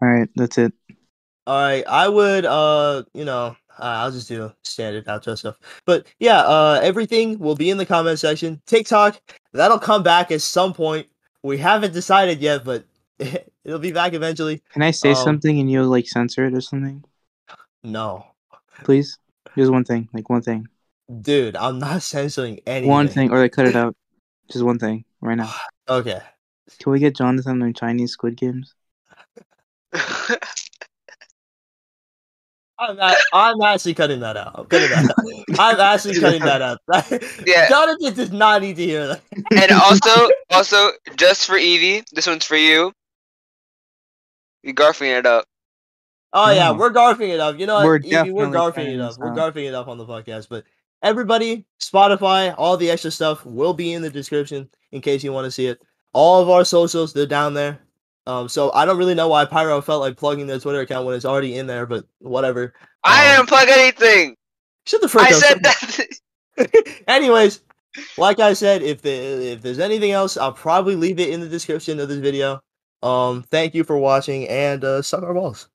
S1: All right, that's it.
S2: All right, I would uh, you know, uh, I'll just do standard outro stuff. But yeah, uh everything will be in the comment section. TikTok, that'll come back at some point. We haven't decided yet, but it'll be back eventually.
S1: Can I say
S2: Um,
S1: something and you'll like censor it or something,
S2: No.
S1: please? Just one thing, like one thing,
S2: Dude, I'm not censoring anything.
S1: one thing, or like cut it out. Just one thing, right now.
S2: Okay.
S1: Can we get Jonathan on Chinese Squid Games?
S2: I'm not, I'm actually cutting that out. I'm cutting that out. I'm actually cutting that out.
S3: Yeah.
S2: Jonathan does not need to hear that.
S3: and also also just for Evie, this one's for you. You garfing it up.
S2: Oh yeah,
S1: No.
S2: we're garfing it up. You know, what,
S1: Mm. We're
S2: Evie, we're
S1: definitely
S2: garfing
S1: cutting
S2: it up.
S1: this
S2: We're
S1: out.
S2: garfing it up on the podcast. But everybody, Spotify, all the extra stuff will be in the description in case you want to see it. All of our socials, they're down there. Um, so I don't really know why Pyro felt like plugging their Twitter account when it's already in there, but whatever.
S3: I
S2: Um,
S3: didn't plug anything.
S2: Shut the frick up.
S3: I said that.
S2: Anyways, like I said, if the, if there's anything else, I'll probably leave it in the description of this video. Um, thank you for watching and uh, suck our balls.